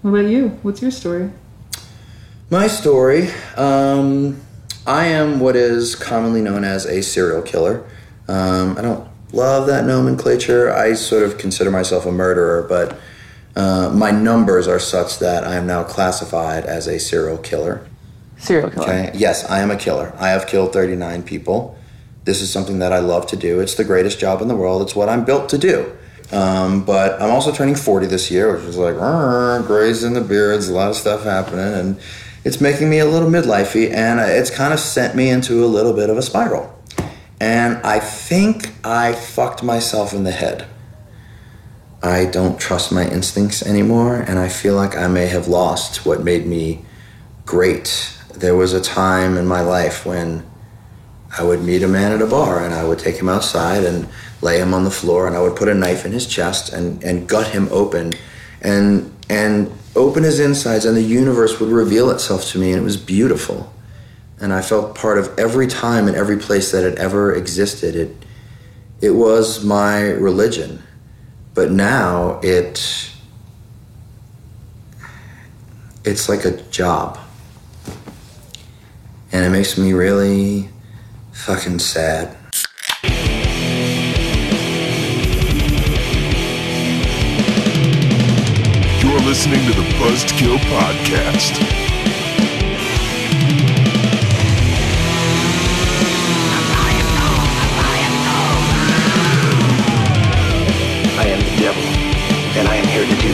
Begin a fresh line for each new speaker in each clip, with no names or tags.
What about you? What's your story?
My story um, I am what is commonly known as a serial killer. Um, I don't love that nomenclature. I sort of consider myself a murderer, but uh, my numbers are such that I am now classified as a serial killer.
Serial killer.
Okay? Yes, I am a killer. I have killed 39 people. This is something that I love to do. It's the greatest job in the world. It's what I'm built to do. Um, but I'm also turning 40 this year, which is like "Rrr, grays in the beards, a lot of stuff happening, and it's making me a little midlifey, and I- it's kind of sent me into a little bit of a spiral. And I think I fucked myself in the head. I don't trust my instincts anymore, and I feel like I may have lost what made me great. There was a time in my life when I would meet a man at a bar and I would take him outside and lay him on the floor and I would put a knife in his chest and, and gut him open and and open his insides and the universe would reveal itself to me and it was beautiful. And I felt part of every time and every place that it ever existed. It it was my religion. But now it it's like a job. And it makes me really fucking sad.
You're listening to the Buzzkill Podcast.
I am the devil, and I am here to do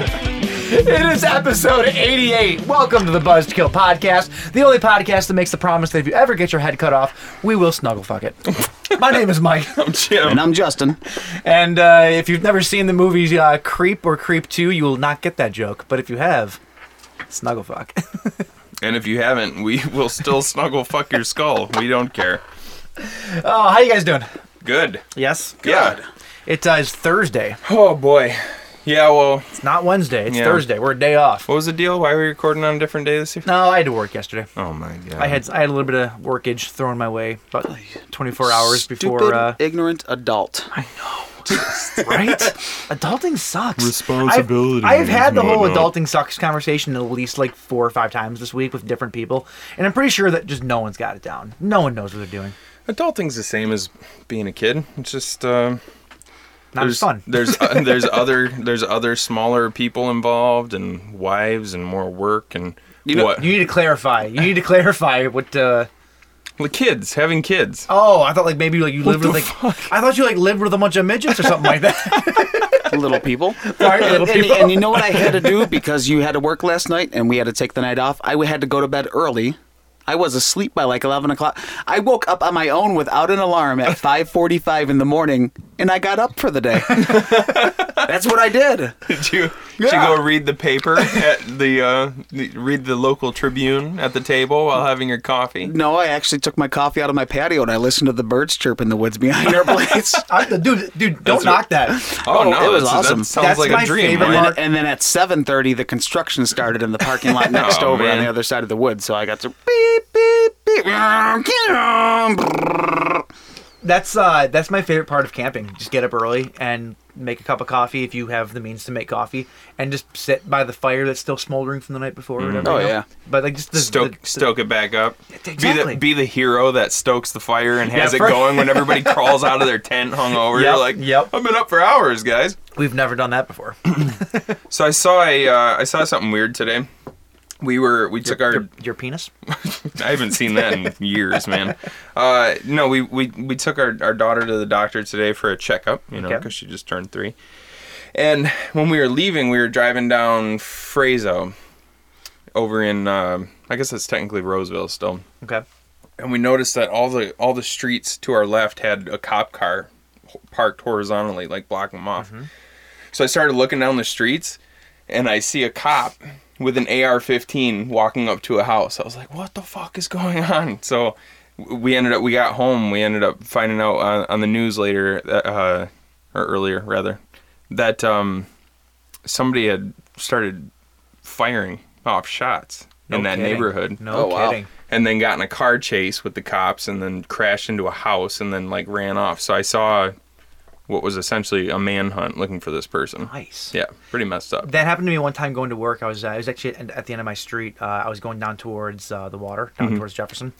the devil's work.
It is episode 88. Welcome to the Buzzkill Podcast, the only podcast that makes the promise that if you ever get your head cut off, we will snuggle fuck it. My name is Mike,
And I'm Justin.
and uh, if you've never seen the movies uh, Creep or Creep 2, you will not get that joke. But if you have, snuggle fuck.
And if you haven't, we will still snuggle fuck your skull. We don't care.
oh, how you guys doing?
Good.
Yes.
Yeah.
It uh, is Thursday.
Oh boy. Yeah. Well,
It's not Wednesday. It's
Yeah.
Thursday. We're a day off.
what was the deal? Why were we recording on a different day this year?
No, I had to work yesterday.
Oh my god.
I had I had a little bit of workage thrown my way about 24 hours before.
Stupid,
Uh,
ignorant adult.
right? adulting sucks.
Responsibility
I've, I've had
is
the whole
one up.
adulting sucks conversation at least like four or five times this week with different people, and I'm pretty sure that just no one's got it down. No one knows what they're doing.
Adulting's the same as being a kid. It's just um,
Not
there's
as fun.
there's uh, there's other there's other smaller people involved and wives and more work and
know-
what
You need to clarify. You need to clarify what. Uh,
the kids having kids.
oh, I thought like maybe like you lived
the
with like I thought you like lived with a bunch of midgets or something like that.
Little people.
Sorry,
And,
little
and-
people.
and you know what I had to do because you had to work last night and we had to take the night off? I had to go to bed early. I was asleep by like 11 o'clock. I woke up on my own without an alarm at 5.45 in the morning and I got up for the day. That's what I did.
Did you did you go read the paper at the uh, the- read the local Tribune at the table while having your coffee?
No, I actually took my coffee out of my patio and I listened to the birds chirp in the woods behind our place.
I'm the- dude, dude, don't knock that.
Oh,
Oh,
no,
it was
that's-
awesome.
That sounds
That's
like
my
a dream.
favorite
right?
part.
And, and then at 7:30, the construction started in the parking lot next
Oh,
over on
man.
the other side of the woods. So I got to beep beep beep. That's
That's uh, that's my favorite part of camping. Just get up early and make a cup of coffee if you have the means to make coffee, and just sit by the fire that's still smoldering from the night before. Or whatever,
Oh,
you know?
yeah.
but like just the,
stoke
the-
stoke it back up. Be
Exactly.
the be the hero that stokes the fire and has
Yeah,
it
for-
going when everybody crawls out of their tent hungover.
Yep,
You're like,
yep.
I've been up for hours, guys.
We've never done that before.
So I saw a uh, I saw something weird today. We were we took our
Your, your penis?
I haven't seen that in years, man. Uh, no, we, we we took our, our daughter to the doctor today for a checkup, you know,
Okay.
because she just turned three. And when we were leaving, we were driving down Frazo, over in uh, I guess it's technically Roseville still,
Okay.
and we noticed that all the all the streets to our left had a cop car h- parked horizontally, like blocking them off. So I started looking down the streets, and I see a cop with an AR-15 walking up to a house. I was like, "What the fuck is going on?" So w- we ended up we got home. We ended up finding out on, on the news later, that, uh, or earlier rather, that um, somebody had started firing off shots in that
kidding.
neighborhood
No
Oh, wow.
kidding.
and then got in a car chase with the cops and then crashed into a house and then like ran off. So I saw what was essentially a manhunt looking for this person.
Nice.
Yeah, pretty messed up.
That happened to me one time going to work. I was uh, I was actually at, at the end of my street. Uh, I was going down towards uh, the water, down towards Jefferson,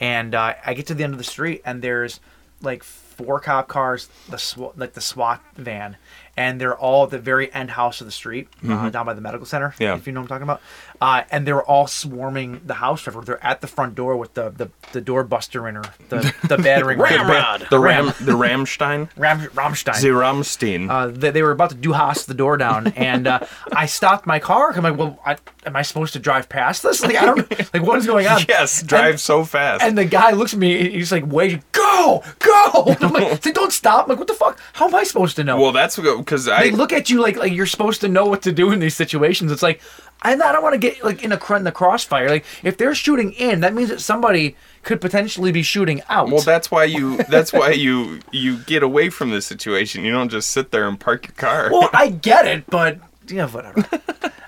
and uh, I get to the end of the street and there's like four cop cars, the SW- like the SWAT van, and they're all at the very end house of the street, uh, down by the medical center.
Yeah.
if you know what I'm talking about. Uh, and they're all swarming the house. Trevor, they're at the front door with the the, the door buster in her, the the battering ram,
The Ram, the Ramstein,
ram, Rammstein.
the Ramstein.
Uh, they, they were about to do Haas the door down, and uh, I stopped my car. I'm like, well, I, am I supposed to drive past this? Like, I don't, like, what is going on?
yes, drive
And,
so fast.
and the guy looks at me, and he's like, wait, go, go. And I'm like, "Say, don't stop. I'm like, what the fuck? How am I supposed to know?
well, that's because I
they look at you like like you're supposed to know what to do in these situations. It's like I, I don't want to get like in a cr- in the crossfire. Like if they're shooting in, that means that somebody could potentially be shooting out.
Well, that's why you. That's why you. You get away from this situation. You don't just sit there and park your car.
well, I get it, but yeah, whatever.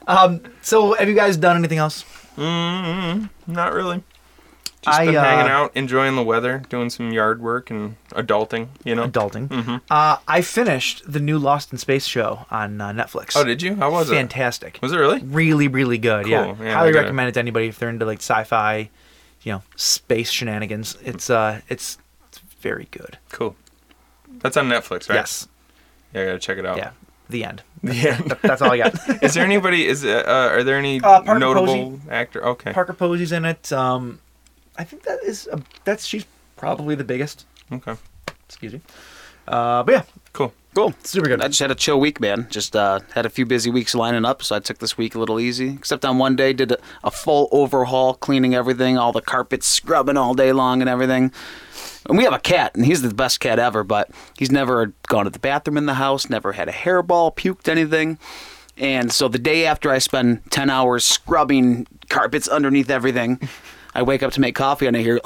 um, so have you guys done anything else?
Not really. Just
I,
been
uh,
hanging out, enjoying the weather, doing some yard work, and adulting. You know.
adulting.
Mm-hmm.
Uh, I finished the new Lost in Space show on uh, Netflix.
Oh, did you? How was
Fantastic.
it? Was it really?
really, really good. Yeah.
Cool. Yeah, I
highly
gotta-
recommend it to anybody if they're into like sci-fi, you know, space shenanigans. It's uh, it's, it's very good.
Cool. That's on Netflix, right?
Yes.
Yeah, I gotta check it out.
Yeah. The end.
Yeah.
That- that's all I got.
is there anybody? Is uh, are there any
Uh, Parker
notable actor? Okay.
Parker Posey's in it. Um, I think that is a, that's she's probably the biggest.
Okay.
Excuse me. Uh, but yeah,
Cool.
Cool.
super good.
I just had a chill week, man. Just uh, had a few busy weeks lining up, so I took this week a little easy. Except on one day, did a, a full overhaul, cleaning everything, all the carpets, scrubbing all day long, and everything. And we have a cat, and he's the best cat ever, but he's never gone to the bathroom in the house, never had a hairball, puked anything. And so the day after I spend 10 hours scrubbing carpets underneath everything, I wake up to make coffee and I hear.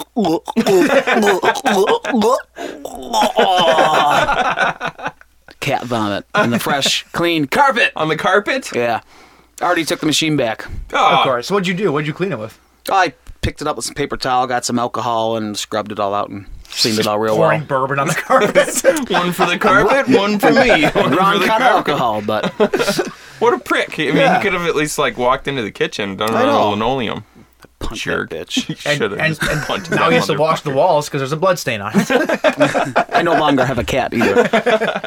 cat vomit on the fresh, clean carpet.
On the carpet.
Yeah. I already took the machine back.
Oh,
Of course. So what'd you do? What'd you clean it with?
I picked it up with some paper towel, got some alcohol, and scrubbed it all out and cleaned it all real
Pouring
well.
bourbon on the carpet.
One for the carpet, one for me. One
Wrong
for the
kind of
carpet.
alcohol, but
What a prick! I mean,
Yeah.
he could have at least like walked into the kitchen, done it
I
on a
know.
linoleum.
punch
Jerk.
that
He
bitch.
and,
should have
and,
just
and
punched
now
that
he has to wash the
motherfucker.
walls because there's a blood stain on it.
I no longer have a cat either.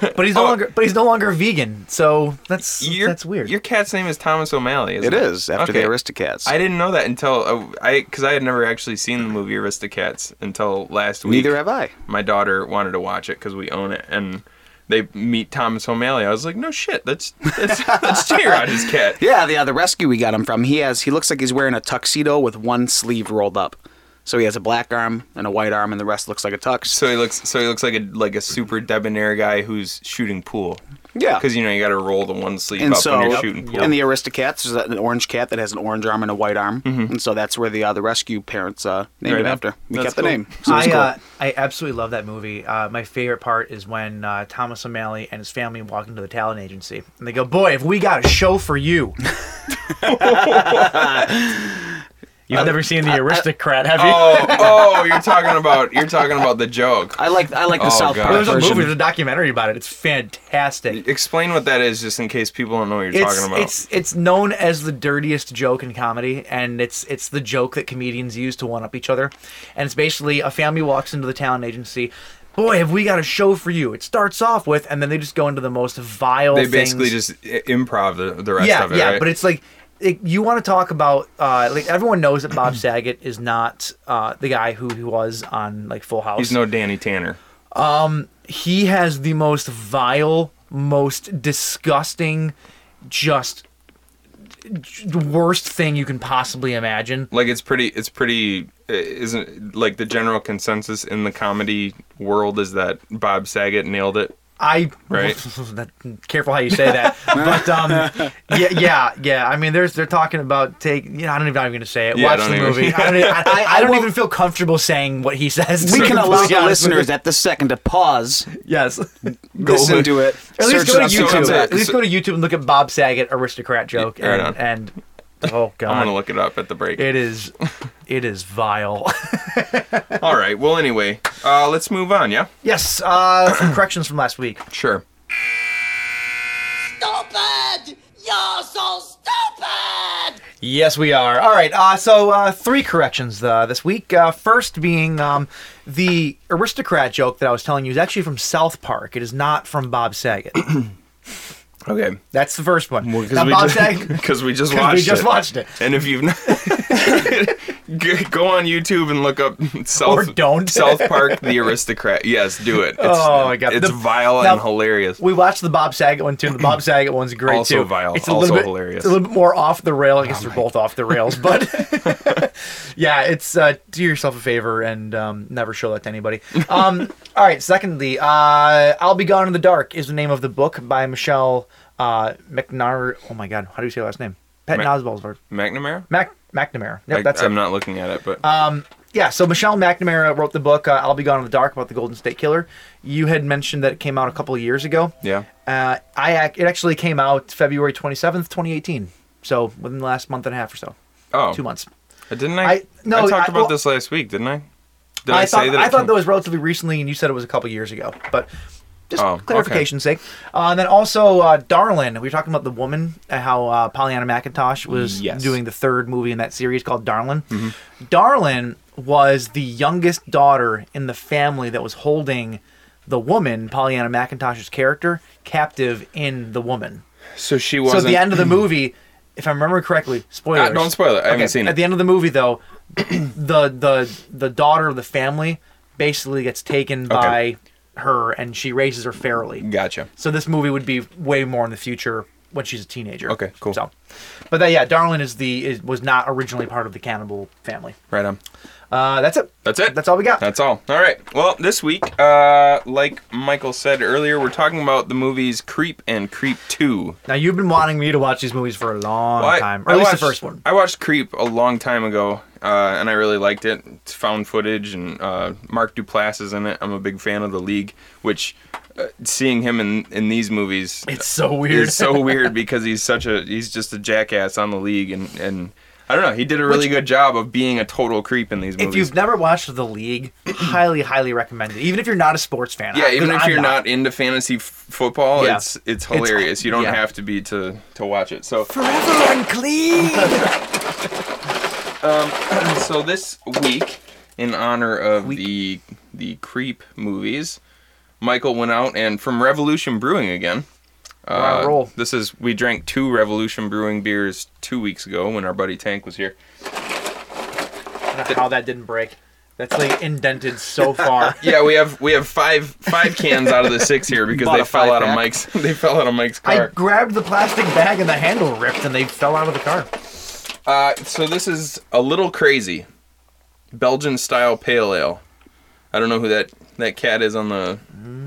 But
Oh.
he's no longer but he's no longer vegan, so that's
Your,
that's weird.
Your cat's name is Thomas O'Malley. Isn't
It
it,
is after
Okay.
the Aristocats.
I didn't know that until uh, I, because I had never actually seen the movie Aristocats until last week.
Neither have I.
My daughter wanted to watch it because we own it, and they meet Thomas O'Malley. I was like, no shit, that's that's that's tear on his cat.
Yeah, the the rescue we got him from. He has he looks like he's wearing a tuxedo with one sleeve rolled up. So he has a black arm and a white arm, and the rest looks like a tux.
So he looks so he looks like a like a super debonair guy who's shooting pool.
Yeah.
because you know you got to roll the one sleeve
and
up
so
when you're shooting pool.
and the Aristocats there's an orange cat that has an orange arm and a white arm,
Mm-hmm.
and so that's where the uh, the rescue parents uh, named
Right
it
on.
after. We
That's
kept the
cool.
name. So it was
I
cool.
uh, I absolutely love that movie. Uh, my favorite part is when uh, Thomas O'Malley and his family walk into the talent agency and they go, "Boy, have we got a show for you." You've never seen the Aristocrat, have you?
Oh, oh, you're talking about you're talking about the joke.
I like I like the
Oh,
South
God.
Park
there's a
version.
movie, there's a documentary about it. It's fantastic.
Explain what that is, just in case people don't know what you're
It's,
talking about.
it's it's known as the dirtiest joke in comedy, and it's it's the joke that comedians use to one up each other. And it's basically a family walks into the talent agency. Boy, have we got a show for you! It starts off with, and then they just go into the most vile.
they
things.
basically just i- improv the, the rest
yeah,
of it.
yeah.
right?
But it's like it, you want to talk about uh, like everyone knows that Bob Saget is not uh, the guy who he was on like Full House.
he's no Danny Tanner.
he has the most vile, most disgusting, just j- worst thing you can possibly imagine.
Like it's pretty, it's pretty. i- Isn't like the general consensus in the comedy world is that Bob Saget nailed it.
I
Right.
that, careful how you say that, but um, yeah, yeah, yeah. I mean, there's they're talking about take. You know, I don't even. I'm not even gonna say it.
Yeah, I
Watch
don't
the
even-
movie. I don't, even- I, I,
I
don't
will-
even feel comfortable saying what he says.
we can
To be
allow the
honest with
listeners at this second to pause,
you. Yes. Or
listen to it,
at least
search
go
it
to
up. so it
YouTube.
comes out.
At least go to YouTube and look at Bob Saget aristocrat joke
Yeah, right
and, and oh
I'm gonna
god,
look it up at the break.
it is It is vile.
All right. Well, anyway, uh, let's move on. Yeah.
yes, uh, some corrections from last week.
Sure.
Yes, we are. All right. Uh, so uh, three corrections uh, this week. Uh, first being um, the aristocrat joke that I was telling you is actually from South Park. It is not from Bob Saget.
Okay.
That's the first one.
Well, 'cause
now,
we
Bob
ju-
Saget.
'cause we just
'Cause we
watched
just
it.
watched it.
And if you've not, G- go on YouTube and look up South
Or don't.
South Park the Aristocrat. Yes, do it. It's,
Oh, my God.
It's
The-
vile
now-
and hilarious.
We watched the Bob Saget one too. and The Bob Saget one's great
Also
too.
vile,
It's a
also
little bit,
hilarious.
It's a little bit more off the rail. I guess they're both off the rails, but yeah, it's uh, do yourself a favor and um, never show that to anybody. Um, all right. Secondly, uh, "I'll Be Gone in the Dark" is the name of the book by Michelle uh, McNar. Oh my God, how do you say her last name? Pat
Ma-
Oswald.
McNamara.
Mac McNamara. Yep,
I,
that's it Uh,
I'm not looking at it, but
yeah, so Michelle McNamara wrote the book uh, "I'll Be Gone in the Dark" about the Golden State Killer. You had mentioned that it came out a couple of years ago.
Yeah.
Uh, I ac- it actually came out February twenty seventh, twenty eighteen. So within the last month and a half or so,
oh,
two months.
Didn't I?
I- no,
I
I-
talked about
well-
this last week, didn't I? Did I,
thought,
say that?
I
it
thought
came-
that was relatively recently, and you said it was a couple of years ago. But just
Oh,
clarification's sake. Uh, and then also, uh, Darlin. We were talking about the woman, uh, how uh, Pollyanna McIntosh was
Yes. Mm-hmm.
doing the third movie in that series called Darlin. Darlin was the youngest daughter in the family that was holding the woman, Pollyanna McIntosh's character, captive in the woman.
So she wasn't.
So at the end of the movie, if I remember correctly, spoilers.
Ah, don't spoil it. I haven't seen it.
At the end of the movie, though, the the the daughter of the family basically gets taken
Okay.
by her, and she raises her fairly.
Gotcha.
So this movie would be way more in the future when she's a teenager.
Okay, cool.
So, but that yeah, Darlin is the is, was not originally part of the cannibal family.
Right on.
Uh, that's it.
That's it.
That's all we got.
That's all. All right. Well, this week, uh, like Michael said earlier, we're talking about the movies Creep and Creep Two.
now you've been wanting me to watch these movies for a long
Well, I-
time,
I
or at least
watched-
the first one.
I watched Creep a long time ago, uh, and I really liked it. It's found footage, and uh, Mark Duplass is in it. I'm a big fan of the League, which uh, seeing him in in these movies
It's so weird.
is so weird because he's such a he's just a jackass on the League, and and I don't know. He did a really good job of being a total creep in these movies.
If you've never watched The League, highly, highly recommend it. Even if you're not a sports fan.
Yeah,
I-
even
'cause
if
I'm
you're not. into fantasy f- football,
Yeah.
it's it's hilarious. you don't
yeah.
have to be to to watch it. So
Forever unclean.
Um, so this week, in honor of the the creep movies, Michael went out and from Revolution Brewing again. uh,
Wow, roll.
This is we drank two Revolution Brewing beers two weeks ago when our buddy Tank was here.
I don't know how that didn't break. That's like indented so far.
Yeah, we have we have five five cans out of the six here because
Bought
they
a
fell out of
five-pack.
Mike's they fell out of Mike's
I
car.
grabbed the plastic bag and the handle ripped and they fell out of the car.
Uh, so this is a little crazy. Belgian style pale ale. I don't know who that that cat is on the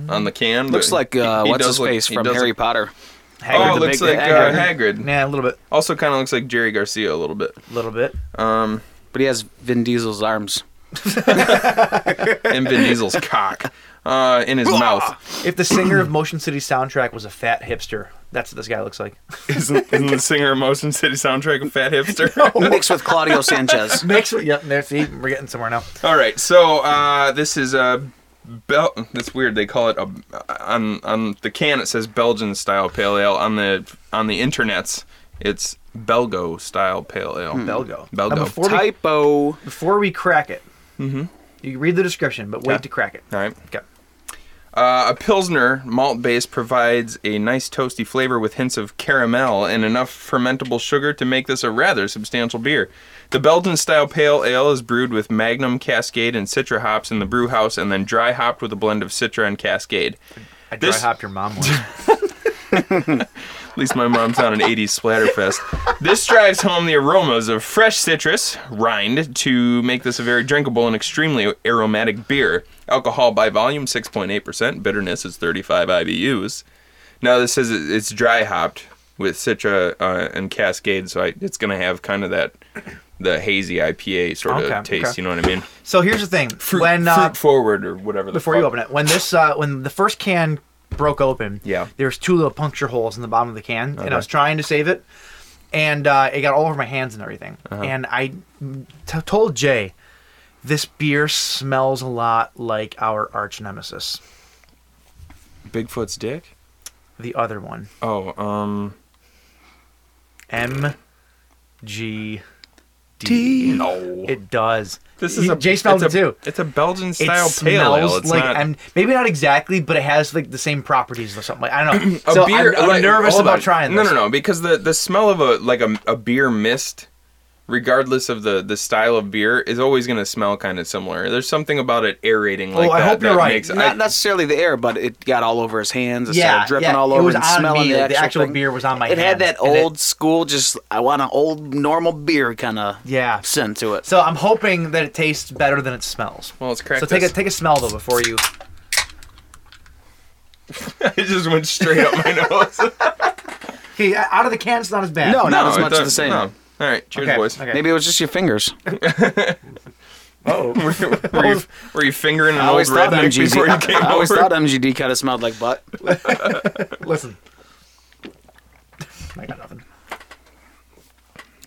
on the can.
Looks
but
like
he-
uh,
he
what's
does
his
look-
face
he
from
does
Harry
look-
Potter.
Hagrid
oh,
the
looks
big-
like
the
uh, Hagrid.
Yeah, a little bit.
Also, kind of looks like Jerry Garcia a little bit.
little bit.
But he has Vin Diesel's arms.
And Vin Diesel's cock uh, in his mouth.
If the singer of Motion City soundtrack was a fat hipster, that's what this guy looks like.
Isn't, isn't the singer of Motion City soundtrack a fat hipster?
Mixed with Claudio Sanchez.
Makes what yep, there see, we're getting somewhere now.
All right, so uh, this is a Bel. That's weird. They call it a on on the can. It says Belgian style pale ale. On the on the internets, it's Belgo style pale ale.
Hmm. Belgo.
Belgo.
Now, before, we,
Typo.
before we crack it, you can read the description, but wait to crack it.
Mm-hmm. All right.
Okay.
Uh, a pilsner malt base provides a nice toasty flavor with hints of caramel and enough fermentable sugar to make this a rather substantial beer. The Belgian style pale ale is brewed with Magnum, Cascade, and Citra hops in the brew house, and then dry hopped with a blend of Citra and Cascade.
I dry
This-
hopped your mom once.
At least my mom's on an 80s splatterfest. This drives home the aromas of fresh citrus, rind, to make this a very drinkable and extremely aromatic beer. Alcohol by volume 6.8%, bitterness is 35 IBUs. Now, this says it- it's dry hopped with Citra uh, and Cascade, so I, it's going to have kind of that the hazy IPA sort
Okay,
of taste,
okay.
you know what I mean?
So here's the thing.
Fruit,
when uh,
fruit forward or whatever the
before you open it, when this uh, when the first can broke open,
Yeah.
there was two little puncture holes in the bottom of the can, and I was trying to save it, and uh, it got all over my hands and everything.
Uh-huh.
And I t- told Jay, this beer smells a lot like our arch nemesis,
Bigfoot's dick.
the other one,
Oh, um,
M G
Tea.
D. E.
no.
It does.
this is
He-
a
Jay smelled
it's
it
a-
too.
It's a Belgian
It
style pale
smells
ale. It's
like
not.
and maybe not exactly, but it has like the same properties or something. Like, I don't know.
a
so
beer.
I'm, I'm
like,
nervous
hold
about
on.
trying
No,
this.
no, no. Because the the smell of a like a, a beer mist, regardless of the the style of beer, is always going to smell kind of similar. There's something about it aerating like
Oh, I
that.
hope
that
you're right.
Makes,
Not
I,
necessarily the air, but it got all over his hands. It
Yeah,
started dripping
yeah,
all
it
over
was
and
on
smelling
me,
the
the
actual,
actual
thing.
beer was on my
It
hands,
had that
and it-
old school, just I want an old normal beer kind of
Yeah.
scent to it.
So I'm hoping that it tastes better than it smells.
well, it's cracked.
So take a
this.
take a smell though before you.
it just went straight up my nose.
Okay, out of the can, it's not as bad.
no, not
No,
as
it
much of the
does-
same.
no. All right, cheers,
okay,
boys.
Okay.
Maybe it was just your fingers.
were, you, were you- were you fingering an
I
old
always thought
redneck before you
MGD.
came
I always
over?
thought MGD kind of smelled like butt.
Listen. I got nothing.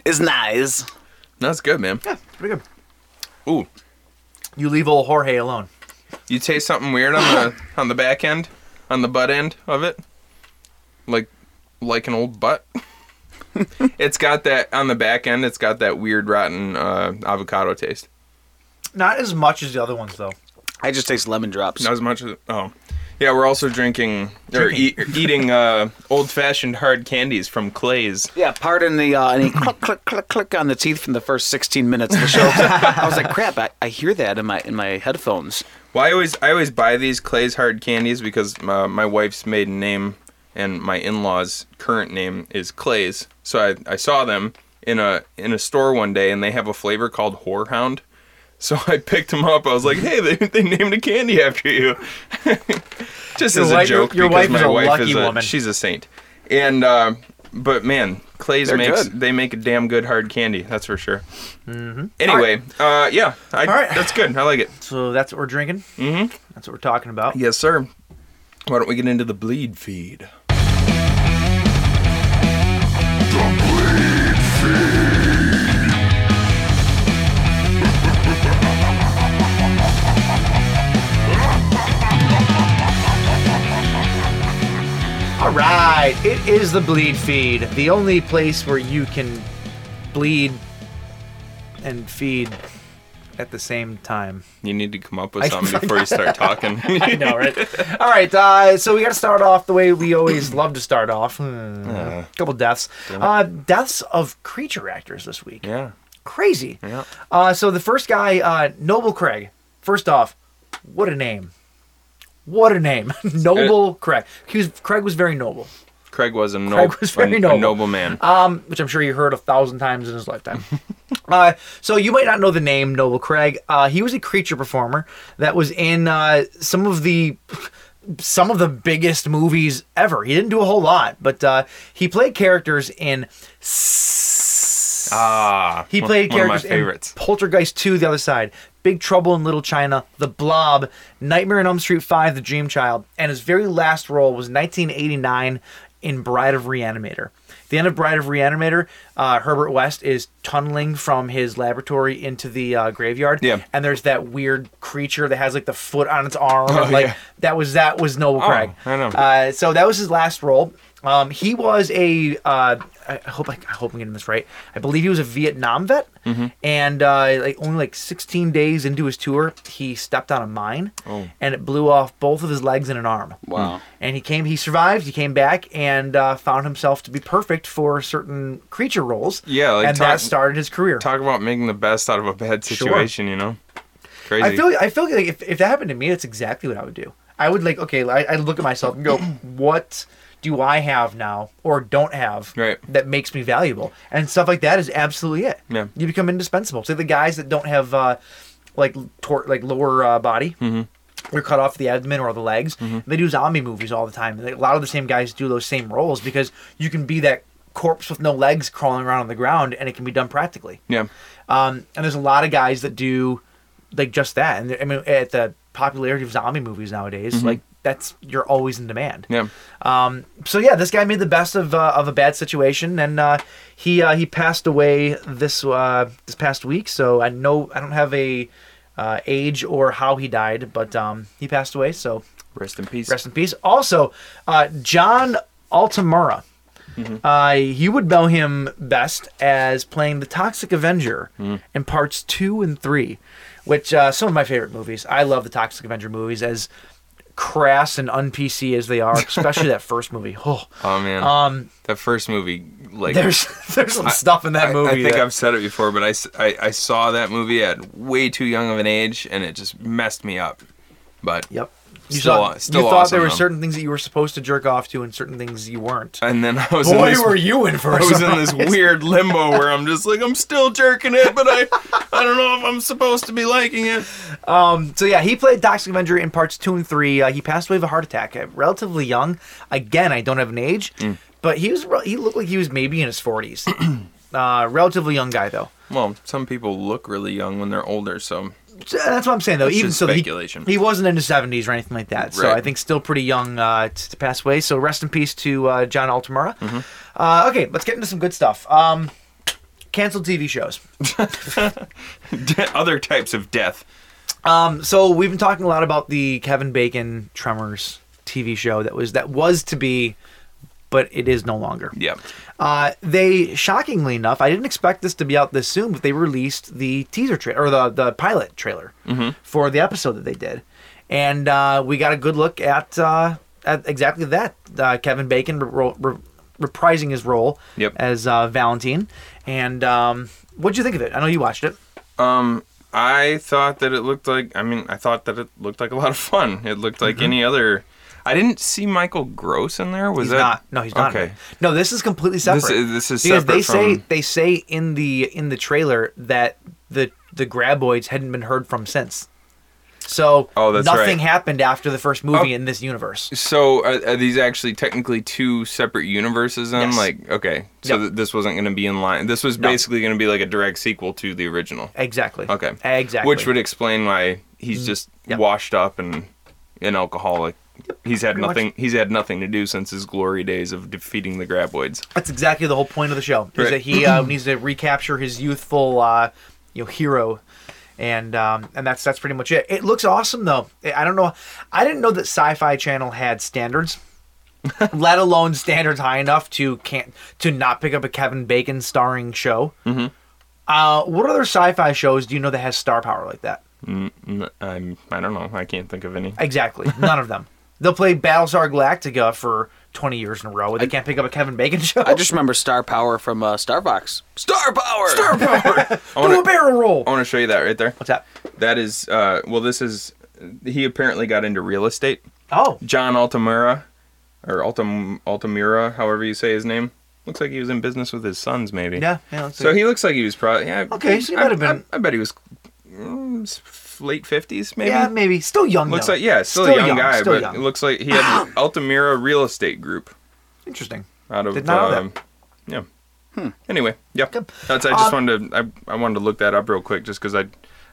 It's nice.
That's good, man.
Pretty good.
Ooh,
You leave old Jorge alone.
you taste something weird on the on the back end, on the butt end of it, like like an old butt. it's got that on the back end. It's got that weird rotten uh, avocado taste.
Not as much as the other ones though.
I just taste lemon drops.
Not as much as oh, yeah. We're also drinking or eat, eating uh, old fashioned hard candies from Clay's.
Yeah, pardon the uh, any click click click click on the teeth from the first 16 minutes of the show. I was like, crap, I, I hear that in my in my headphones.
Well, I always I always buy these Clay's hard candies because my, my wife's maiden name and my in-laws' current name is Clay's. So I, I saw them in a in a store one day, and they have a flavor called whorehound. So I picked them up. I was like, "Hey, they, they named a candy after you." Just
Your
as
wife-
a joke,
your- your
because
wife is
my
a
wife
lucky
is a
woman.
she's a saint. And uh, but man, Clay's
They're
makes
good.
they make a damn good hard candy. That's for sure. Anyway, uh, yeah, I,
Mm-hmm. right.
that's good. I like it.
So that's what we're drinking. Mm-hmm. That's what we're talking about.
Yes, sir. Why don't we get into the bleed feed?
All right, it is the bleed feed, the only place where you can bleed and feed at the same time.
You need to come up with something before you start talking.
I know, right? All right, uh, so we got to start off the way we always love to start off. A couple deaths, uh, deaths of creature actors this week.
yeah.
Crazy. Uh, so the first guy, uh, Noble Craig. First off, what a name! What a name, Noble Craig. He was Craig was very noble.
Craig was a, no-
Craig was very
a,
noble.
a noble man.
um, which I'm sure you heard a thousand times in his lifetime. uh, so you might not know the name Noble Craig. Uh, he was a creature performer that was in uh, some of the some of the biggest movies ever. He didn't do a whole lot, but uh, he played characters in. S-
Ah,
he
one-
played
one of my
characters
favorites.
in Poltergeist 2, The Other Side, Big Trouble in Little China, The Blob, Nightmare on Elm Street 5, The Dream Child, and his very last role was 1989 in Bride of Reanimator. At the end of Bride of Reanimator, uh, Herbert West is tunneling from his laboratory into the uh, graveyard,
Yeah.
and there's that weird creature that has like the foot on its arm, and, like
Oh, yeah.
that was that was Noel Craig.
Oh, I know.
Uh, so that was his last role. Um, he was a. Uh, I I hope I, I hope I'm getting this right. I believe he was a Vietnam vet,
Mm-hmm.
and uh, like only like 16 days into his tour, he stepped on a mine,
Oh.
and it blew off both of his legs and an arm.
Wow.
And he came. He survived. He came back and uh, found himself to be perfect for certain creature roles.
Yeah, like
and
talk-
that started his career.
Talk about making the best out of a bad situation, you know? Crazy.
I feel I feel like if, if that happened to me, that's exactly what I would do. I would like okay, I, I look at myself and go, what do I have now or don't have
Right.
that makes me valuable? And stuff like that is absolutely it.
Yeah.
you become indispensable. So the guys that don't have uh, like tor- like lower uh, body.
Mm-hmm.
They're cut off the abdomen or the legs. They do zombie movies all the time. Like, a lot of the same guys do those same roles because you can be that corpse with no legs crawling around on the ground, and it can be done practically.
yeah.
Um, and there's a lot of guys that do like just that. And I mean, at the popularity of zombie movies nowadays, like that's you're always in demand.
Yeah.
Um, so yeah, this guy made the best of uh, of a bad situation, and uh, he uh, he passed away this uh, this past week. So I know I don't have a uh, age or how he died, but um, he passed away. So
Rest in peace.
rest in peace. Also, uh, John Altamura.
Mm-hmm.
Uh, you would know him best as playing the Toxic Avenger
Mm-hmm.
in parts two and three, which uh, some of my favorite movies. I love the Toxic Avenger movies as crass and un PC as they are, especially that first movie. Oh,
oh man.
um,
that first movie, like
there's there's some stuff in that
I-
movie.
I, think
that-
I've said it before, but I, s- I- I saw that movie at way too young of an age, and it just messed me up. But
Yep. You,
Still
saw,
aw- still
you thought
awesome,
there were
though.
certain things that you were supposed to jerk off to and certain things you weren't.
and then I was in
Boy,
this,
were you in for a
I was in
surprise.
this weird limbo where I'm just like I'm still jerking it, but I I don't know if I'm supposed to be liking it.
So yeah, he played Toxic Avenger in parts two and three. Uh, he passed away of a heart attack, uh, relatively young. Again, I don't have an age,
Mm.
but he was re- he looked like he was maybe in his forties. uh, relatively young guy though.
Well, some people look really young when they're older, so
So uh, that's what I'm saying though.
That's
Even
just
so, he,
speculation.
he wasn't in his seventies or anything like that. So
Right.
I think still pretty young uh, t- to pass away. So rest in peace to uh, John Altamura.
Mm-hmm.
Uh, okay, let's get into some good stuff. Um, canceled TV shows.
other types of death.
Um, so we've been talking a lot about the Kevin Bacon Tremors TV show that was that was to be, but it is no longer.
Yeah.
Uh, they shockingly enough, I didn't expect this to be out this soon, but they released the teaser trailer or the the pilot trailer
Mm-hmm.
for the episode that they did, and uh, we got a good look at uh, at exactly that. Uh, Kevin Bacon re- re- reprising his role
Yep.
as uh, Valentine, and um, what'd you think of it? I know you watched it.
Um, I thought that it looked like. I mean, I thought that it looked like a lot of fun. It looked
Mm-hmm.
like any other. I didn't see Michael Gross in there. Was
He's
that
not. No, he's not.
Okay.
No, this is completely separate.
is- this is
because they
separate
say
from-
they say in the in the trailer that the the graboids hadn't been heard from since. So
Oh, that's
nothing
right.
happened after the first movie
Oh.
in this universe.
So are, are these actually technically two separate universes? Then,
Yes.
like, okay, so
Yep.
th- this wasn't going to be in line. This was basically going to be like a direct sequel to the original.
Exactly.
Okay,
Exactly. Mm.
Which would explain why he's just
Yep.
washed up and an alcoholic. He's had
pretty much.
nothing. He's had nothing to do since his glory days of defeating the graboids.
that's exactly the whole point of the show. Is
Right.
that he uh, needs to recapture his youthful uh, you know hero. And um, and that's that's pretty much it. It looks awesome though. I- I don't know. I didn't know that Sci-Fi Channel had standards. let alone standards high enough to can't to not pick up a Kevin Bacon starring show. Mm-hmm. Uh, what other sci-fi shows do you know that has star power like that?
N- I'm. I don't know. I can't think of any.
Exactly, none of them. They'll play Battlestar Galactica for twenty years in a row, and they can't pick up a Kevin Bacon show.
I just remember Star Power from uh, Starbucks. Star Power. Star Power.
I
do a
want
barrel roll.
to show you that right there.
What's that?
That is. Uh, well, this is. He apparently got into real estate.
Oh,
John Altamura, or Altam Altamura, however you say his name. Looks like he was in business with his sons, maybe.
yeah. yeah let's see.
So he looks like he was probably yeah.
Okay, so he
I-
might have
I-
been-
I, bet he was mm, s- late fifties, maybe.
Yeah, maybe. Still young.
Looks
though.
like yeah, still, a young, Um. guy,
still
but
young.
it looks like he had Altamira Real Estate Group
interesting.
out of
Did not know
um, yeah. Anyway, yeah.
Good.
That's I just wanted to I, I wanted to look that up real quick just because I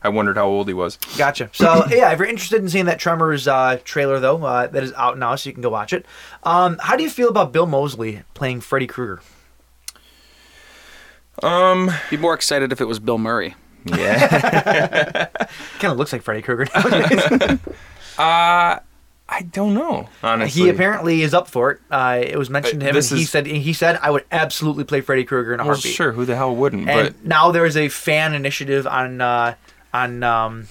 I wondered how old he was.
Gotcha. So yeah, if you're interested in seeing that Tremors uh, trailer though, uh, that is out now, so you can go watch it. Um, how do you feel about Bill Mosley playing Freddy Krueger?
Um.
Be more excited if it was Bill Murray.
Yeah.
Kind of looks like Freddy Krueger.
uh, I don't know. Honestly,
he apparently is up for it. Uh, it was mentioned to
Uh,
him, and
this
he
is-
said he said I would absolutely play Freddy Krueger in a
Well,
heartbeat.
sure. Who the hell wouldn't?
And
but
now there is a fan initiative on uh, on um,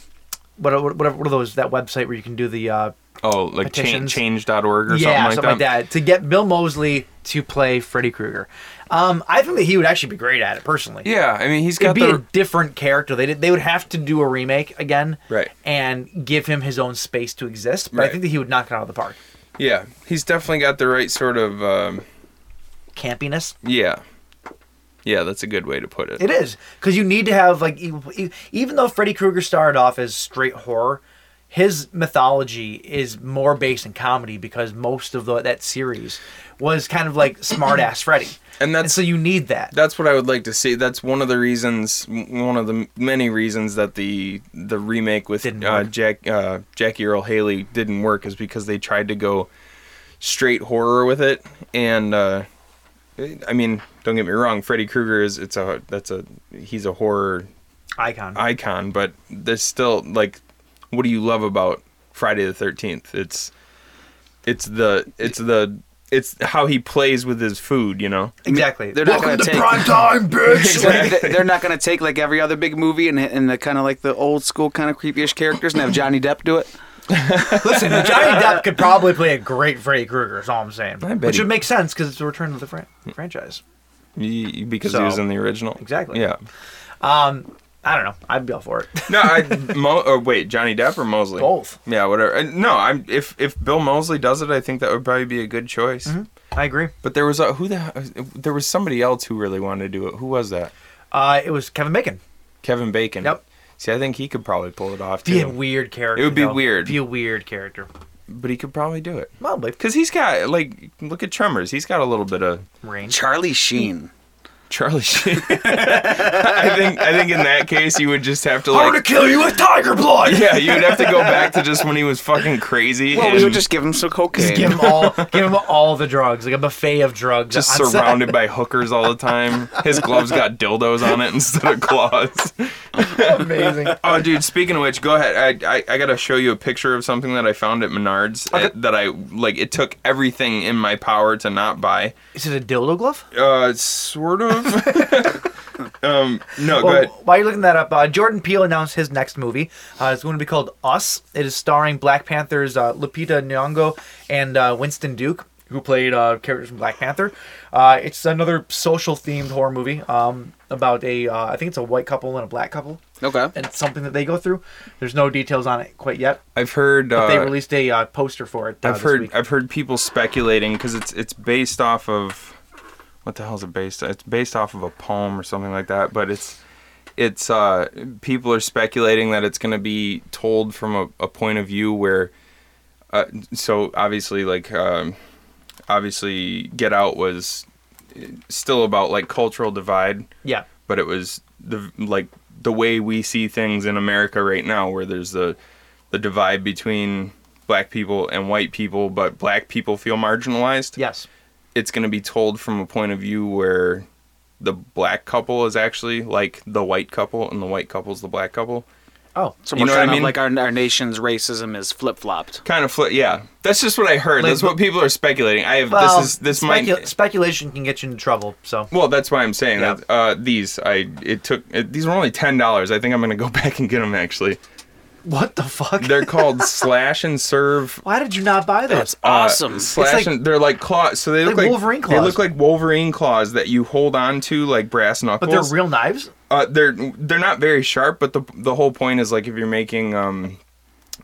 what what what what are those that website where you can do the uh,
oh, like change
petitions.
change.org or
yeah,
something like that.
to get Bill Mosley to play Freddy Krueger. Um, I think that he would actually be great at it personally.
Yeah, I mean, he's got
It'd be
the
a different character. They did, they would have to do a remake again,
Right.
And give him his own space to exist. But I
Right.
think that he would knock it out of the park.
Yeah, he's definitely got the right sort of. Um,
Campiness,
yeah, yeah, that's a good way to put it.
it is because you need to have like e- e- even though Freddy Krueger started off as straight horror, his mythology is more based in comedy because most of the, that series was kind of like smart ass Freddy.
And that's-
so you need that.
That's what I would like to see. That's one of the reasons, m- one of the many reasons that the the remake with
Didn't
uh,
work.
Jack uh, Jackie Earl Haley didn't work is because they tried to go straight horror with it, and uh, I mean, don't get me wrong, Freddy Krueger is it's a that's a he's a horror
Icon.
icon, but there's still like, what do you love about Friday the Thirteenth? It's it's the it's the it's how he plays with his food, you know.
exactly.
They're not going to take.
time, bitch.
They're- They're not going to take like every other big movie and and the kind of like the old school kind of creepyish characters and have Johnny Depp do it.
Listen, Johnny Depp could probably play a great Freddy Krueger. Is all I'm saying.
I bet
Which
he-
would make sense because it's a return to the fran- franchise.
Y- because
So-
he was in the original.
Exactly.
Yeah.
Um, I don't know. I'd be all for it.
No, I Mo, or wait, Johnny Depp or Mosley?
Both.
Yeah, whatever. Uh, No, I'm if if Bill Mosley does it, I think that would probably be a good choice.
I agree.
But there was a who the there was somebody else who really wanted to do it. Who was that?
Uh, it was Kevin Bacon.
Kevin Bacon.
Yep.
See, I think he could probably pull it off
Be a
too.
weird character.
It would be
though.
weird.
Be a weird character.
But he could probably do it.
Probably.
Cause he's got like look at Tremors. He's got a little bit of
Range.
Charlie Sheen.
Charlie Sheen. I think I think in that case you would just have to like
kill you with tiger blood.
yeah you would have to go back to just when he was fucking crazy.
Well,
and
we would just give him some cocaine.
Give him all. give him all the drugs. Like a buffet of drugs.
just
on set.
surrounded by hookers all the time. His gloves got dildos on it instead of claws.
Amazing.
Oh, dude. Speaking of which, go ahead. I, I I gotta show you a picture of something that I found at Menards uh, that I like. It took everything in my power to not buy.
Is it a dildo glove?
Uh, sort of. um, no, go
Well,
ahead.
while you're looking that up, uh, Jordan Peele announced his next movie. Uh, it's going to be called Us. It is starring Black Panther's uh, Lupita Nyong'o and uh, Winston Duke, who played uh, characters from Black Panther. Uh, it's another social-themed horror movie um, about a, uh, I think it's a white couple and a black couple,
Okay.
and it's something that they go through. There's no details on it quite yet,
I've heard.
but they
Uh,
released a uh, poster for it. Uh,
I've
this
heard.
week.
I've heard people speculating because it's it's based off of what the hell is it based? It's based off of a poem or something like that. But it's it's uh, people are speculating that it's going to be told from a, a point of view where uh, so obviously like um, obviously Get Out was uh, still about like cultural divide
yeah.
but it was the like the way we see things in America right now, where there's the the divide between black people and white people, but black people feel marginalized.
Yes.
it's going to be told from a point of view where the black couple is actually like the white couple, and the white couple's the black couple.
Oh.
So
You
we're
know what
trying
I mean?
to like our, our nation's racism is flip flopped.
Kind of flip, yeah. That's just what I heard.
Like,
that's what people are speculating. I have
Well,
this is this
specu-
might
speculation can get you into trouble. So
Well, that's why I'm saying
Yeah.
that uh, these I it took it, these were only ten dollars. I think I'm gonna go back and get them actually.
what the fuck?
They're called slash and serve.
Why did you not buy those?
uh,
Awesome.
slash
It's like-
and they're like claws. So they look
like
like,
Wolverine
They
claws.
look like Wolverine claws that you hold on to like brass
But
knuckles.
they're real knives.
Uh, they're they're not very sharp, but the the whole point is like if you're making um,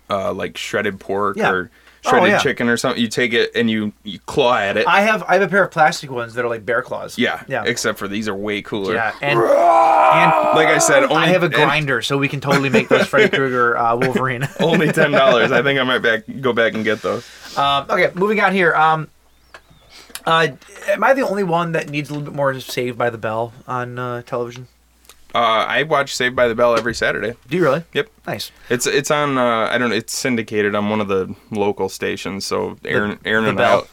uh, like shredded pork
Yeah.
or
Oh,
shredded
yeah.
chicken or something, you take it and you you claw at it.
I have I have a pair of plastic ones that are like bear claws.
yeah,
Yeah.
Except for these are way cooler.
yeah. And, and
Like I said, only
I have a
and-
grinder, so we can totally make those Freddy Krueger uh, Wolverine.
only ten dollars. I think I might back go back and get those.
um, okay, moving on here. Um, uh, am I the only one that needs a little bit more Saved by the Bell on uh, television?
Uh, I watch Saved by the Bell every Saturday.
Do you really?
Yep.
Nice.
It's it's on uh, I don't know, it's syndicated on one of the local stations. So Aaron Aaron
the
and
bell.
I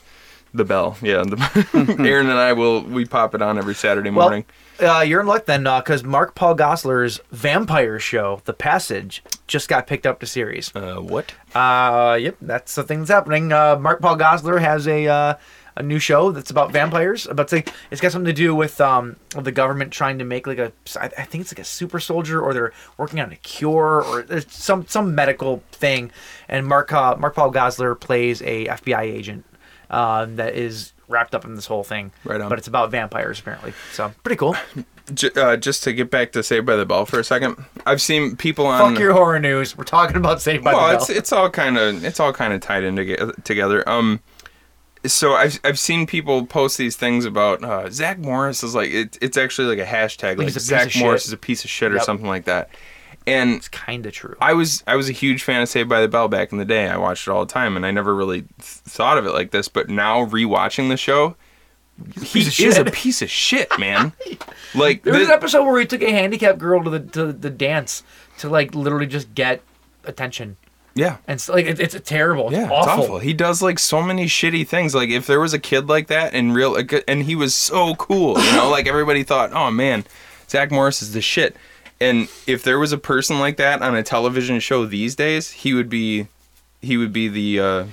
the bell yeah the, Aaron and I will we pop it on every Saturday morning.
Well, uh, you're in luck then, because Mark Paul Gosselaar's vampire show, The Passage, just got picked up to series.
uh, what?
Uh, yep, that's the thing that's happening. Uh, Mark Paul Gosler has a uh, a new show that's about vampires. About to, it's got something to do with um the government trying to make like a I I think it's like a super soldier or they're working on a cure or it's some some medical thing. And Mark uh, Mark Paul Gosler plays a FBI agent um, that is wrapped up in this whole thing.
Right on.
But it's about vampires apparently. So pretty cool.
J- uh, just to get back to Saved by the Bell for a second, I've seen people on
Fuck your horror news. We're talking about Saved by
well,
the Bell.
it's it's all kind of it's all kind of tied in toge- together. Um, so I've I've seen people post these things about uh, Zach Morris is like it, it's actually like a hashtag like
he's a piece
Zach
of
Morris
shit.
is a piece of shit or
Yep.
something like that, And
It's kind of true.
I was I was a huge fan of Saved by the Bell back in the day. I watched it all the time, and I never really th- thought of it like this. But now rewatching the show, he
piece of
is a
shit.
piece of shit, man. like
There was
the-
an episode where he took a handicapped girl to the to the dance to like literally just get attention,
yeah,
and so, like it, it's terrible. It's
yeah,
awful.
it's awful. He does like so many shitty things. Like if there was a kid like that in real, like, and he was so cool, you know, like everybody thought, oh man, Zach Morris is the shit. And if there was a person like that on a television show these days, he would be, he would be the. Uh,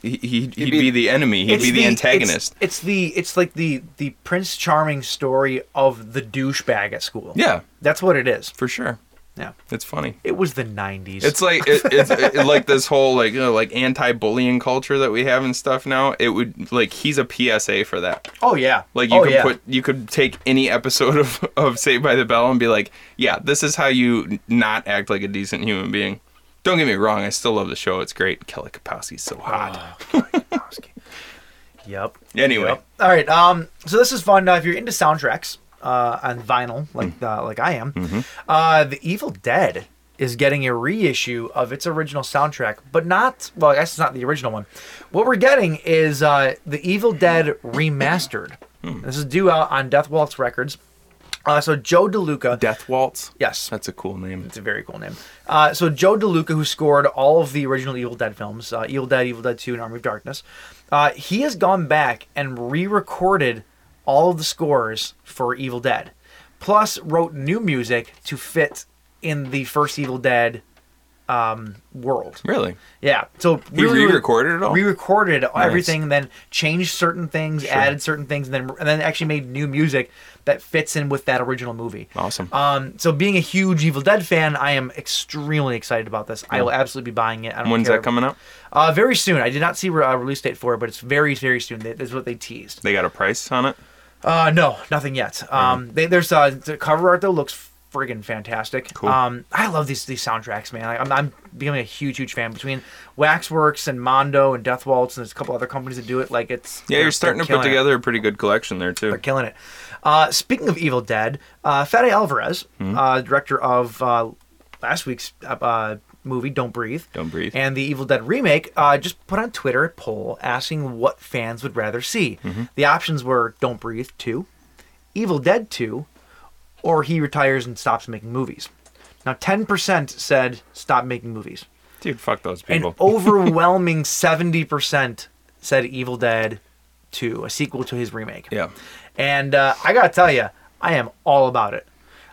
he, he, he'd be, the enemy. He'd
It's
be the,
it's-
antagonist.
It's, the it's like the the Prince Charming story of the douchebag at school.
Yeah,
that's what it is.
for sure.
Yeah,
It's funny.
it was the '90s.
It's like it, it's it, like this whole like you know, like anti-bullying culture that we have and stuff now. It would like he's a PSA for that.
oh yeah,
Like you
oh,
could
yeah.
put you could take any episode of of Saved by the Bell and be like, yeah, this is how you n- not act like a decent human being. Don't get me wrong, I still love the show. It's great. Kelly Kapowski's so
Uh,
hot.
Yep.
Anyway.
Yep. All right. Um. So this is fun. Uh, if you're into soundtracks, uh, on vinyl, like uh, like I am, uh, The Evil Dead is getting a reissue of its original soundtrack, but not. Well, I guess it's not the original one. What we're getting is uh, The Evil Dead remastered. This is due out on Death Waltz Records. Uh, so Joe DeLuca.
Death Waltz.
Yes.
that's a cool name.
It's a very cool name. Uh, so Joe DeLuca, who scored all of the original Evil Dead films, uh, Evil Dead, Evil Dead 2, and Army of Darkness, uh, he has gone back and re-recorded all of the scores for Evil Dead, plus wrote new music to fit in the first Evil Dead um, world.
Really?
Yeah. So
He
we-
re-recorded it all?
Re-recorded everything, then changed certain things, added certain things, and then and then actually made new music that fits in with that original movie.
Awesome.
Um, so being a huge Evil Dead fan, I am extremely excited about this. I will absolutely be buying it. I don't
When's
care.
that coming out?
Uh, very soon. I did not see a release date for it, but it's very, very soon. That is what they teased.
They got a price on it.
Uh, no, nothing yet. Um, they, there's uh, the cover art though looks friggin' fantastic. Cool. Um, I love these these soundtracks, man. Like, I'm, I'm becoming a huge, huge fan. Between Waxworks and Mondo and Death Waltz and there's a couple other companies that do it. Like it's
Yeah,
they're-
you're starting to
they're
put
killing it.
together a pretty good collection there too.
They're killing it. Uh, speaking of Evil Dead, uh, Fede Alvarez,
Mm-hmm.
uh, director of uh, last week's uh, uh, movie Don't Breathe,
Don't Breathe.
and the Evil Dead remake, uh, just put on Twitter a poll asking what fans would rather see.
Mm-hmm.
The options were Don't Breathe two, Evil Dead two, or he retires and stops making movies. Now, ten percent said stop making movies.
Dude, fuck those
An
people.
overwhelming seventy percent said Evil Dead two, a sequel to his remake.
yeah.
And uh, I gotta tell you, I am all about it.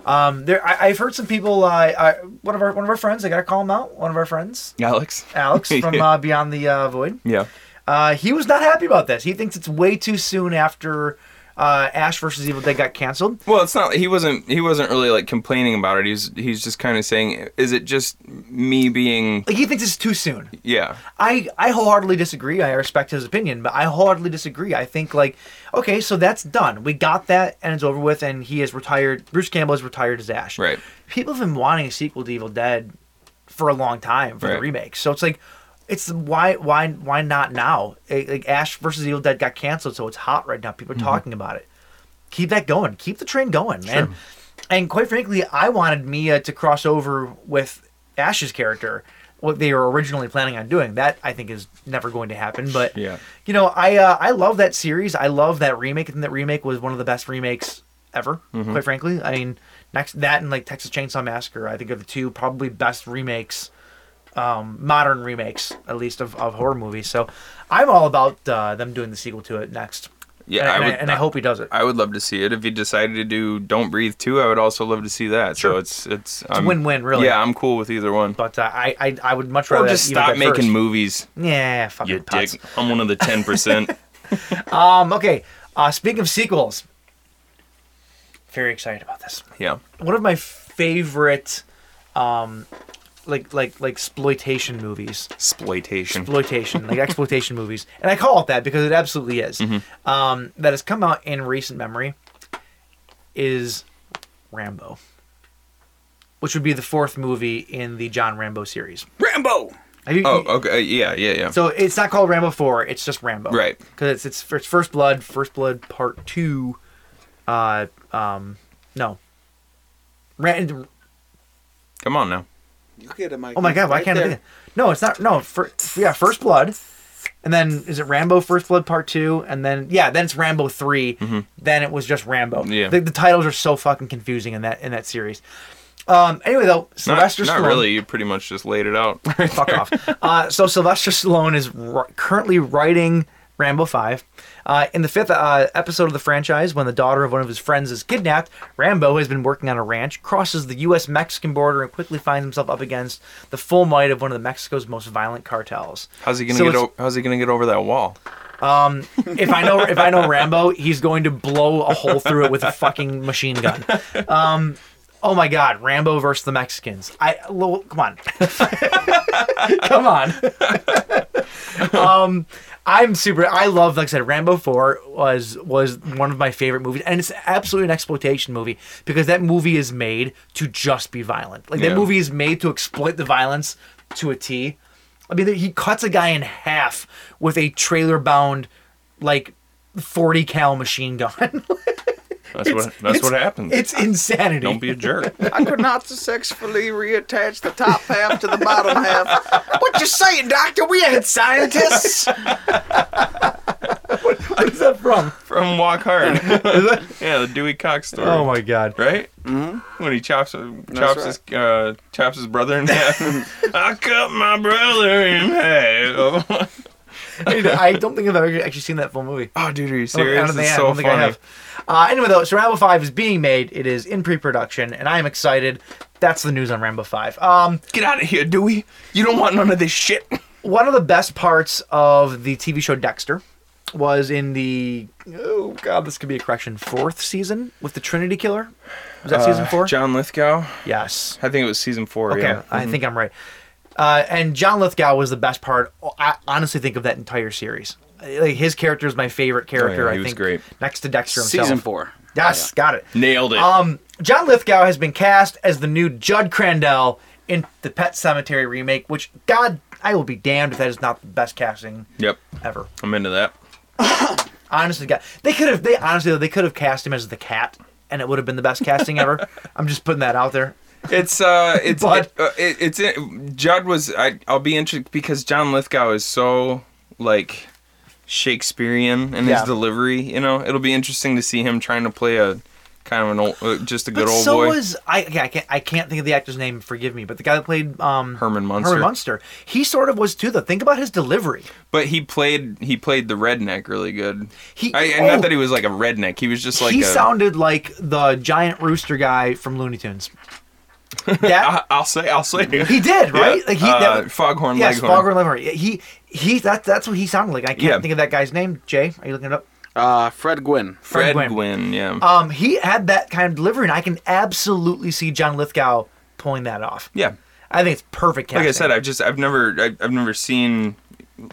Um, there, I, I've heard some people. Uh, I, one of our one of our friends. I gotta call him out. One of our friends,
Alex.
Alex from uh, Beyond the uh, Void.
Yeah.
Uh, he was not happy about this. He thinks it's way too soon after uh, Ash versus Evil Dead got canceled.
Well, it's not. He wasn't. He wasn't really like complaining about it. He's. He's just kind of saying, "Is it just me being?
Like he thinks it's too soon.
Yeah,
I, I wholeheartedly disagree. I respect his opinion, but I wholeheartedly disagree. I think like, okay, so that's done. We got that, and it's over with. And he is retired. Bruce Campbell is retired as Ash.
Right.
People have been wanting a sequel to Evil Dead for a long time for the
Right.
remake. So it's like, it's why why why not now? It- like Ash versus Evil Dead got canceled, so it's hot right now. People
Mm-hmm.
are talking about it. Keep that going. Keep the train going, man. And quite frankly, I wanted Mia to cross over with Ash's character, what they were originally planning on doing. That I think is never going to happen. But
Yeah.
you know, I uh, I love that series. I love that remake. I think that remake was one of the best remakes ever.
Mm-hmm.
Quite frankly, I mean, next that and like Texas Chainsaw Massacre, I think are the two probably best remakes, um, modern remakes at least of, of horror movies. So I'm all about uh, them doing the sequel to it next.
yeah.
and, and
I
I,
would.
and I hope he does it.
I would love to see it if he decided to do "Don't Breathe" too. I would also love to see that. So it's it's, it's
win-win, really.
Yeah, I'm cool with either one.
but uh, I, I I would much rather
Or just
Evil
stop
Dead
making
first.
movies.
Yeah, fucking
You
putz.
dick. I'm one of the ten percent.
Um, okay. Uh, speaking of sequels, very excited about this.
Yeah.
One of my favorite, um, like like like exploitation movies,
Exploitation.
exploitation like exploitation movies, and I call it that because it absolutely is.
Mm-hmm.
Um, that has come out in recent memory is Rambo, which would be the fourth movie in the John Rambo series.
Rambo.
Have you-
oh, okay. Yeah, yeah, yeah.
so it's not called Rambo Four; it's just Rambo,
Right.
Because it's, it's it's First Blood, First Blood Part Two. Uh, um, no. Ran-
Come on now.
You get a mic.
Oh my god, why can't I do that? No, it's not. No, for, yeah, First Blood, and then is it Rambo First Blood Part Two, and then yeah, then it's Rambo 3 Then it was just Rambo.
Mm-hmm. Yeah.
the, the titles are so fucking confusing in that in that series. Um. Anyway, though,
Not,
Sylvester
not
Stallone-
really. You pretty much just laid it out.
fuck off. Uh, so Sylvester Stallone is r- currently writing Rambo 5. Uh, in the fifth uh, episode of the franchise, when the daughter of one of his friends is kidnapped, Rambo has been working on a ranch, crosses the U.S. Mexican border, and quickly finds himself up against the full might of one of the Mexico's most violent cartels.
How's he gonna
So
get?
it's-
O- how's he gonna get over that wall?
if I know if I know Rambo, he's going to blow a hole through it with a fucking machine gun. Um, oh my God, Rambo versus the Mexicans. I lo- come on, come on. um, I'm super. I love, like I said, Rambo Four was was one of my favorite movies, and it's absolutely an exploitation movie because that movie is made to just be violent. Like
Yeah.
that movie is made to exploit the violence to a T. I mean, he cuts a guy in half with a trailer bound, like, 40 cal machine gun.
That's what. That's what happens.
It's insanity.
Don't be a jerk.
I could not successfully reattach the top half to the bottom half. What you saying, Doctor? We ain't scientists.
Where's that from?
From Walk Hard. yeah, the Dewey Cox story.
Oh my god.
Right? Mm-hmm. When he chops chops
right.
his uh, chops his brother in half. I cut my brother in half.
I don't think I've ever actually seen that full movie.
oh, dude, are you
I don't- I
serious?
don't think
It's
I- I
so
don't think I
funny.
have. Uh, anyway, though, so Rambo 5 is being made. It is in pre production, and I am excited. That's the news on Rambo 5. Um,
Get out of here, Dewey. You don't want none of this shit.
one of the best parts of the TV show Dexter was in the oh god this could be a correction fourth season with the Trinity Killer. Was that season four?
Uh, John Lithgow.
yes.
I think it was season four.
Okay,
Yeah. mm-hmm.
I think I'm right. Uh, and John Lithgow was the best part. I honestly think of that entire series. Like his character is my favorite character.
Oh, yeah,
I
he was
think
great.
next to Dexter himself.
Season four.
Yes, got it.
Nailed it.
Um, John Lithgow has been cast as the new Judd Crandell in the Pet Cemetery remake, which God, I will be damned if that is not the best casting
yep.
ever.
I'm into that.
Honestly, God, they could have. They honestly, though, they could have cast him as the cat, and it would have been the best casting ever. I'm just putting that out there.
It's uh, it's
But-
it, uh, it, it's in, Judd was. I I'll be interested because John Lithgow is so like Shakespearean in
Yeah.
his delivery. You know, it'll be interesting to see him trying to play a kind of an old, uh, just a good
but
old
so
boy.
was I. Okay, I can't. I can't think of the actor's name. Forgive me, but the guy that played um,
Herman Munster.
Herman Munster. He sort of was too. Though, think about his delivery.
But he played he played the redneck really good.
He-
I, and
oh.
not that he was like a redneck. He was just like
he
a,
sounded like the giant rooster guy from Looney Tunes. That
I, will say. I'll say.
he did right. Like he.
uh,
that,
foghorn
yes,
leghorn.
Foghorn Leghorn. He. He. That. That's what he sounded like. I can't
Yeah.
think of that guy's name. Jay, are you looking it up?
Uh, Fred Gwynn.
Fred
Fred
Gwynn.
Gwynn.
Yeah.
Um, he had that kind of delivery, and I can absolutely see John Lithgow pulling that off.
yeah.
I think it's perfect casting.
like I said, I've just I've never I've, I've never seen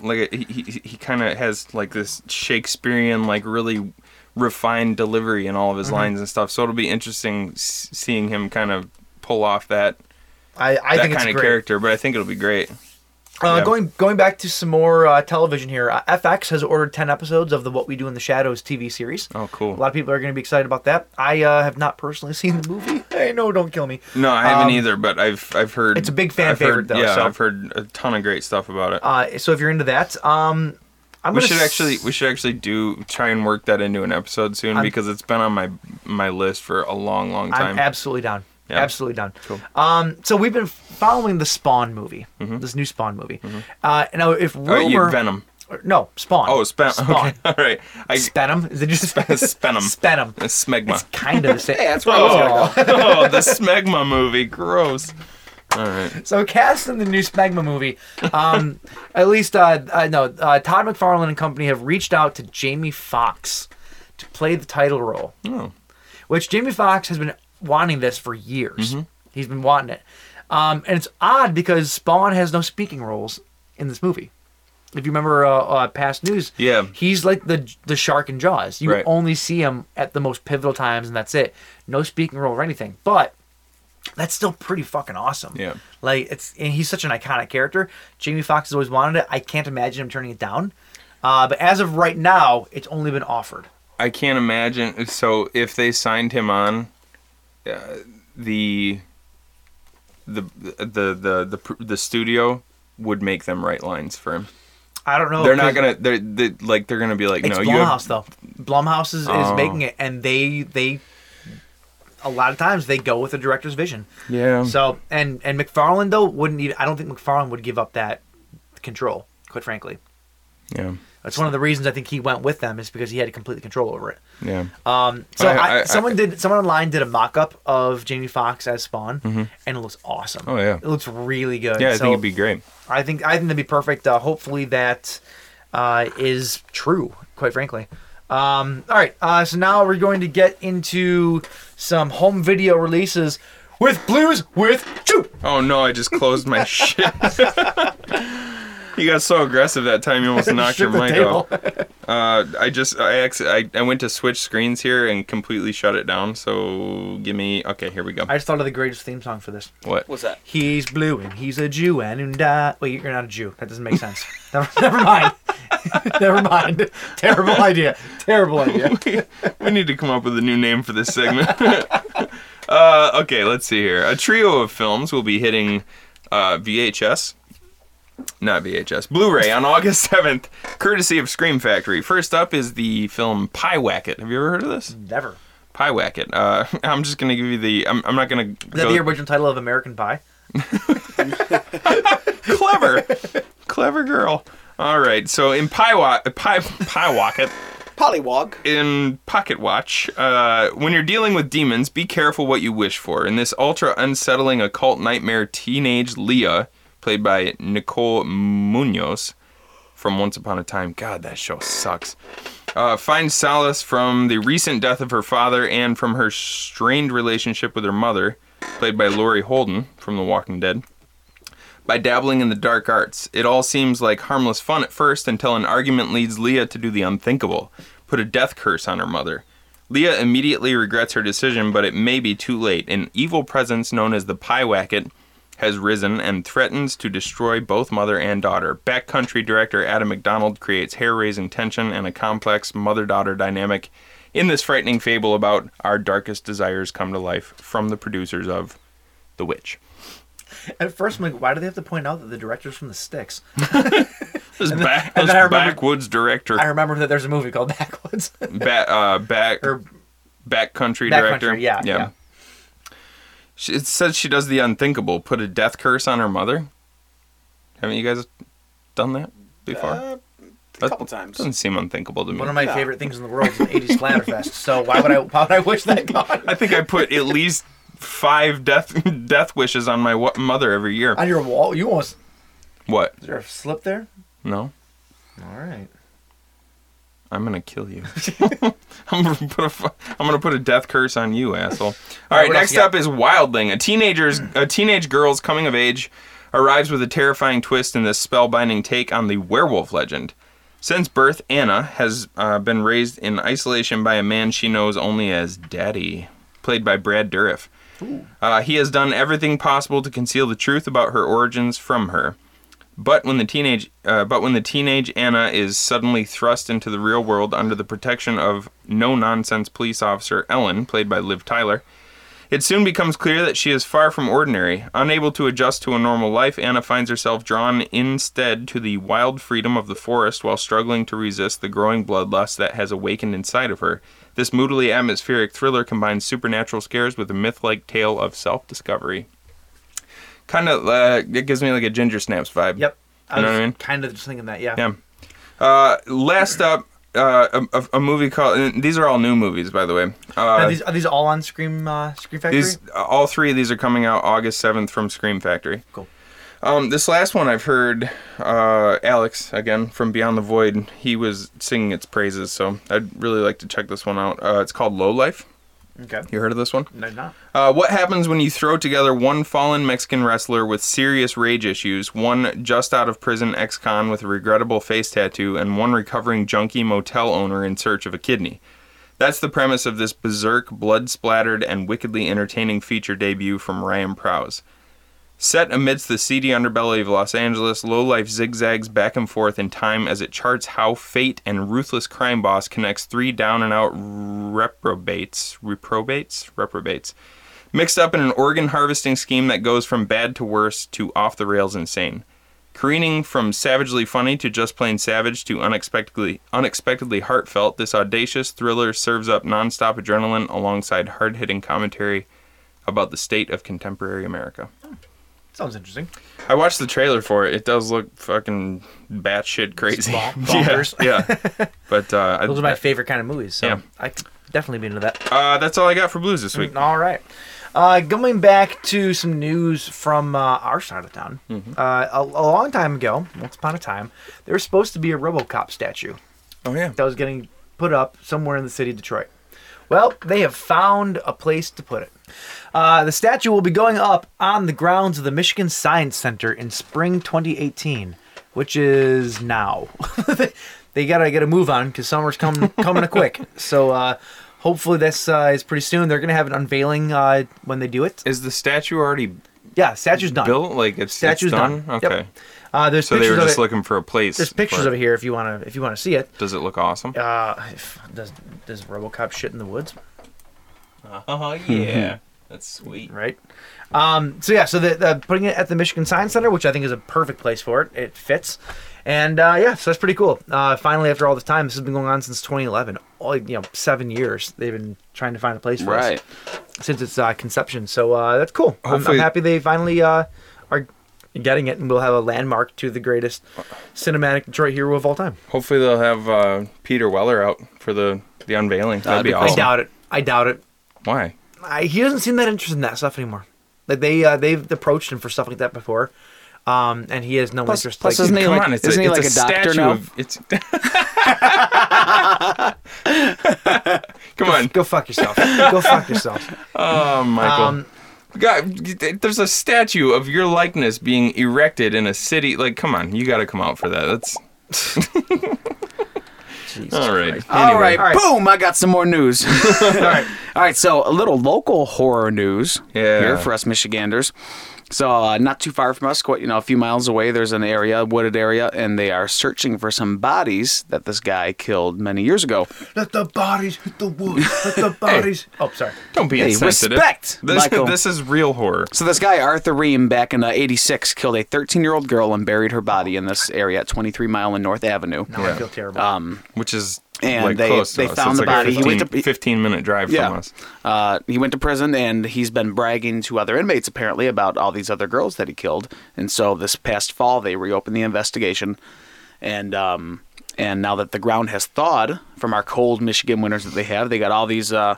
like a, he he, he kind of has like this Shakespearean like really refined delivery in all of his
Mm-hmm.
lines and stuff. So it'll be interesting s- seeing him kind of pull off that
I, I
that
think it's
kind of
great.
character. But I think it'll be great.
Uh,
Yeah.
Going going back to some more uh, television here. Uh, FX has ordered ten episodes of the What We Do in the Shadows TV series.
Oh, cool.
A lot of people are going to be excited about that. I uh, have not personally seen the movie. I know, don't kill me.
No, I haven't either, but I've I've heard
Um, it's a big fan
I've heard-
favorite, though,
Yeah,
so-
I've heard a ton of great stuff about it.
Uh, so if you're into that, um, I'm
we
gonna
should
s-
actually we should actually do try and work that into an episode soon because it's been on my my list for a long long
I'm
time.
absolutely down.
Yeah.
Absolutely down. Um, so we've been following the Spawn movie, this new Spawn movie. Uh, now, if rumor,
Mm-hmm. Oh, you Venom.
or- no Spawn.
Oh, Spen.
Spawn.
Okay, all right. I,
Spenum? Is it just
Spenum.
Spenum.
Smegma.
It's kind of the same.
Yeah, that's where I was gonna go.
oh, the Smegma movie. Gross. All right.
So cast in the new Smegma movie. Um, at least, uh, uh, no, uh, Todd McFarlane and company have reached out to Jamie Foxx to play the title role.
Oh.
Which Jamie Foxx has been wanting this for
Mm-hmm.
years. He's been wanting it. Um, and it's odd because Spawn has no speaking roles in this movie. If you remember uh, uh, past news,
Yeah.
he's like the the shark in Jaws. You
Right.
only see him at the most pivotal times, and that's it. No speaking role or anything. But that's still pretty fucking awesome.
Yeah.
Like it's and he's such an iconic character. Jamie Foxx has always wanted it. I can't imagine him turning it down. Uh, but as of right now, it's only been offered.
I can't imagine. So if they signed him on, uh, the the the the the pr- the studio would make them write lines for him.
I don't know.
they're not
'cause
gonna they're they, like they're gonna be like
Oh, It's
no you Oh. have
Blumhouse though. Blumhouse is, is making it, and they they a lot of times they go with the director's vision.
yeah
So and and McFarlane though wouldn't even. I don't think McFarlane would give up that control. Quite frankly,
yeah
that's one of the reasons I think he went with them is because he had complete control over it.
yeah
Um, so
I-
I,
I-
someone did someone online did a mock up of Jamie Foxx as Spawn, and it looks awesome.
Mm-hmm. Oh, yeah.
it looks really good.
yeah I
So
think it'd be great.
I think I think that'd be perfect. Uh, hopefully that uh, is true. Quite frankly. Um, all right. Uh, so now we're going to get into some home video releases with blues with Chew.
Oh no, I just closed my shit. you got so aggressive that time you almost knocked your
Shook the
mic
table.
off. Uh, I just I, ex- I I went to switch screens here and completely shut it down. So give me okay, here we go.
I just thought of the greatest theme song for this.
what?
What's that?
He's blue and he's a Jew and unda. Wait, you're not a Jew. That doesn't make sense. never, never mind. never mind. Terrible idea. Terrible idea.
we need to come up with a new name for this segment. uh, okay, let's see here. A trio of films will be hitting uh, VHS, not VHS, Blu-ray on August 7th, courtesy of Scream Factory. First up is the film Pie Wacket. Have you ever heard of this?
Never.
Pie Wacket. Uh, I'm just gonna give you the. I'm, I'm not gonna.
Is that
go-
the original title of American Pie?
clever, clever girl. All right. So in Pie Wa- Pie Pie Wacket.
Pollywog.
in Pocket Watch, uh, when you're dealing with demons, be careful what you wish for. In this ultra unsettling occult nightmare, teenage Leah, played by Nicole Munoz from Once Upon a Time, God, that show sucks, uh, finds solace from the recent death of her father and from her strained relationship with her mother, played by Laurie Holden from The Walking Dead by dabbling in the dark arts. It all seems like harmless fun at first until an argument leads Leah to do the unthinkable put a death curse on her mother. Leah immediately regrets her decision, but it may be too late. An evil presence known as the Pie Wacket has risen and threatens to destroy both mother and daughter. Backcountry director Adam McDonald creates hair raising tension and a complex mother daughter dynamic in this frightening fable about our darkest desires come to life from the producers of The Witch.
At first, I'm like, why do they have to point out that the director's from the Sticks?
This back,
and
this
then I remember-
backwoods director,
I remember that there's a movie called Backwoods.
ba- uh, back
or
backcountry
Backcountry,
director.
yeah, yeah.
She, it says she does the unthinkable, put a death curse on her mother. Haven't you guys done that before?
Uh, a
That
couple times.
Doesn't seem unthinkable to me.
one of my favorite things in the world is an 80s Splatterfest. So why would I? Why would I wish that gone?
I think I put at least five death death wishes on my wa- mother every year.
On your wall, you almost.
what?
Is there a slip there?
No,
All right.
I'm gonna kill you. I'm gonna put a fu- I'm gonna put a death curse on you, asshole. All right,
what else
next
you got?
up is Wildling. A teenager's a teenage girl's coming of age arrives with a terrifying twist in this spellbinding take on the werewolf legend. Since birth, Anna has uh, been raised in isolation by a man she knows only as Daddy, played by Brad Dourif. Uh, he has done everything possible to conceal the truth about her origins from her. But when the teenage, uh, but when the teenage Anna is suddenly thrust into the real world under the protection of no nonsense police officer Ellen, played by Liv Tyler, it soon becomes clear that she is far from ordinary. Unable to adjust to a normal life, Anna finds herself drawn instead to the wild freedom of the forest while struggling to resist the growing bloodlust that has awakened inside of her. This moodily atmospheric thriller combines supernatural scares with a myth like tale of self discovery. Kind of, uh, it gives me like a Ginger Snaps vibe.
Yep.
You
I was
know what I mean?
kind of just thinking that. Yeah.
Yeah. Uh, last up, uh, a, a- a movie called. And these are all new movies, by the way.
Are
Uh,
these are these all on Scream uh, Scream Factory?
these all three of these are coming out August seventh from Scream Factory.
Cool.
Um, this last one I've heard, uh, Alex again from Beyond the Void. He was singing its praises, so I'd really like to check this one out. Uh, it's called Low Life.
okay.
You heard of this one?
No, not.
Uh, what happens when you throw together one fallen Mexican wrestler with serious rage issues, one just out of prison ex con with a regrettable face tattoo, and one recovering junkie motel owner in search of a kidney? That's the premise of this berserk, blood splattered, and wickedly entertaining feature debut from Ryan Prowse. Set amidst the seedy underbelly of Los Angeles, Lowlife zigzags back and forth in time as it charts how fate and ruthless crime boss connects three down and out reprobates, reprobates, reprobates mixed up in an organ harvesting scheme that goes from bad to worse to off the rails insane. Careening from savagely funny to just plain savage to unexpectedly unexpectedly heartfelt, this audacious thriller serves up nonstop adrenaline alongside hard-hitting commentary about the state of contemporary America.
Sounds interesting.
I watched the trailer for it. It does look fucking batshit crazy.
Bon- bonkers.
yeah, yeah. But uh, I-
Those are my favorite kind of movies, so
Yeah.
I could definitely be into that. Mm,
uh, that's all I got for blues this week.
All right. Uh, going back to some news from uh, our side of town. Uh, a, a long time ago, once upon a time, there was supposed to be a RoboCop statue
Oh yeah.
that was getting put up somewhere in the city of Detroit. Well, they have found a place to put it. Uh, the statue will be going up on the grounds of the Michigan Science Center in spring 2018, which is now. they gotta get a move on because summer's coming coming quick. So uh, hopefully this uh, is pretty soon. They're gonna have an unveiling uh, when they do it.
Is the statue already
Yeah, statue's done.
built? Like it's,
Statue's
statue's done?
done. Yep.
Okay.
Uh, there's
So they
pictures
were just
of it.
looking for a place.
There's pictures of it here if you wanna if you wanna see it.
Does it look awesome?
Uh, if, does does RoboCop shit in the woods?
Oh yeah. That's sweet.
right? Um, so yeah, so the, the putting it at the Michigan Science Center, which I think is a perfect place for it. It fits, and uh, yeah, so that's pretty cool. Uh, finally, after all this time, this has been going on since 2011. All you know, seven years they've been trying to find a place for
Right.
us since its uh, conception. So uh, that's cool. I'm- I'm,
Hopefully-
happy they finally uh, are getting it, and we'll have a landmark to the greatest
Uh,
cinematic Detroit hero of all time.
Hopefully they'll have uh, Peter Weller out for the the unveiling. That'd,
That'd
be,
be
awesome.
I doubt it. I doubt it.
Why?
I, he doesn't seem that interested in that stuff anymore. Like they uh, they've approached him for stuff like that before, um, and he has no
Plus-
interest.
plus
like,
Isn't he
Come
like-
on, it's
isn't
a,
he
it's
like a doctor
statue
now?
Of, it's. Come on,
go fuck yourself. go fuck yourself. Um,
oh, Michael.
Um,
God, there's a statue of your likeness being erected in a city. Like, come on, you got to come out for that. That's all right.
All right,
All right.
boom! I got some more news. All right, all right. So a little local horror news
Yeah.
here for us Michiganders. So uh, not too far from us, quite you know, a few miles away, there's an area, wooded area, and they are searching for some bodies that this guy killed many years ago.
Let the bodies hit the wood. Let the bodies. Oh, sorry.
Don't be
Hey,
insensitive.
respect,
this,
Michael.
this is real horror.
So this guy Arthur Ream back in uh, '86 killed a 13-year-old girl and buried her body in this area at 23 Mile and North Avenue.
Now I feel terrible.
which is
And
like
they-
close to
they
us.
found
it's
the
like
body.
A
He
15,
went to-
15 minute drive from us.
Uh, he went to prison and he's been bragging to other inmates apparently about all these other girls that he killed. And so this past fall they reopened the investigation, and um, and now that the ground has thawed from our cold Michigan winters that they have, they got all these. Uh,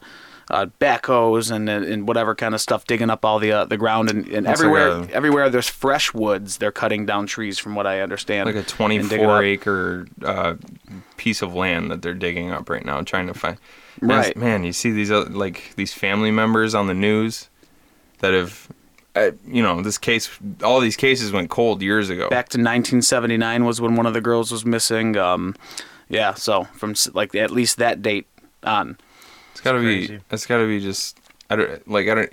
uh, backhoes and and whatever kind of stuff digging up all the uh, the ground and,
Looks
and
like
everywhere
a-
everywhere there's fresh woods they're cutting down trees from what I understand
Like a
and digging up.
24 acre uh, piece of land that they're digging up right now, trying to find. And it's-
Right.
man. You see these other, like these family members on the news that have, uh, you know, this case. All these cases went cold years ago.
back to 1979 was when one of the girls was missing. Um, yeah, so from s- like at least that date on.
it's gotta be.
crazy.
It's gotta be just. I don't like. I don't.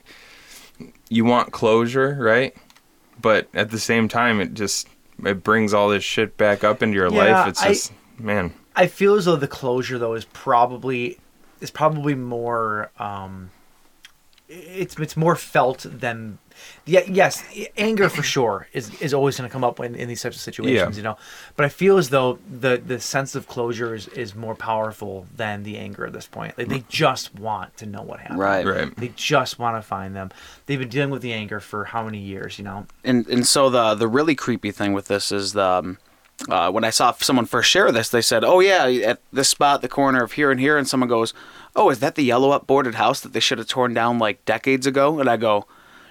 You want closure, right? But at the same time, it just it brings all this shit back up into your
Yeah,
life. It's
I-
just man.
I feel as though the closure though is probably is probably more um it's it's more felt than yeah yes i- anger for sure is is always going to come up in, in these types of situations
Yeah.
you know but I feel as though the the sense of closure is is more powerful than the anger at this point like they just want to know what happened
Mm. Right.
they just want to find them they've been dealing with the anger for how many years you know
And and so the the really creepy thing with this is the um, uh, when I saw someone first share this, they said, "Oh yeah, at this spot, the corner of here and here," and someone goes, "Oh, is that the yellow up boarded house that they should have torn down like decades ago?" And I go,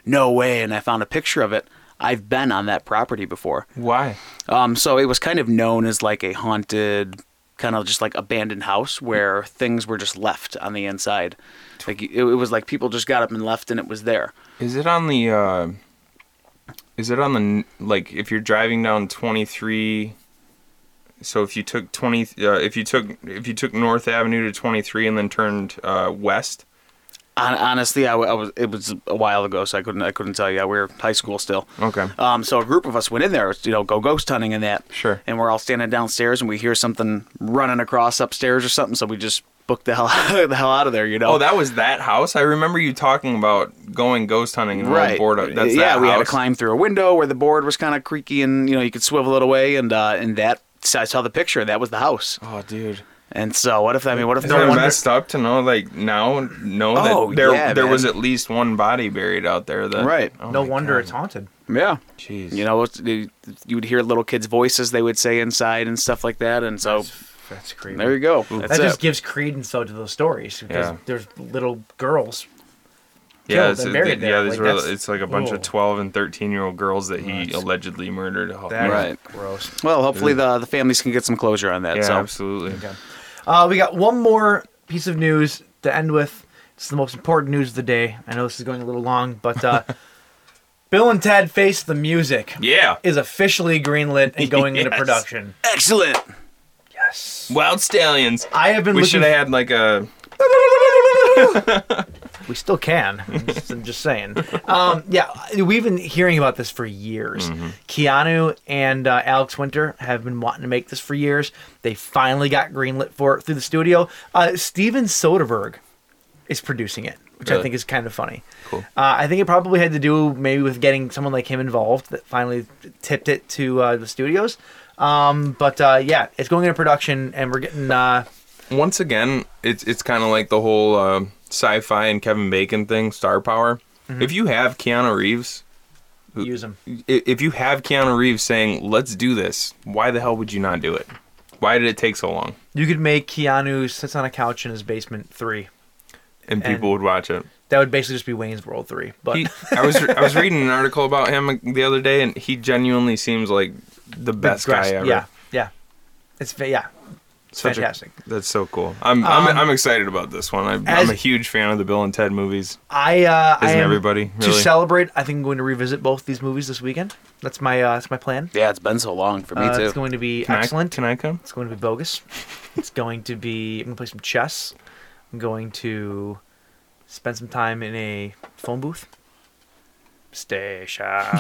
"No way!" And I found a picture of it. I've been on that property before.
Why?
Um, so it was kind of known as like a haunted, kind of just like abandoned house where things were just left on the inside. Like it, it was like people just got up and left, and it was there.
Is it on the? uh Is it on the n- like if you're driving down 23? So if you took 20, uh, if you took if you took North Avenue to 23 and then turned uh, west,
Hon- honestly, I, w- I was it was a while ago, so I couldn't I couldn't tell you. We were high school still.
Okay.
Um, so a group of us went in there, you know, go ghost hunting and that.
Sure.
And we're all standing downstairs, and we hear something running across upstairs or something. So we just booked the hell the hell out of there. You know.
Oh, that was that house. I remember you talking about going ghost hunting and right.
right.
board up. That's
yeah,
that
we had to
house.
climb through a window where the board was kind of creaky, and you know you could swivel it away, and uh, and that so I saw the picture. That was the house.
Oh, dude.
And so what if I mean what if
They're
no one
messed up to know, like now, know
Oh,
that there
yeah,
there was
man.
at least one body buried out there. That
Right.
Oh
no
my
wonder
God.
it's haunted.
Yeah.
Jeez.
You know, it's- you you would hear little kids' voices they would say inside and stuff like that, and so
That's creepy.
there you go. That's
that just
it.
gives credence though to those stories because
Yeah.
there's little girls.
yeah,
killed
it's,
and buried
yeah,
there.
these
Like,
were,
that's-
it's like a bunch
Whoa.
of twelve and thirteen year old girls that he allegedly murdered. Oh,
That
man.
is
Right.
gross.
Well, hopefully the the families can get some closure on that.
Yeah,
so
absolutely.
Uh, we got one more piece of news to end with. It's the most important news of the day. I know this is going a little long, but uh, Bill and Ted Face the Music
Yeah.
is officially greenlit and going into
Yes.
production.
excellent.
Yes.
Wild stallions.
I have been
We
looking.
should have had like a
We still can. I'm just, I'm just saying. Um, yeah, we've been hearing about this for years. Keanu and uh, Alex Winter have been wanting to make this for years. They finally got greenlit for it through the studio. Uh, Steven Soderbergh is producing it, which I
Really?
think is kind of funny. Cool. Uh, I think it probably had to do maybe with getting someone like him involved that finally tipped it to uh, the studios. Um, but uh, yeah, it's going into production, and we're getting. Uh,
once again, it's it's kind of like the whole uh, sci-fi and Kevin Bacon thing, star power. If you have Keanu Reeves,
use him.
i- if you have Keanu Reeves saying, "Let's do this," why the hell would you not do it? Why did it take so long?
You could make Keanu sits on a couch in his basement three.
And people
And-
would watch it.
That would basically just be Wayne's World three. But
He, I was I was reading an article about him uh, the other day, and he genuinely seems like the best guy
Grass-
ever.
Yeah, yeah. It's fa- yeah.
Such a-
fantastic.
that's so cool. I'm, I'm I'm excited about this one. I,
as-
I'm a huge fan of the Bill and Ted movies.
I uh, I
Isn't
am-
everybody,
to
really?
celebrate? I think I'm going to revisit both these movies this weekend. That's my uh, that's my plan.
Yeah, it's been so long for me
Uh,
too.
it's going to be
Can
excellent.
I, can I come?
It's going to be bogus. it's going to be. I'm going to play some chess. I'm going to spend some time in a phone booth. Station.
Ah,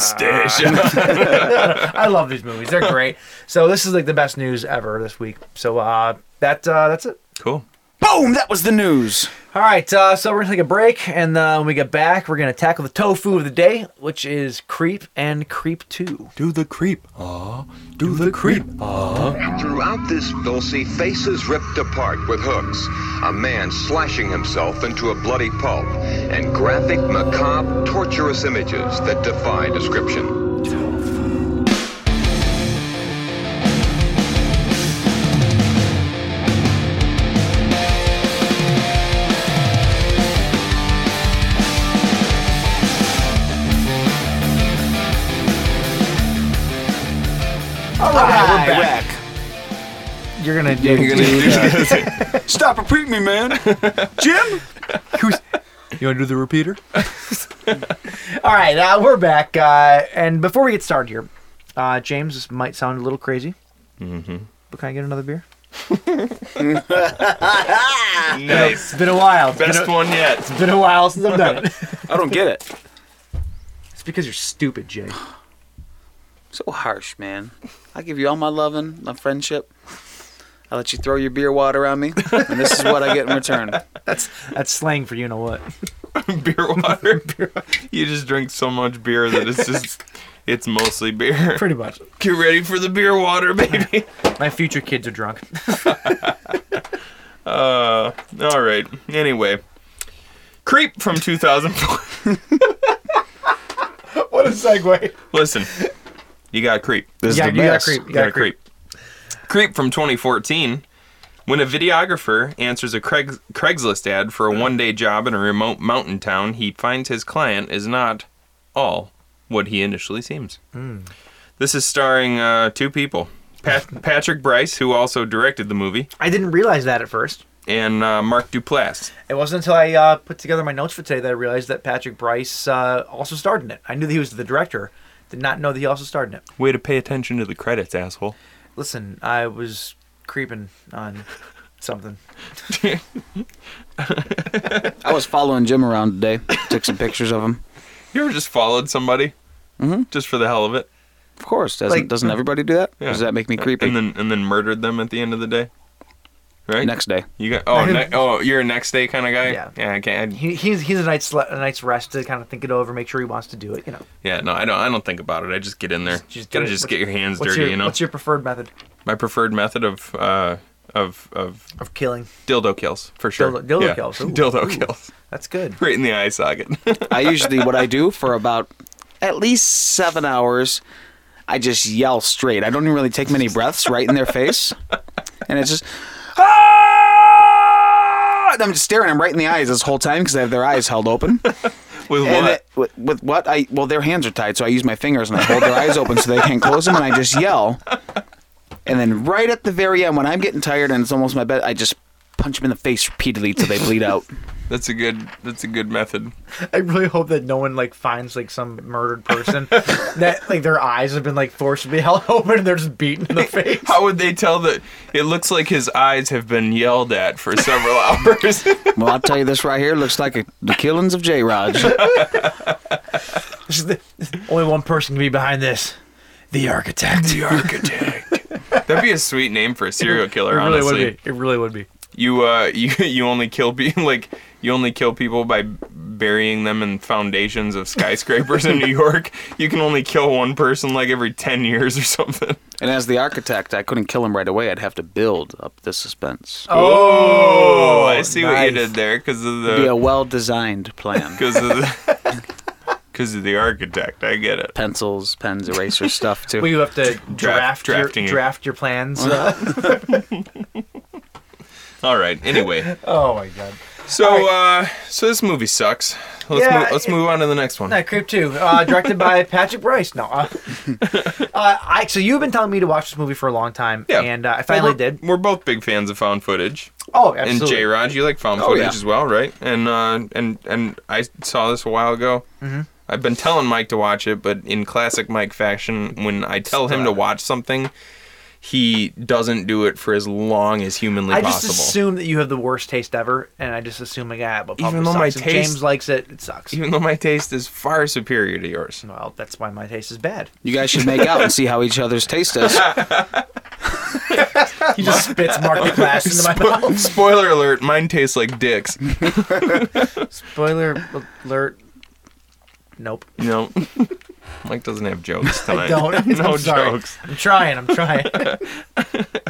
I love these movies. They're great. So this is like the best news ever this week. So uh, that uh, that's it.
Cool.
Boom! That was the news.
All right, uh, so we're gonna take a break, and uh, when we get back, we're gonna tackle the tofu of the day, which is creep and creep two.
Do the creep. Aw. Do, the, creep.
Throughout this, they'll see faces ripped apart with hooks, a man slashing himself into a bloody pulp, and graphic, macabre, torturous images that defy description.
All right,
We're
we're back.
back.
You're gonna do. you
Stop repeating me, man. Jim.
wanna do the repeater? All right, uh, we're back, uh, and before we get started here, uh, James, this might sound a little crazy, mm-hmm. but can I get another beer?
Nice.
It's been a while. It's been
Best
a,
one yet.
been a while since I've done it.
I don't get it.
it's because you're stupid, Jay.
So harsh, man. I give you all my loving, my friendship. I let you throw your beer water on me, and this is what I get in return.
That's slang for you know what.
beer water. You just drink so much beer that it's just it's mostly beer.
Pretty much.
Get ready for the beer water, baby.
My future kids are drunk.
Uh, all right. Anyway, Creep from 2004.
what a segue.
Listen, you got Creep.
This
Yeah,
is the
you got
best.
creep. You
got
got
a creep. Creep from 2014. When a videographer answers a Craig- Craigslist ad for a one day job in a remote mountain town, he finds his client is not all what he initially seems. This is starring uh, two people Pat- Patrick Bryce, who also directed the movie,
I didn't realize that at first.
and uh, Mark Duplass.
It wasn't until I uh, put together my notes for today that I realized that Patrick Bryce uh, also starred in it. I knew that he was the director, did not know that he also starred in it.
Way to pay attention to the credits, asshole.
Listen, I was creeping on something.
I was following Jim around today. Took some pictures of him.
You ever just followed somebody?
Mm-hmm.
Just for the hell of it?
Of course, doesn't
Like-
doesn't everybody do that?
Yeah.
Does that make me creepy?
And then, and then murdered them at the end of the day? right?
Next day.
You got oh ne- oh you're a next day kind of guy.
Yeah.
yeah. I can't. I-
He, he's he's a night's le- a night's rest to kind of think it over, make sure he wants to do it. You know,
Yeah, no, I don't. I don't think about it. I just get in there.
Just do
gotta
it.
just
What's-
get your hands
what's
dirty.
your,
you know,
what's your preferred method
my preferred method of uh of of
of killing?
dildo kills for sure.
Dildo- dildo
Yeah.
kills, ooh,
dildo
ooh.
kills.
That's good.
Right in the eye socket.
I usually what I do for about at least seven hours, I just yell straight. I don't even really take many breaths right in their face, and it's just. "Ah!" And I'm just staring them right in the eyes this whole time because I have their eyes held open.
With
And
what?
it- with, with what? I well, their hands are tied, so I use my fingers and I hold their eyes open so they can't close them, and I just yell. And then right at the very end, when I'm getting tired and it's almost my bed, I just punch them in the face repeatedly till they bleed out.
That's a good. That's a good method.
I really hope that no one like finds like some murdered person that like their eyes have been like forcibly held open and they're just beaten in the face.
How would they tell that? It looks like his eyes have been yelled at for several hours.
Well, I'll tell you this right here looks like a, the killings of J. Raj.
Only one person can be behind this. The architect.
the architect. That'd be a sweet name for a serial killer.
it really
honestly,
would be. It really would be.
you uh, you you only kill people like you only kill people by burying them in foundations of skyscrapers in New York. You can only kill one person like every ten years or something.
And as the architect, I couldn't kill him right away. I'd have to build up the suspense.
Oh, I see what you
nice.
did there because of
It'd be a
the
well designed plan.
because of the because of the architect. I get it.
Pencils, pens, erasers, stuff too.
Well, you have to
Draft-
draft,
drafting
your,
it. Uh-huh.
draft your plans. uh,
All right. Anyway,
oh my god.
so uh, so this movie sucks. Let's
Yeah,
move, let's
it-
move on to the next one.
That Creep 2, uh, directed by Patrick Bryce. No. Uh, uh, I, so you've been telling me to watch this movie for a long time,
Yeah.
and uh, I
Well,
finally
we're-
did.
We're both big fans of found footage.
Oh,
and
absolutely.
J. Rod, you like found
Oh,
footage
yeah.
as well, right? And uh, and and I saw this a while ago. Mm-hmm. I've been telling Mike to watch it, but in classic Mike fashion, when I tell him to watch something, he doesn't do it for as long as humanly
I just
possible.
assume that you have the worst taste ever, and I just assume like, ah, but
Even
Even
though
sucks.
my
If
taste-
James likes it, it sucks.
Even though my taste is far superior to yours.
well, that's why my taste is bad.
you guys should make out and see how each other's taste is.
He just spits Mark the Glass into my mouth.
Spoiler alert: mine tastes like dicks.
Spoiler alert. Nope.
No, Mike doesn't have jokes tonight.
I don't.
no
I'm sorry.
jokes.
I'm trying. I'm trying.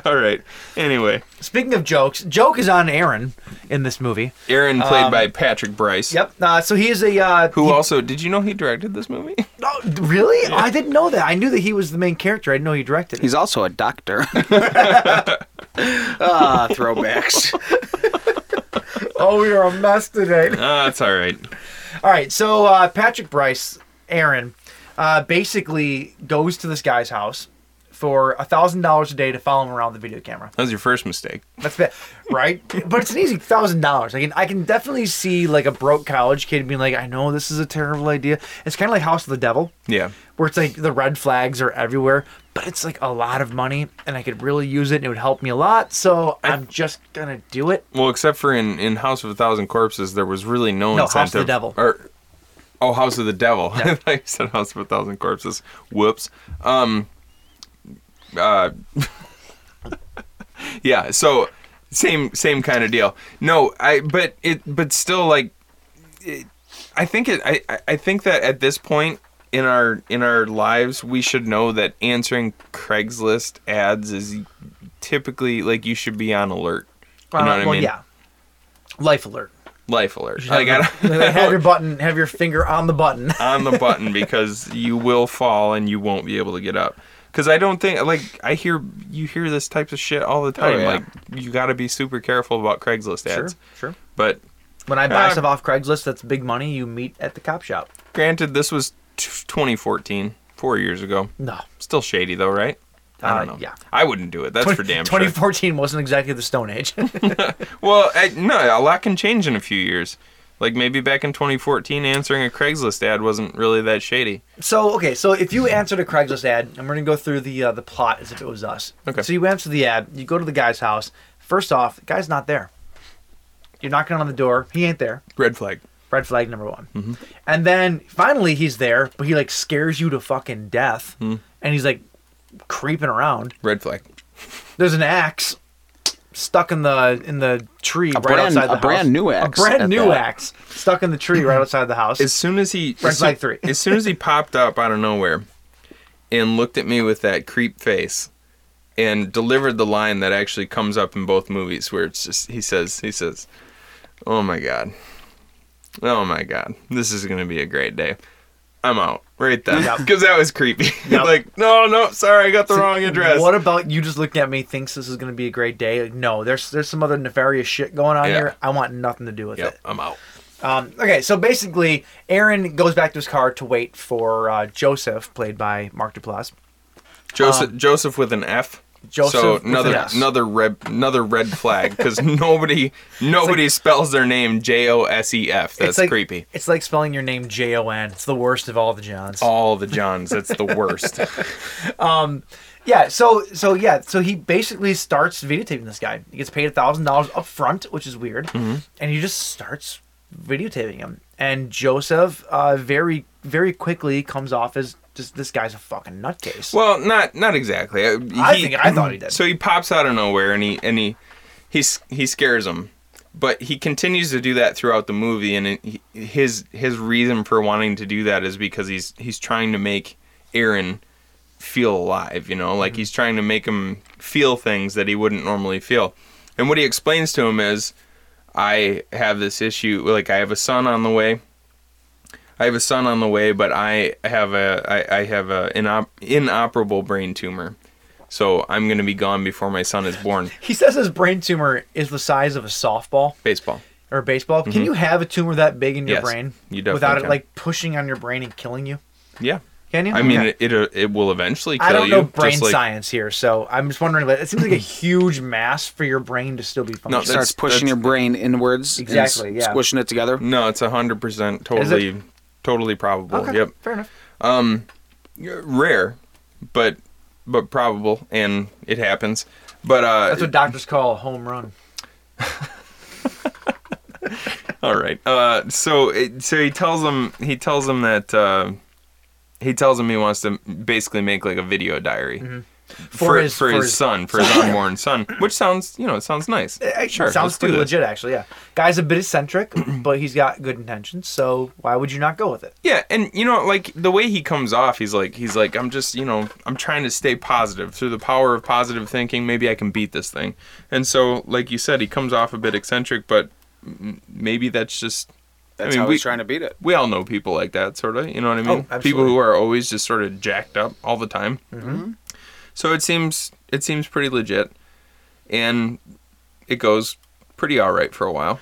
All right. Anyway,
Speaking of jokes, joke is on Aaron in this movie.
Aaron played by Patrick Bryce.
Um, Yep. Uh, so he is a uh,
Who
he-
also did you know he directed this movie?
Oh, really? I didn't know that. I knew that he was the main character. I didn't know he directed it.
He's also a doctor. ah, throwbacks.
oh, we are a mess today.
Ah, it's all right.
All right, so uh, Patrick Bryce, Aaron, uh, basically goes to this guy's house for a thousand dollars a day to follow him around with a video camera.
That was your first mistake.
That's it, right? but it's an easy thousand dollars. I can I can definitely see like a broke college kid being like, I know this is a terrible idea. It's kind of like House of the Devil.
Yeah.
where it's like the red flags are everywhere, but it's like a lot of money and I could really use it and it would help me a lot. So I'm just gonna do it.
Well, except for in, in House of a Thousand Corpses, there was really no,
No, House
incentive.
of the Devil.
Or, oh, House of the Devil. I thought you said House of a Thousand Corpses. Whoops. Um. Uh. yeah. So same same kind of deal. No, I but it but still like I think it. I, I- I think that at this point in our in our lives, we should know that answering Craigslist ads is typically like you should be on alert. You know
Uh,
what I
well,
mean?
yeah. Life alert.
Life alert. Like, I got
have your button. Have your finger on the button.
on the button because you will fall and you won't be able to get up. Because I don't think like I hear you hear this type of shit all the time.
yeah.
Like you got to be super careful about Craigslist ads.
Oh, sure.
But
When I buy
Uh,
stuff off Craigslist, that's big money. You meet at the cop shop.
granted, this was t- 2014, four years ago.
No.
Still shady though, right? I don't
Uh,
know.
yeah.
I wouldn't do it. That's for damn sure.
2014 wasn't exactly the Stone Age.
Well, I, no, a lot can change in a few years. Like maybe back in 2014, answering a Craigslist ad wasn't really that shady.
So okay, so if you answered a Craigslist ad, and we're gonna go through the uh, the plot as if it was us.
Okay.
So you answer the ad. You go to the guy's house. First off, the guy's not there. You're knocking on the door. He ain't there.
Red flag.
Red flag number one.
Mm-hmm.
And then finally he's there, but he like scares you to fucking death,
Hmm.
and he's like creeping around.
Red flag.
There's an axe. stuck in the in the tree right
brand-
outside the
a
house.
brand new axe
A brand
at
new
that.
axe stuck in the tree right outside the house.
As soon as he,
Red
as soon-
flag three.
as soon as he popped up out of nowhere, and looked at me with that creep face, and delivered the line that actually comes up in both movies, where it's just he says he says, "Oh my god, oh my god, this is gonna be a great day." I'm out right then
Yep.
because that was creepy.
Yep.
like, no, no, sorry, I got the wrong address.
What about you just looking at me thinks this is going to be a great day? Like, no, there's there's some other nefarious shit going on
Yeah.
here. I want nothing to do with
Yep,
it.
I'm out.
Um, okay, so basically, Aaron goes back to his car to wait for uh, Joseph, played by Mark Duplass.
Joseph Joseph with an F.
Um, Joseph
so
with an
another
S.
another red another red flag because nobody nobody spells their name J O S E F. That's
it's like,
creepy.
It's like spelling your name J O N. It's the worst of all the Johns.
All the Johns. That's the worst.
Yeah, so so yeah, so he basically starts videotaping this guy. He gets paid a thousand dollars up front, which is weird,
Mm-hmm.
and he just starts videotaping him. And Joseph, uh, very very quickly comes off as just this guy's a fucking nutcase.
well, not not exactly. Uh,
I
he-
think I thought he did.
So he pops out of nowhere and he and he he s- he scares him, but he continues to do that throughout the movie. And it, he- his his reason for wanting to do that is because he's he's trying to make Aaron feel alive. You know,
Mm-hmm.
like he's trying to make him feel things that he wouldn't normally feel. And what he explains to him is, I have this issue. Like I have a son on the way. I have a son on the way, but I have a I, I have a inop- inoperable brain tumor, so I'm gonna be gone before my son is born.
he says his brain tumor is the size of a softball
Baseball.
or a baseball. Can you have a tumor that big in your
Mm-hmm. Yes,
brain
you definitely
without it
can.
like pushing on your brain and killing you?
Yeah.
Can you?
I mean,
Okay.
it, it it will eventually kill
I don't
you.
know brain
just like-
science here, so I'm just wondering. Like, it seems like a huge mass for your brain to still be functioning.
that's-
starts pushing your brain inwards, and s-
Exactly, yeah.
squishing it together.
No, it's hundred percent totally totally probable.
Okay,
Yep.
fair enough.
Rare, but but probable, and it happens. But uh,
That's what doctors call a home run.
All right. Uh, so it, so he tells him he tells him that uh, he tells him he wants to basically make like a video diary for,
his-
for,
Mm-hmm. for
his,
his-
son for his unborn son, which sounds you know it sounds nice. sure,
sounds
let's do
pretty
this.
legit, actually. Yeah, guy's a bit eccentric, but he's got good intentions. So why would you not go with it?
Yeah, and you know like the way he comes off, he's like he's like I'm just you know I'm trying to stay positive through the power of positive thinking. Maybe I can beat this thing. And so like you said, he comes off a bit eccentric, but m- maybe that's just.
That's
I mean,
how
we,
he's trying to beat it.
we all know people like that, sort of. You know what I mean?
Oh,
people
absolutely.
who are always just sort of jacked up all the time. Mm-hmm. So it seems it seems pretty legit, and it goes pretty all right for a while.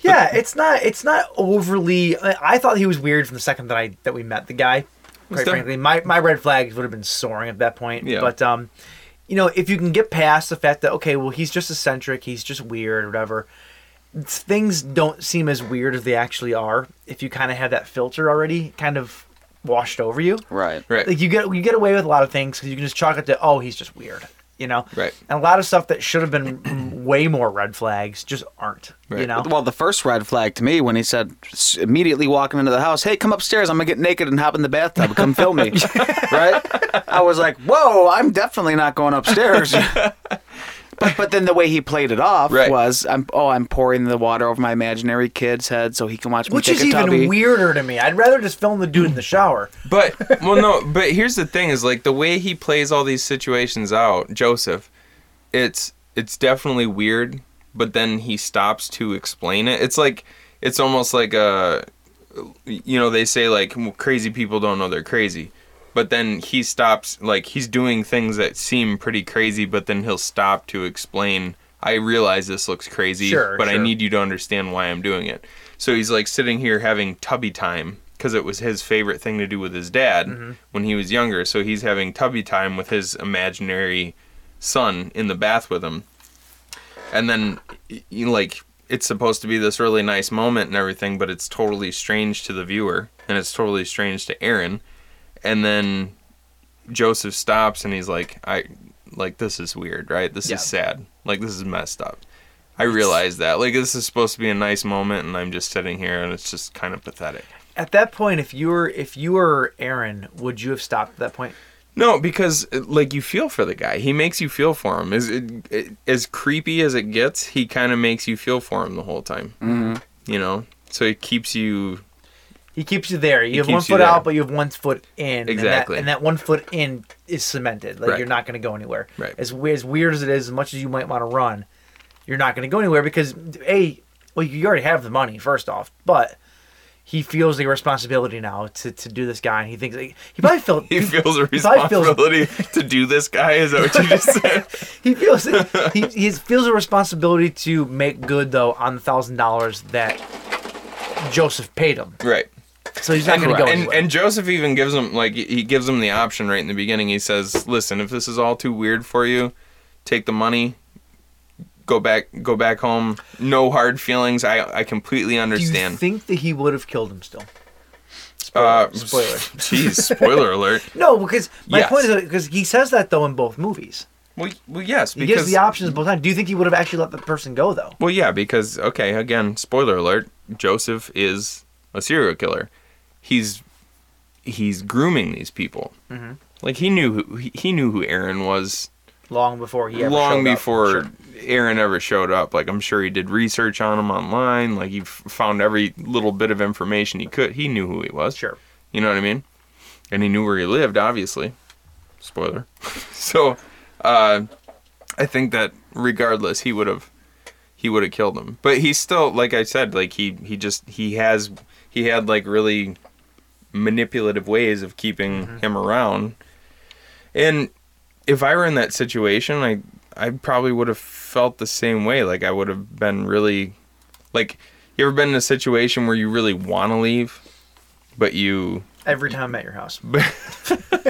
Yeah, it's not it's not overly. I I thought he was weird from the second that I that we met the guy. Quite
def-
frankly, my my red flags would have been soaring at that point.
Yeah.
But um, you know, if you can get past the fact that okay, well, he's just eccentric, he's just weird, or whatever. it's- Things don't seem as weird as they actually are if you kind of have that filter already kind of washed over you.
Right.
Right.
Like you get you get away with a lot of things because you can just chalk it to oh he's just weird, you know.
Right.
And a lot of stuff that should have been way more red flags just aren't. You
Right.
know.
Well, the first red flag to me when he said s- immediately walking into the house, "Hey, come upstairs. I'm gonna get naked and hop in the bathtub. Come film me." right? I was like, "Whoa, I'm definitely not going upstairs." but but then the way he played it off
Right.
was, "I'm oh, I'm pouring the water over my imaginary kid's head so he can watch me
Which
take
is
a
even
tubby."
weirder to me. I'd rather just film the dude in the shower.
But well, no. But here's the thing: is like the way he plays all these situations out, Joseph. It's it's definitely weird, but then he stops to explain it. It's like it's almost like a, you know, they say like well, crazy people don't know they're crazy, but then he stops like he's doing things that seem pretty crazy, but then he'll stop to explain. I realize this looks crazy,
Sure,
but I
sure.
need need you to understand why I'm doing it. So he's like sitting here having tubby time because it was his favorite thing to do with his dad
Mm-hmm.
when he was younger. So he's having tubby time with his imaginary son in the bath with him. And then, y- you know, like, it's supposed to be this really nice moment and everything, but it's totally strange to the viewer and it's totally strange to Aaron. And then Joseph stops and he's like, I like this is weird, right? This
Yeah.
is sad. Like this is messed up. I realize that. Like this is supposed to be a nice moment and I'm just sitting here and it's just kind of pathetic.
At that point, if you were if you were Aaron, would you have stopped at that point?
No, because uh, like you feel for the guy. He makes you feel for him. As it, it- as creepy as it gets, he kind of makes you feel for him the whole time. Mm-hmm. You know, so it keeps you.
He keeps you there. You have one
keeps you
foot out,
there.
but you have one foot in.
Exactly.
And that, and that one foot in is cemented. Like
Right.
you're not going to go anywhere.
Right.
As we- as weird as it is, as much as you might want to run, you're not going to go anywhere because a well you already have the money first off, but he feels the responsibility now to, to do this guy, and he thinks like, he probably felt
He feels a
probably feels-
responsibility to do this guy. Is that what you just said?
he feels he, he feels a responsibility to make good though on the thousand dollars that Joseph paid him.
right.
So he's not going to go
and,
anywhere.
and Joseph even gives him like he gives him the option right in the beginning. He says, "Listen, if this is all too weird for you, take the money, go back, go back home. No hard feelings. I I completely
Do you
understand."
think that he would have killed him still? Spoiler.
Uh,
spoiler.
Jeez, spoiler alert.
No, because my
Yes.
point is because he says that though in both movies.
Well, well, yes,
He
because
gives the options both times. Do you think he would have actually let the person go though?
well, yeah, because okay, again, spoiler alert. Joseph is a serial killer. He's he's grooming these people.
Mm-hmm.
Like he knew who he, he knew who Aaron was
Long before he ever
long
showed up.
before
Sure.
Aaron ever showed up. Like I'm sure he did research on him online. Like he f- found every little bit of information he could. He knew who he was.
Sure.
You know what I mean? And he knew where he lived, obviously. Spoiler. so, uh, I think that regardless, he would have he would have killed him. But he still, like I said, like he he just he has he had like really manipulative ways of keeping him around. And if I were in that situation, I I probably would have felt the same way. Like I would have been really like you ever been in a situation where you really want to leave but you
Every time I'm at your house.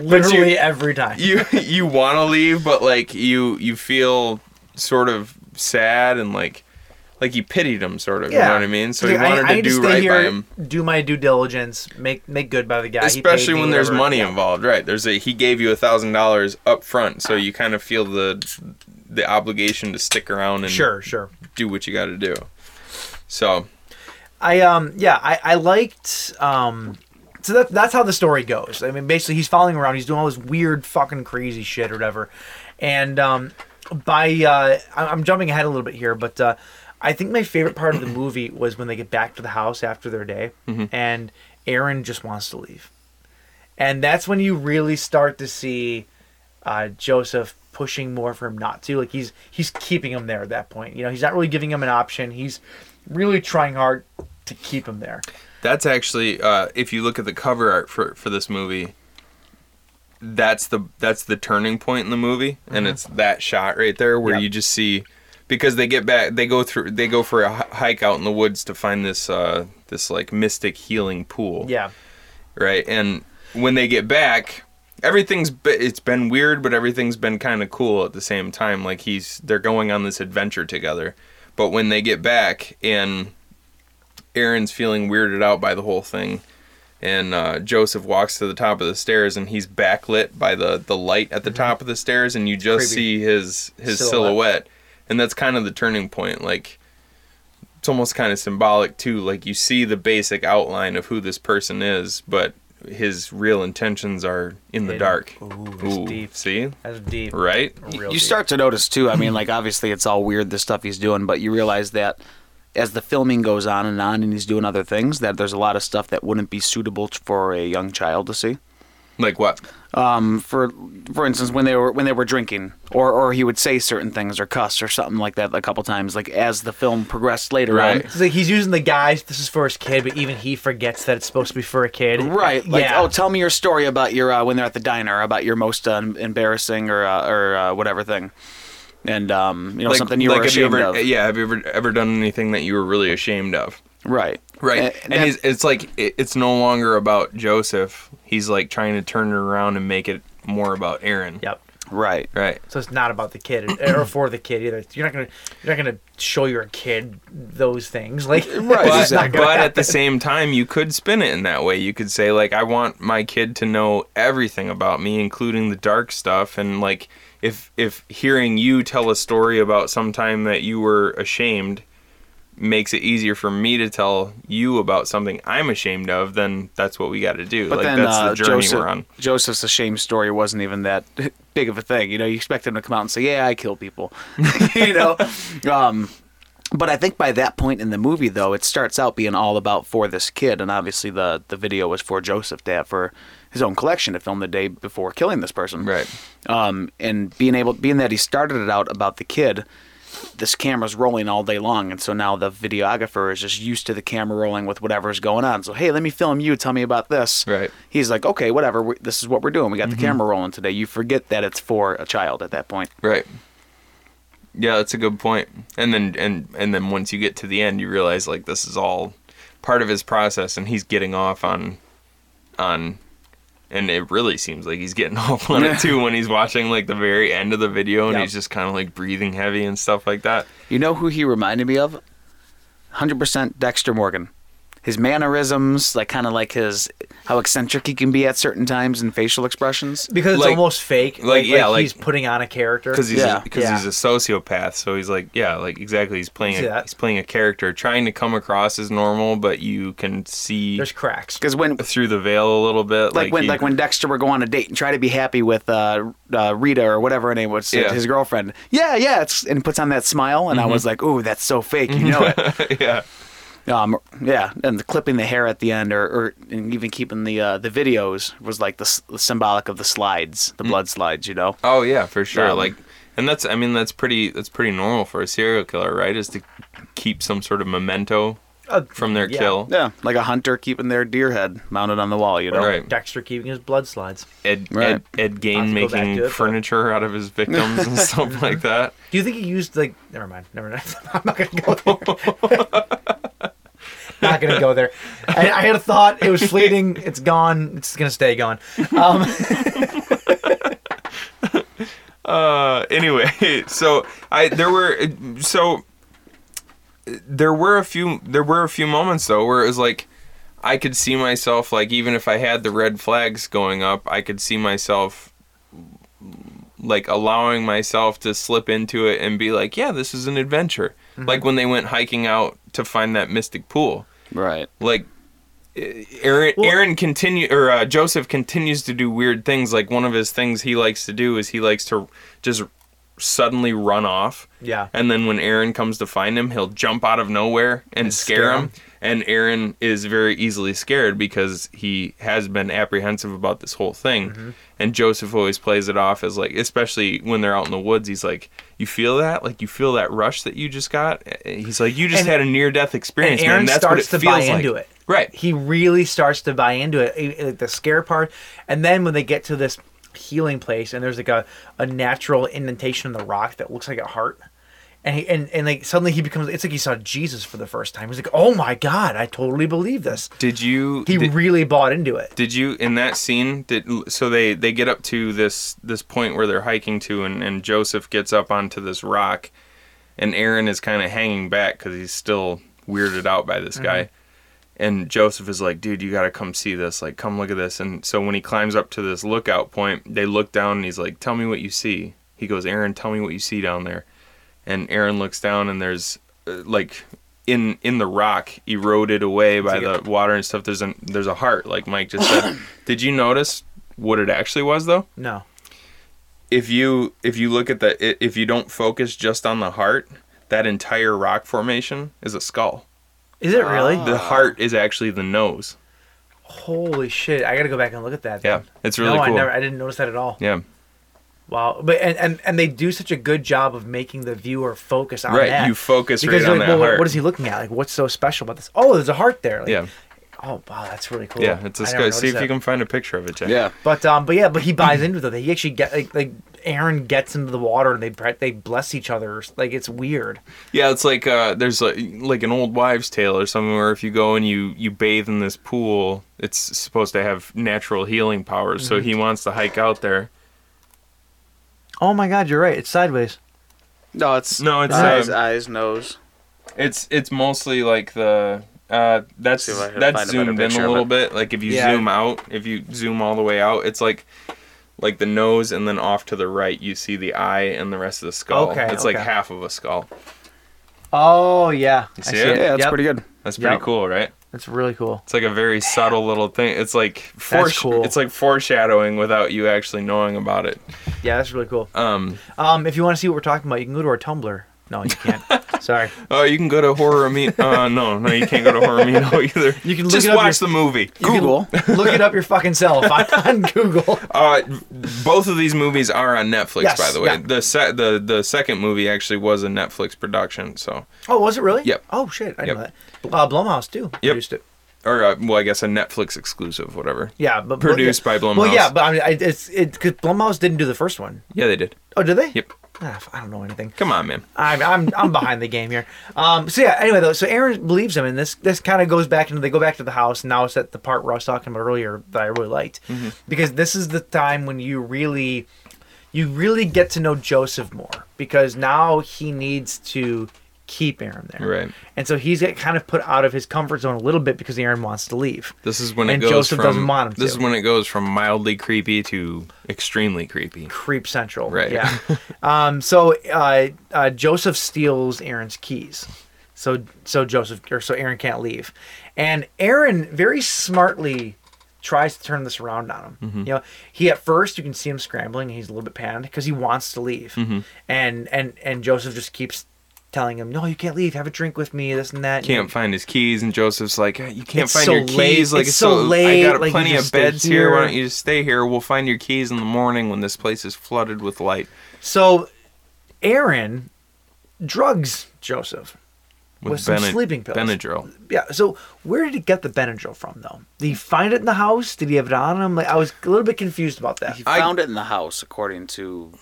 Literally every time.
you you want to leave but like you you feel sort of sad and like like you pitied him sort of you know what i mean so
Like,
you wanted to
need
do
stay
right by
here,
him
Do my due diligence. Make make good by the guy. he paid
especially
me,
when there's
whatever.
money
Yeah.
involved right there's a he gave you a thousand dollars up front so you kind of feel the the obligation to stick around and
Sure, sure.
do what you got to do so
I um yeah, I I liked um so that that's how the story goes. I mean, basically he's following around, he's doing all this weird fucking crazy shit or whatever. And um by uh I- I'm jumping ahead a little bit here, but uh I think my favorite part of the movie was when they get back to the house after their day and Aaron just wants to leave. And that's when you really start to see uh, Joseph pushing more for him not to. Like he's he's keeping him there at that point. You know, he's not really giving him an option. He's really trying hard to keep him there.
That's actually, uh, if you look at the cover art for, for this movie, that's the that's the turning point in the movie, and it's that shot right there where
Yep.
you just see because they get back, they go through, they go for a hi- hike out in the woods to find this uh, this like mystic healing pool,
Yeah.
right? And when they get back, everything's be- it's been weird, but everything's been kind of cool at the same time. Like he's they're going on this adventure together. But when they get back and Aaron's feeling weirded out by the whole thing, and uh, Joseph walks to the top of the stairs and he's backlit by the the light at the top of the stairs, and you just
Mm-hmm. Creepy.
see his his
Silhouette.
silhouette, and that's kind of the turning point. Like it's almost kind of symbolic too. Like you see the basic outline of who this person is, but his real intentions are in the
Hidden.
dark.
Ooh, that's deep.
See,
That's deep.
right?
Real
you
deep.
start to notice too. I mean, like obviously it's all weird the stuff he's doing, but you realize that as the filming goes on and on, and he's doing other things, that there's a lot of stuff that wouldn't be suitable t- for a young child to see.
Like what?
Um, for for instance, when they were when they were drinking, or or he would say certain things or cuss or something like that a couple times, like as the film progressed later
Right.
on.
It's like he's using the guys. This is for his kid, but even he forgets that it's supposed to be for a kid.
Right. Like,
yeah.
oh, tell me your story about your uh, when they're at the diner about your most uh, embarrassing or uh, or uh, whatever thing, and um, you know
Like
something you were
have you
ashamed
ever, uh,
of.
Yeah, have you ever ever done anything that you were really ashamed of?
Right.
Right,
A-
and,
that-
he's, it's like it, it's no longer about Joseph. He's like trying to turn it around and make it more about Aaron.
Yep.
right.
Right.
So it's not about the kid or for the kid either. You're not gonna you're not gonna show your kid those things. Like
But,
it's not gonna
but at
happen.
the same time, you could spin it in that way. You could say like, I want my kid to know everything about me, including the dark stuff, and like if if hearing you tell a story about some time that you were ashamed makes it easier for me to tell you about something I'm ashamed of, then that's what we got to do.
But
like
then
that's
uh,
the journey
Joseph,
we're on.
Joseph's ashamed story wasn't even that big of a thing. You know, you expect him to come out and say, "Yeah, I kill people," you know. Um, but I think by that point in the movie, though, it starts out being all about for this kid, and obviously the the video was for Joseph to have for his own collection to film the day before killing this person.
Right.
Um, and being able, being that he started it out about the kid, this camera's rolling all day long, and so now the videographer is just used to the camera rolling with whatever's going on. So hey, let me film you. Tell me about this.
Right.
He's like, okay, whatever. We, this is what we're doing. We got the camera rolling today. You forget that it's for a child at that point.
Right. Yeah, that's a good point. And then and and then once you get to the end, you realize like this is all part of his process, and he's getting off on on. And it really seems like he's getting off on it too when he's watching like the very end of the video, and
Yep.
he's just kind of like breathing heavy and stuff like that.
You know who he reminded me of? 100% Dexter Morgan. His mannerisms, like kind of like his how eccentric he can be at certain times and facial expressions.
because it's
Like-
almost fake.
like, yeah, like-
he's putting on a character.
because he's
Yeah.
because
Yeah.
he's a sociopath. So he's like, yeah, like exactly. He's playing
See
a,
that?
he's playing a character, trying to come across as normal, but you can see
there's cracks.
Because when
through the veil a little bit.
like when
he-
like when Dexter would go on a date and try to be happy with uh, uh, Rita or whatever her name was,
Yeah. Mm-hmm.
his girlfriend. Yeah, yeah, it's, and puts on that smile, and I was like, "Ooh, that's so fake," you know it. yeah, um, yeah, and the clipping the hair at the end, or, or and even keeping the uh, the videos was like the, s- symbolic of the slides,
Mm.
the blood slides, you know.
Oh yeah, for sure.
Um,
like, and that's I mean that's pretty that's pretty normal for a serial killer, right? Is to keep some sort of memento
Uh,
from their
yeah.
kill.
Yeah, like a hunter keeping their deer head mounted on the wall, you know.
Right.
Dexter keeping his blood slides.
Ed,
Right.
Ed, Ed Gain
Not to go back
making
to it, but-
furniture out of his victims and stuff like that.
Do you think he used like? Never mind. Never mind. I'm not gonna go there. not gonna go there. I, I had a thought. It was fleeting. It's gone. It's gonna stay gone. Um,
Uh, anyway, so I there were so there were a few there were a few moments though where it was like I could see myself like even if I had the red flags going up, I could see myself like allowing myself to slip into it and be like, yeah, this is an adventure. Like when they went hiking out to find that mystic pool.
Right.
Like uh, Aaron, Aaron continue or uh, Joseph continues to do weird things. Like one of his things he likes to do is he likes to just suddenly run off.
Yeah.
And then when Aaron comes to find him, he'll jump out of nowhere and, scare,
scare
him.
him.
And Aaron is very easily scared because he has been apprehensive about this whole thing.
Mm-hmm.
And Joseph always plays it off as like, especially when they're out in the woods, he's like, "You feel that? Like you feel that rush that you just got?" Uh, He's like, "You just
And-
had a near-death experience,
and Aaron
man. That's
starts
what it
to buy
feels like."
into it.
Right.
He really starts to buy into it, eh, eh, the scare part. And then when they get to this healing place, and there's like a, a natural indentation in the rock that looks like a heart. And, he, and and like suddenly he becomes it's like he saw Jesus for the first time. He's like, "Oh my god, I totally believe this."
Did you?
He
did,
really bought into it.
did you in that scene? Did so they they get up to this this point where they're hiking to, and and Joseph gets up onto this rock, and Aaron is kind of hanging back because he's still weirded out by this guy. And Joseph is like, dude, you got to come see this. Like, come look at this. And so when he climbs up to this lookout point, they look down and he's like, tell me what you see. He goes, Aaron, tell me what you see down there. And Aaron looks down and there's uh, like in in the rock eroded away by the water and stuff. There's an there's a heart, like Mike just said. Did you notice what it actually was though?
No.
if you if you look at the i- if you don't focus just on the heart that entire rock formation is a skull
Is it really?
Ah. the heart is actually the nose
Holy shit! I gotta go back and look at that.
yeah
then.
it's really
no,
cool
I never. I didn't notice that at all.
yeah
Wow. But and, and and they do such a good job of making the viewer focus on
Right,
that.
you focus right
you're
on
like,
that
well,
heart."
What is he looking at? Like, what's so special about this? Oh, there's a heart there. Like,
yeah
Oh wow, that's really cool.
yeah it's a skull
I never
see if
noticed
you
that.
can find a picture of it Jack.
Yeah.
But um, but yeah, but he buys into that. He actually get like like Aaron gets into the water and they bre- they bless each other. Like it's weird.
Yeah, it's like uh, there's like, like an old wives' tale or something where if you go and you you bathe in this pool, it's supposed to have natural healing powers.
Mm-hmm.
So he wants to hike out there.
Oh my god, you're right. It's sideways.
No, it's
No, it's,
eyes,
uh,
eyes, nose.
It's it's mostly like the uh, that's
See if I can find
that's
a
zoomed
better
in
picture
a
of
little
it.
bit. Like if you
Yeah.
zoom out, if you zoom all the way out, it's like like the nose and then off to the right you see the eye and the rest of the skull.
Okay,
it's like
okay.
half of a skull.
Oh yeah, I
see it?
Yeah, that's
Yep.
pretty good.
That's pretty
Yep.
cool, right?
That's really cool.
It's like a very subtle little thing. It's like foresh-
cool.
It's like foreshadowing without you actually knowing about it.
Yeah, that's really cool.
Um,
Um, if you want to see what we're talking about, you can go to our Tumblr. No, you can't. Sorry.
oh, you can go to horror amino. Uh, no, no, you can't go to horror amino either.
You can look
just
it up
watch
your-
the movie.
Google.
Look it up your fucking self on, on Google.
Uh, both of these movies are on Netflix,
Yes,
by the way.
yeah.
The se- the the second movie actually was a Netflix production. So,
Oh, was it really?
Yep.
Oh shit, I know
Yep.
that. Uh, Blumhouse too produced it.
or uh, well, I guess a Netflix exclusive, whatever.
Yeah, but but-
Produced by
Well,
Blumhouse.
yeah, but I mean, I, it's it because Blumhouse didn't do the first one.
Yeah, they did.
Oh, did they?
Yep.
Ah, f- I don't know anything.
Come on, man.
I'm I'm I'm behind the game here. Um. So yeah. Anyway, though, so Aaron believes him, and this this kind of goes back into they go back to the house. And now it's at the part where I was talking about earlier that I really liked,
Mm-hmm.
because this is the time when you really, you really get to know Joseph more, because now he needs to keep Aaron there.
Right.
And so he's get kind of put out of his comfort zone a little bit because Aaron wants to leave.
This is when it
And
goes
Joseph
from
doesn't want him
this
to.
is when it goes from mildly creepy to extremely creepy.
Creep Central.
Right.
Yeah. um, so uh, uh, Joseph steals Aaron's keys. So so Joseph or so Aaron can't leave, and Aaron very smartly tries to turn this around on him.
Mm-hmm.
You know, he at first you can see him scrambling. He's a little bit panicked because he wants to leave,
Mm-hmm.
and and and Joseph just keeps telling him, "No, you can't leave. Have a drink with me. This and that."
Can't find his keys, and Joseph's like, "Ah, "You can't
It's
find
so
your keys.
late.
Like
It's so late.
I got
Like, you
plenty
just
of
stay
beds here. Why
here."
don't you just stay here? We'll find your keys in the morning when this place is flooded with light."
So Aaron drugs Joseph. With some
Bene-
sleeping pills.
Benadryl.
Yeah. So where did he get the Benadryl from, though? Did he find it in the house? Did he have it on him? Like I was a little bit confused about that
He found it in the house, according to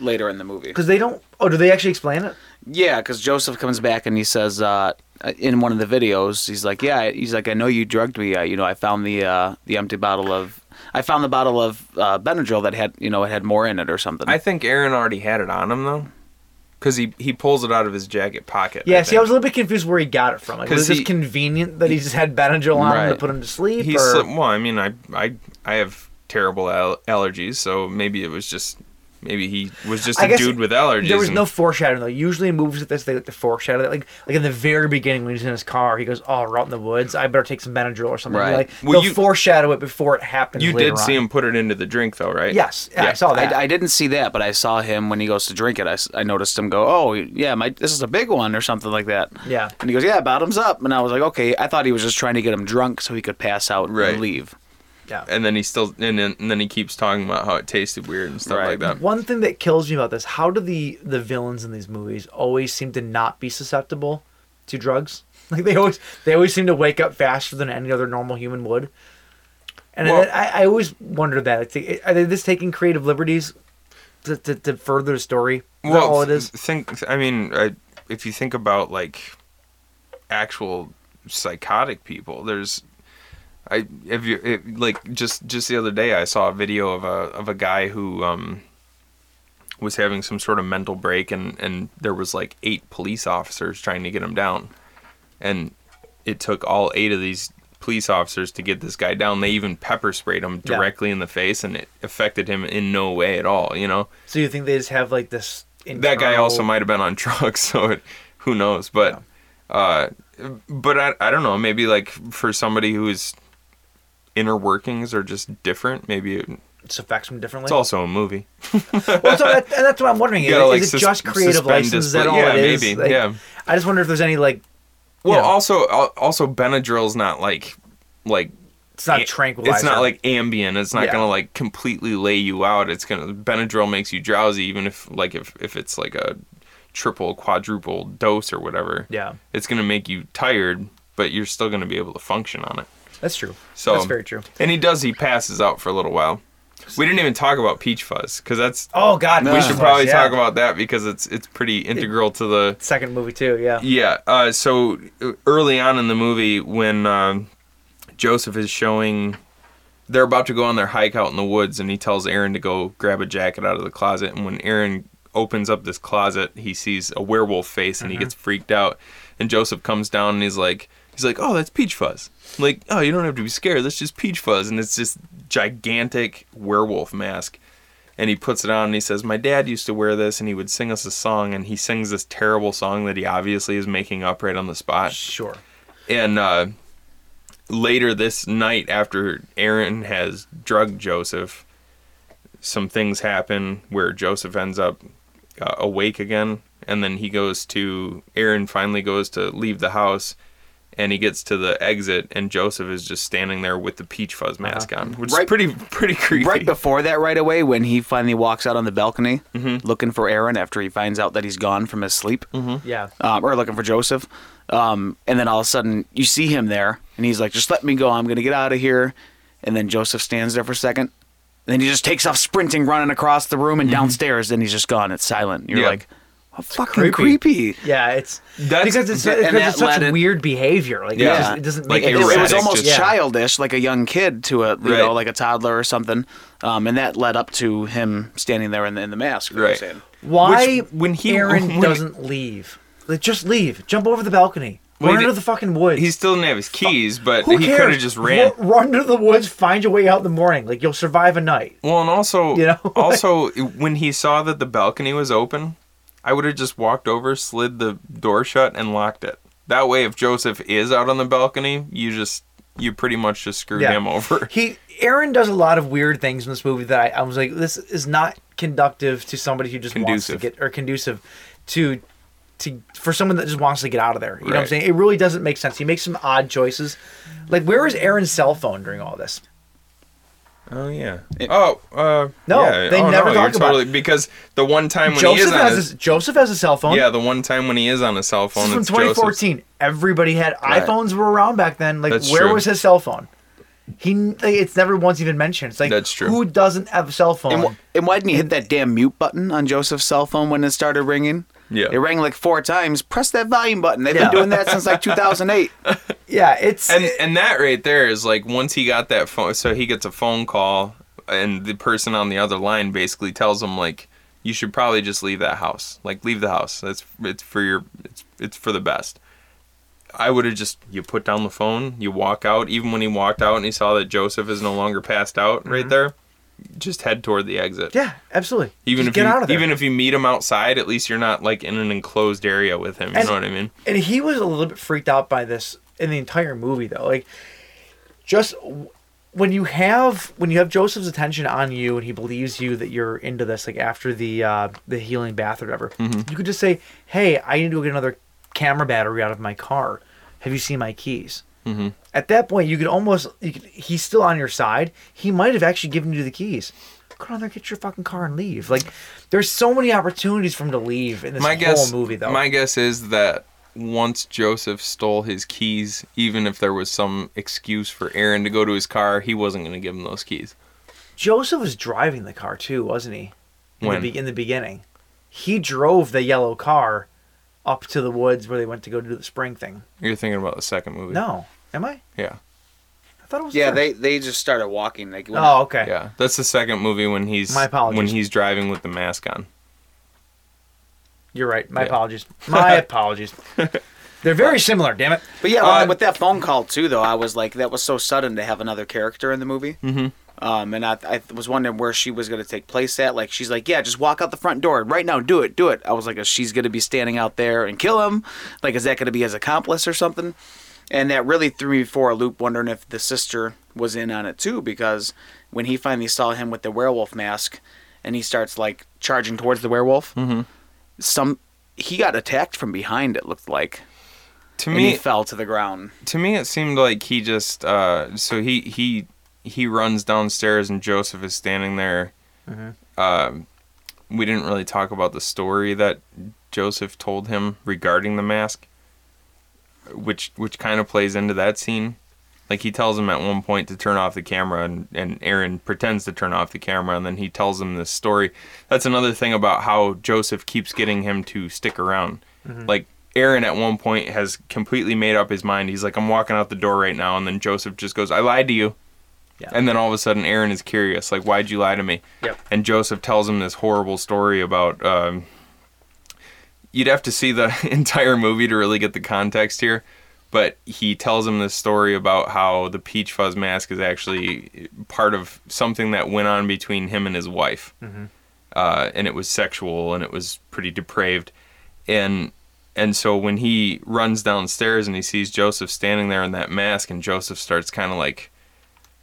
later in the movie.
because they don't. Oh, do they actually explain it?
Yeah, because Joseph comes back and he says uh, in one of the videos, he's like, "Yeah, he's like, I know you drugged me. Uh, you know, I found the uh, the empty bottle of, I found the bottle of uh, Benadryl that had, you know, it had more in it or something."
I think Aaron already had it on him though, because he he pulls it out of his jacket pocket.
Yeah.
I
see, I was
think.
a little bit confused where he got it from. Like,
'Cause
was this
he-
convenient that he just had Benadryl on him to
Right.
put him to sleep?
He
or...
slipped. Well, I mean, I I I have terrible al- allergies, so maybe it was just maybe he was just
I
a
guess
dude with allergies.
There was
and-
no foreshadowing though. Usually in movies like this, they like to foreshadow that. Like like in the very beginning when he's in his car, he goes, "Oh, we're out in the woods. I better take some Benadryl or something."
Right.
Like
Well,
they'll
you-
foreshadow it before it happens.
You
later
did see
on.
him put it into the drink though, right?
Yes, yeah, I saw that.
I, I didn't see that, but I saw him when he goes to drink it. I, s- I noticed him go, "Oh, yeah, my this is a big one" or something like that.
Yeah.
And he goes, "Yeah, bottoms up." And I was like, "Okay." I thought he was just trying to get him drunk so he could pass out
Right.
and leave.
yeah.
and then he still and then, and then he keeps talking about how it tasted weird and stuff like
Right.
that.
One thing that kills me about this: how do the the villains in these movies always seem to not be susceptible to drugs? Like they always they always seem to wake up faster than any other normal human would. And
Well-
I, I always wonder that it's, like, are they just taking creative liberties to, to, to further the story? Is that all it is?
th- Think I mean, I, if you think about like actual psychotic people, there's I if you it, like just just the other day I saw a video of a of a guy who um was having some sort of mental break and and there was like eight police officers trying to get him down, and it took all eight of these police officers to get this guy down. They even pepper sprayed him
Yeah.
directly in the face, and it affected him in no way at all. You know.
So you think they just have like this?
that guy
internal-
also might have been on drugs, so it, who knows? But, uh, but I, I don't know. Maybe like for somebody whose inner workings are just different. Maybe it,
just affects them differently.
it's also a movie.
well, so that, and that's what I'm wondering.
You
Is,
gotta, like,
is
sus-
it just creative
suspend
license? Is that all
disbelief.
it
Yeah,
is?
maybe,
Like,
yeah.
I just wonder if there's any like
Well,
Yeah.
also al- also Benadryl's not like like
it's not
a-
tranquilizer.
It's not like Ambien. It's not
Yeah.
gonna like completely lay you out. It's gonna Benadryl makes you drowsy, even if like if if it's like a triple quadruple dose or whatever.
Yeah.
it's gonna make you tired, but you're still gonna be able to function on it.
That's true.
So
that's very true.
And he does. He passes out for a little while. We didn't even talk about Peach Fuzz because that's.
Oh God,
we
Peach
should
Fuzz,
probably
yeah.
talk about that because it's it's pretty integral to the.
second movie too. Yeah,
Yeah. Uh, so uh, early on in the movie, when um Joseph is showing, they're about to go on their hike out in the woods, and he tells Aaron to go grab a jacket out of the closet. And when Aaron opens up this closet, he sees a werewolf face, and he gets freaked out. And Joseph comes down, and he's like, he's like, "Oh, that's Peach Fuzz." I'm like, "Oh, you don't have to be scared. That's just Peach Fuzz." And it's this gigantic werewolf mask. and he puts it on and he says, My dad used to wear this and he would sing us a song and he sings this terrible song that he obviously is making up right on the spot.
Sure.
And uh, later this night, after Aaron has drugged Joseph, some things happen where Joseph ends up uh, awake again. And then he goes to, Aaron finally goes to leave the house and he gets to the exit and Joseph is just standing there with the peach fuzz mask on, which
Right-
is pretty, pretty creepy.
Right before that, right away, when he finally walks out on the balcony
Mm-hmm.
looking for Aaron after he finds out that he's gone from his sleep,
Yeah.
um, or looking for Joseph. Um, and then all of a sudden, you see him there, and he's like, just let me go. I'm going to get out of here. And then Joseph stands there for a second. And then he just takes off sprinting, running across the room and downstairs, and he's just gone. It's silent. You're
Mm-hmm. Yeah.
like, oh, fucking creepy.
Yeah, it's
That's-
because it's,
and
because
that
it's such
led in-
weird behavior. Like
Yeah.
it, just, it doesn't
Like,
make
It,
any
it
sense.
was
erratic,
almost
just-
childish, like a young kid to a, you
Right.
know, like a toddler or something. Um, and that led up to him standing there in the, in the mask. you know what I'm
Right.
saying?
Why
Which- when he-
Aaron
when-
doesn't leave? Like just leave. Jump over the balcony.
Well, he
run
did-
into the fucking woods.
He still didn't have his keys, but
Who
he
cares?
could have just ran.
Ru- Run, to the woods. Find your way out in the morning. Like you'll survive a night.
Well, and also,
You know?
also when he saw that the balcony was open, I would have just walked over, slid the door shut, and locked it. That way, if Joseph is out on the balcony, you just you pretty much just screwed him over.
He Aaron does a lot of weird things in this movie that I, I was like, this is not conductive to somebody who just
Conducive.
wants to get or conducive to to for someone that just wants to get out of there. You know what I'm
Right.
saying? It really doesn't make sense. He makes some odd choices. Like where is Aaron's cell phone during all this?
Oh yeah. oh uh,
No,
yeah.
they
Oh,
never
no,
talk
you're
about
totally, because the one time when he
Joseph
is on
has
his,
his, Joseph has a cell phone.
yeah, the one time when he is on a cell
This
phone,
is from
it's Joseph's.
2014. Everybody had iPhones were around back then. Like,
That's
where
true.
was his cell phone? He, like, it's never once even mentioned. It's like,
That's true.
Who doesn't have a cell phone?
And, wh- and why didn't he hit that damn mute button on Joseph's cell phone when it started ringing?
Yeah.
It rang like four times. Press that volume button. They've
Yeah.
been doing that since like 2008.
yeah, it's
and and that right there is like once he got that phone so he gets a phone call and the person on the other line basically tells him like you should probably just leave that house like leave the house that's it's for your it's it's for the best i would have just you put down the phone you walk out even when he walked out and he saw that joseph is no longer passed out
Mm-hmm.
right there just head toward the exit
yeah, absolutely.
even
Just
if
get
you
out of there.
even if you meet him outside at least you're not like in an enclosed area with him you
And-
know what i mean
and he was a little bit freaked out by this in the entire movie though like just w- when you have when you have joseph's attention on you and he believes you that you're into this like after the uh the healing bath or whatever
Mm-hmm.
you could just say hey i need to go get another camera battery out of my car have you seen my keys mm-hmm. at that point you could almost you could, he's still on your side he might have actually given you the keys go down there get your fucking car and leave like there's so many opportunities for him to leave in this
my
whole
guess,
movie though
My guess is that once Joseph stole his keys, even if there was some excuse for Aaron to go to his car, he wasn't going to give him those keys.
Joseph was driving the car too, wasn't he? In
When?
the, be- in the beginning, he drove the yellow car up to the woods where they went to go do the spring thing.
You're thinking about the second movie.
No, am I?
Yeah.
I thought it was.
yeah,
the
they, they just started walking. Like,
first. Oh, okay.
Yeah. That's the second movie when he's
My apologies.
when he's driving with the mask on.
You're right. My
Yeah.
apologies. My apologies. They're very similar. Damn it.
But yeah,
Uh,
with that phone call too, though, I was like, that was so sudden to have another character in the movie. Mm-hmm. Um, and I, I was wondering where she was going to take place at. Like, she's like, yeah, just walk out the front door right now, do it, do it. I was like, is she's going to be standing out there and kill him? Like, is that going to be his accomplice or something? And that really threw me for a loop, wondering if the sister was in on it too, because when he finally saw him with the werewolf mask, and he starts like charging towards the werewolf, some he got attacked from behind. It looked like,
To
and
me,
he fell to the ground.
to me it seemed like he just uh so he he he runs downstairs and joseph is standing there Um we didn't really talk about the story that joseph told him regarding the mask which which kind of plays into that scene like he tells him at one point to turn off the camera and, and aaron pretends to turn off the camera and then he tells him this story that's another thing about how joseph keeps getting him to stick around like aaron at one point has completely made up his mind he's like i'm walking out the door right now and then joseph just goes i lied to you
Yeah.
and then all of a sudden aaron is curious like why'd you lie to me
Yep.
and joseph tells him this horrible story about um, you'd have to see the entire movie to really get the context here but he tells him this story about how the peach fuzz mask is actually part of something that went on between him and his wife
Mm-hmm.
uh, and it was sexual and it was pretty depraved and and so when he runs downstairs and he sees joseph standing there in that mask and joseph starts kind of like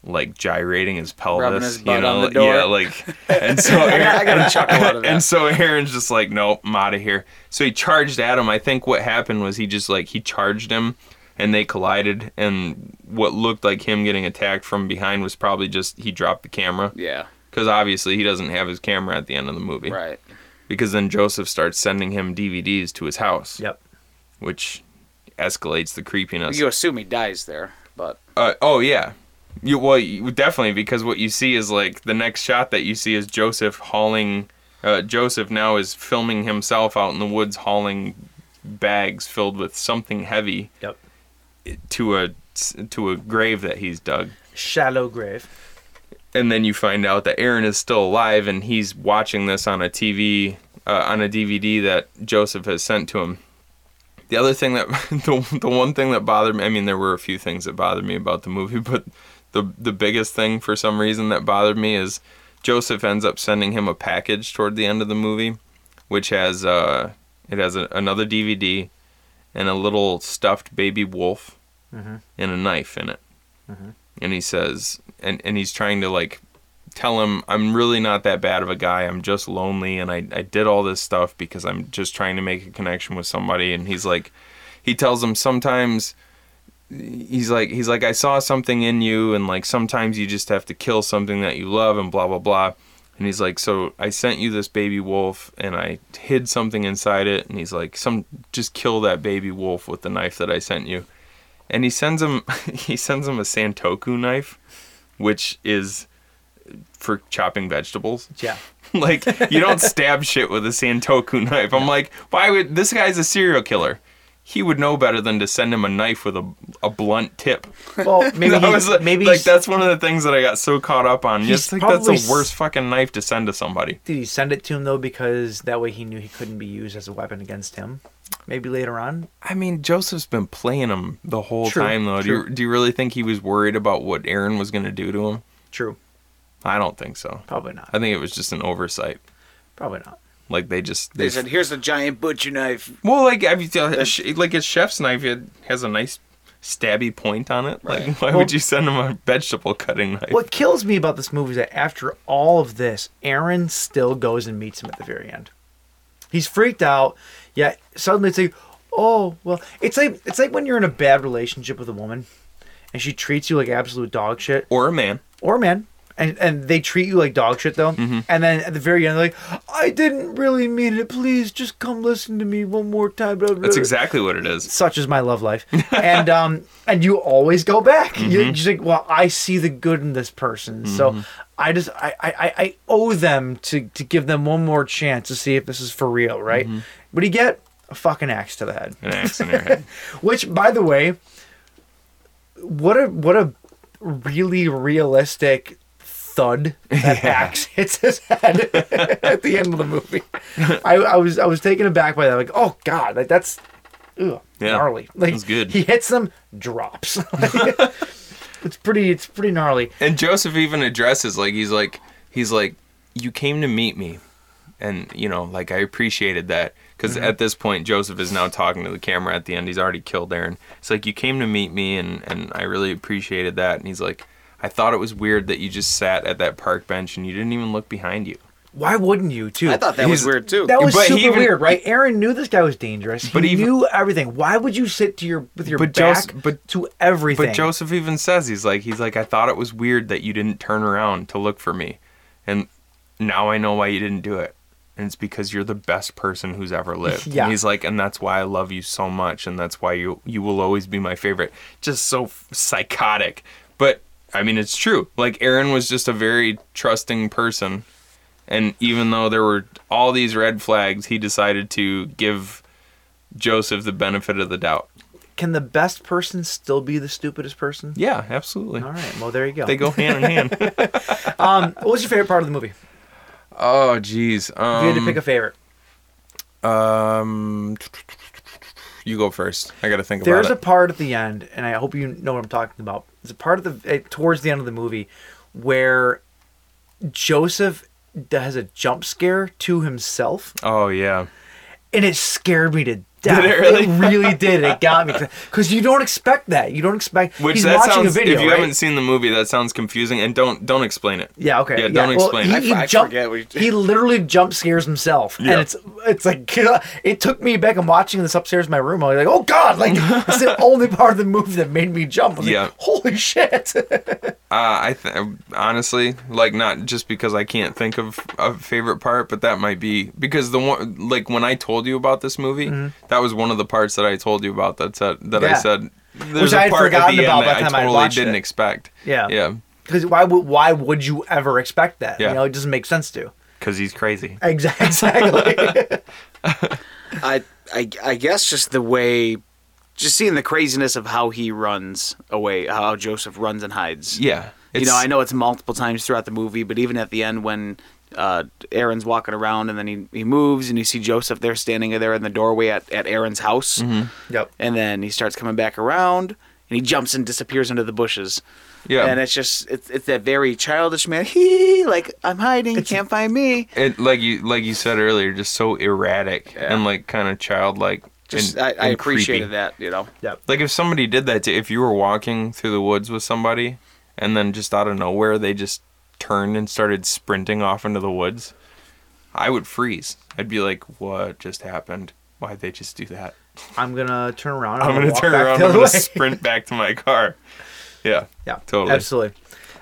like gyrating his pelvis
Rubbing his butt on the
like-
door.
yeah like and so Aaron,
I got a chuckle out of that.
and so Aaron's just like, nope, I'm out of here. So he charged at him. I think what happened was he just like he charged him, and they collided. And what looked like him getting attacked from behind was probably just he dropped the camera
yeah.
because obviously he doesn't have his camera at the end of the movie.
Right.
Because then Joseph starts sending him DVDs to his house.
Yep.
Which escalates the creepiness.
You assume he dies there, but
Uh, oh yeah. You well you, definitely because what you see is like the next shot that you see is Joseph hauling. Uh, Joseph now is filming himself out in the woods hauling bags filled with something heavy
Yep.
to a to a grave that he's dug.
Shallow grave.
And then you find out that Aaron is still alive and he's watching this on a TV uh, on a DVD that Joseph has sent to him. The other thing that the, the one thing that bothered me, I mean, there were a few things that bothered me about the movie, but the the biggest thing for some reason that bothered me is Joseph ends up sending him a package toward the end of the movie, which has uh, it has a, another DVD and a little stuffed baby wolf and a knife in it, and he says, and and he's trying to like tell him I'm really not that bad of a guy. I'm just lonely and I, I did all this stuff because I'm just trying to make a connection with somebody and he's like he tells him sometimes he's like he's like I saw something in you and like sometimes you just have to kill something that you love and blah blah blah. And he's like, so I sent you this baby wolf, and I hid something inside it. And he's like, some just kill that baby wolf with the knife that I sent you. And he sends him, he sends him a santoku knife, which is for chopping vegetables.
Yeah.
like you don't stab shit with a santoku knife. I'm like, why would this guy's a serial killer? He would know better than to send him a knife with a, a blunt tip.
Well, maybe
That
he,
was like,
maybe
like
he's-
that's one of the things that I got so caught up on.
He's
Just like that's
probably
the
s-
worst fucking knife to send to somebody.
Did he send it to him though because that way he knew he couldn't be used as a weapon against him? Maybe later on.
I mean, Joseph's been playing him the whole
True,
time though. Do you,
true.
do you really think he was worried about what Aaron was going to do to him?
True.
I don't think so.
Probably
I
not.
think it was just an oversight.
Probably not.
Like they just
they said, "Here's the giant butcher knife."
Well, like have you, uh, sh- like a chef's knife, it has a nice stabby point on it. Like, why would you send him a vegetable cutting knife?
What kills me about this movie is that after all of this, Aaron still goes and meets him at the very end. He's freaked out, yet suddenly it's like, oh well. It's like it's like when you're in a bad relationship with a woman, and she treats you like absolute dog shit,
Or a man?
or men, and and they treat you like dog shit though. And then at the very end, they're like, I didn't really mean it. Please just come listen to me one more time. Blah, blah,
That's
blah."
exactly what it is.
Such is my love life, and um, and you always go back. You you just think, well, I see the good in this person, so I just I, I I- I owe them to to give them one more chance to see if this is for real, right? What do you get? A fucking axe to the head.
An axe in your head.
Which, by the way, what a what a really realistic thud that axe hits his head at the end of the movie. I, I was I was taken aback by that. Like, oh god, like that's ugh,
Yeah,
gnarly. Like
that's good.
He hits them, drops. it's pretty. It's pretty gnarly.
And Joseph even addresses like he's like he's like you came to meet me, and you know like I appreciated that because at this point Joseph is now talking to the camera at the end. He's already killed Aaron. It's like you came to meet me, and and I really appreciated that. And he's like. I thought it was weird that you just sat at that park bench and you didn't even look behind you.
Why wouldn't you too?
I thought that was weird too.
That was
But he
super
even-
weird, right? Aaron knew this guy was dangerous. He
But even-
knew everything. Why would you sit to your with your
But
back
Jos- but-
to everything?
But Joseph even says he's like he's like I thought it was weird that you didn't turn around to look for me, and now I know why you didn't do it, and it's because you're the best person who's ever lived.
Yeah.
And he's like, and that's why I love you so much, and that's why you you will always be my favorite. Just so f- psychotic, but I mean it's true. Like Aaron was just a very trusting person, and even though there were all these red flags, he decided to give Joseph the benefit of the doubt.
can the best person still be the stupidest person?
Yeah, absolutely.
All right. Well, there you go.
They go hand in hand.
Um, what was your favorite part of the movie?
Oh, jeez.
If you had to
Um,
pick a favorite.
um, You go first. I got to think
There's a
about it.
part at the end, and I hope you know what I'm talking about. There's a part of the eh, towards the end of the movie where Joseph d- has a jump scare to himself,
oh yeah.
and it scared me to death.
it really?
really did. It got me because you don't expect that. You don't expect.
Which
he's
that
watching
sounds.
a video,
if you
right?
haven't seen the movie, that sounds confusing. And don't don't explain it.
Yeah. Okay.
Yeah. Don't
well,
explain.
He,
it.
he
I
jump-
forget what you-
he literally jump scares himself, and it's it's like it took me back. I'm watching this upstairs in my room. I was like, oh god, like it's the only part of the movie that made me jump. I was
Yeah.
Like, Holy shit.
Uh, I th- honestly like not just because I can't think of a favorite part, but that might be because the one like when I told you about this movie, that was one of the parts that I told you about that said that I
Mm-hmm. Yeah.
said
Which I had forgotten about by the
I
time I
totally
watched
didn't
it.
expect.
Yeah.
yeah,
Because why would why would you ever expect that?
Yeah.
You know, it doesn't make sense to.
because he's crazy.
Exactly. Exactly.
I, I I guess just the way, just seeing the craziness of how he runs away, how Joseph runs and hides.
Yeah,
you know, I know it's multiple times throughout the movie, but even at the end when uh, Aaron's walking around and then he, he moves and you see Joseph there standing there in the doorway at, at Aaron's house,
Mm-hmm.
yep.
and then he starts coming back around and he jumps and disappears into the bushes.
Yeah.
and it's just it's it's that very childish man, hee, like I'm hiding, you can't find me.
It like you like you said earlier, just so erratic and like kind of childlike.
Just
and,
I, I
and
appreciated
creepy.
that, you know.
Yep.
Like if somebody did that to, if you were walking through the woods with somebody, and then just out of nowhere they just turned and started sprinting off into the woods, I would freeze. I'd be like, "What just happened? Why'd they just do that?"
I'm gonna turn around.
I'm gonna
walk
turn
back
around.
the
I'm
other
gonna
way.
sprint back to my car. Yeah.
Yeah.
Totally.
Absolutely.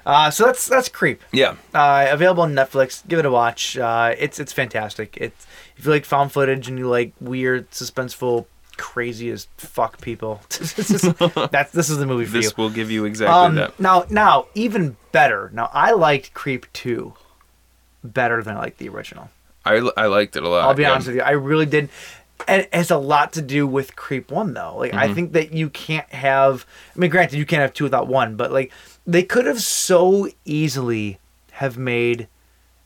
Uh, so that's that's creep.
Yeah.
uh, available on Netflix. Give it a watch. Uh, it's it's fantastic. It's if you like found footage and you like weird, suspenseful, crazy as fuck people. this is- that's this is the movie for you.
This will give you exactly
Um,
that.
now now even better. Now I liked Creep two better than I liked the original.
I, I liked it a lot.
I'll be
yeah.
honest with you. I really did. And it has a lot to do with Creep 1, though. Like,
Mm-hmm.
I think that you can't have. I mean, granted, you can't have two without one, but, like, they could have so easily have made.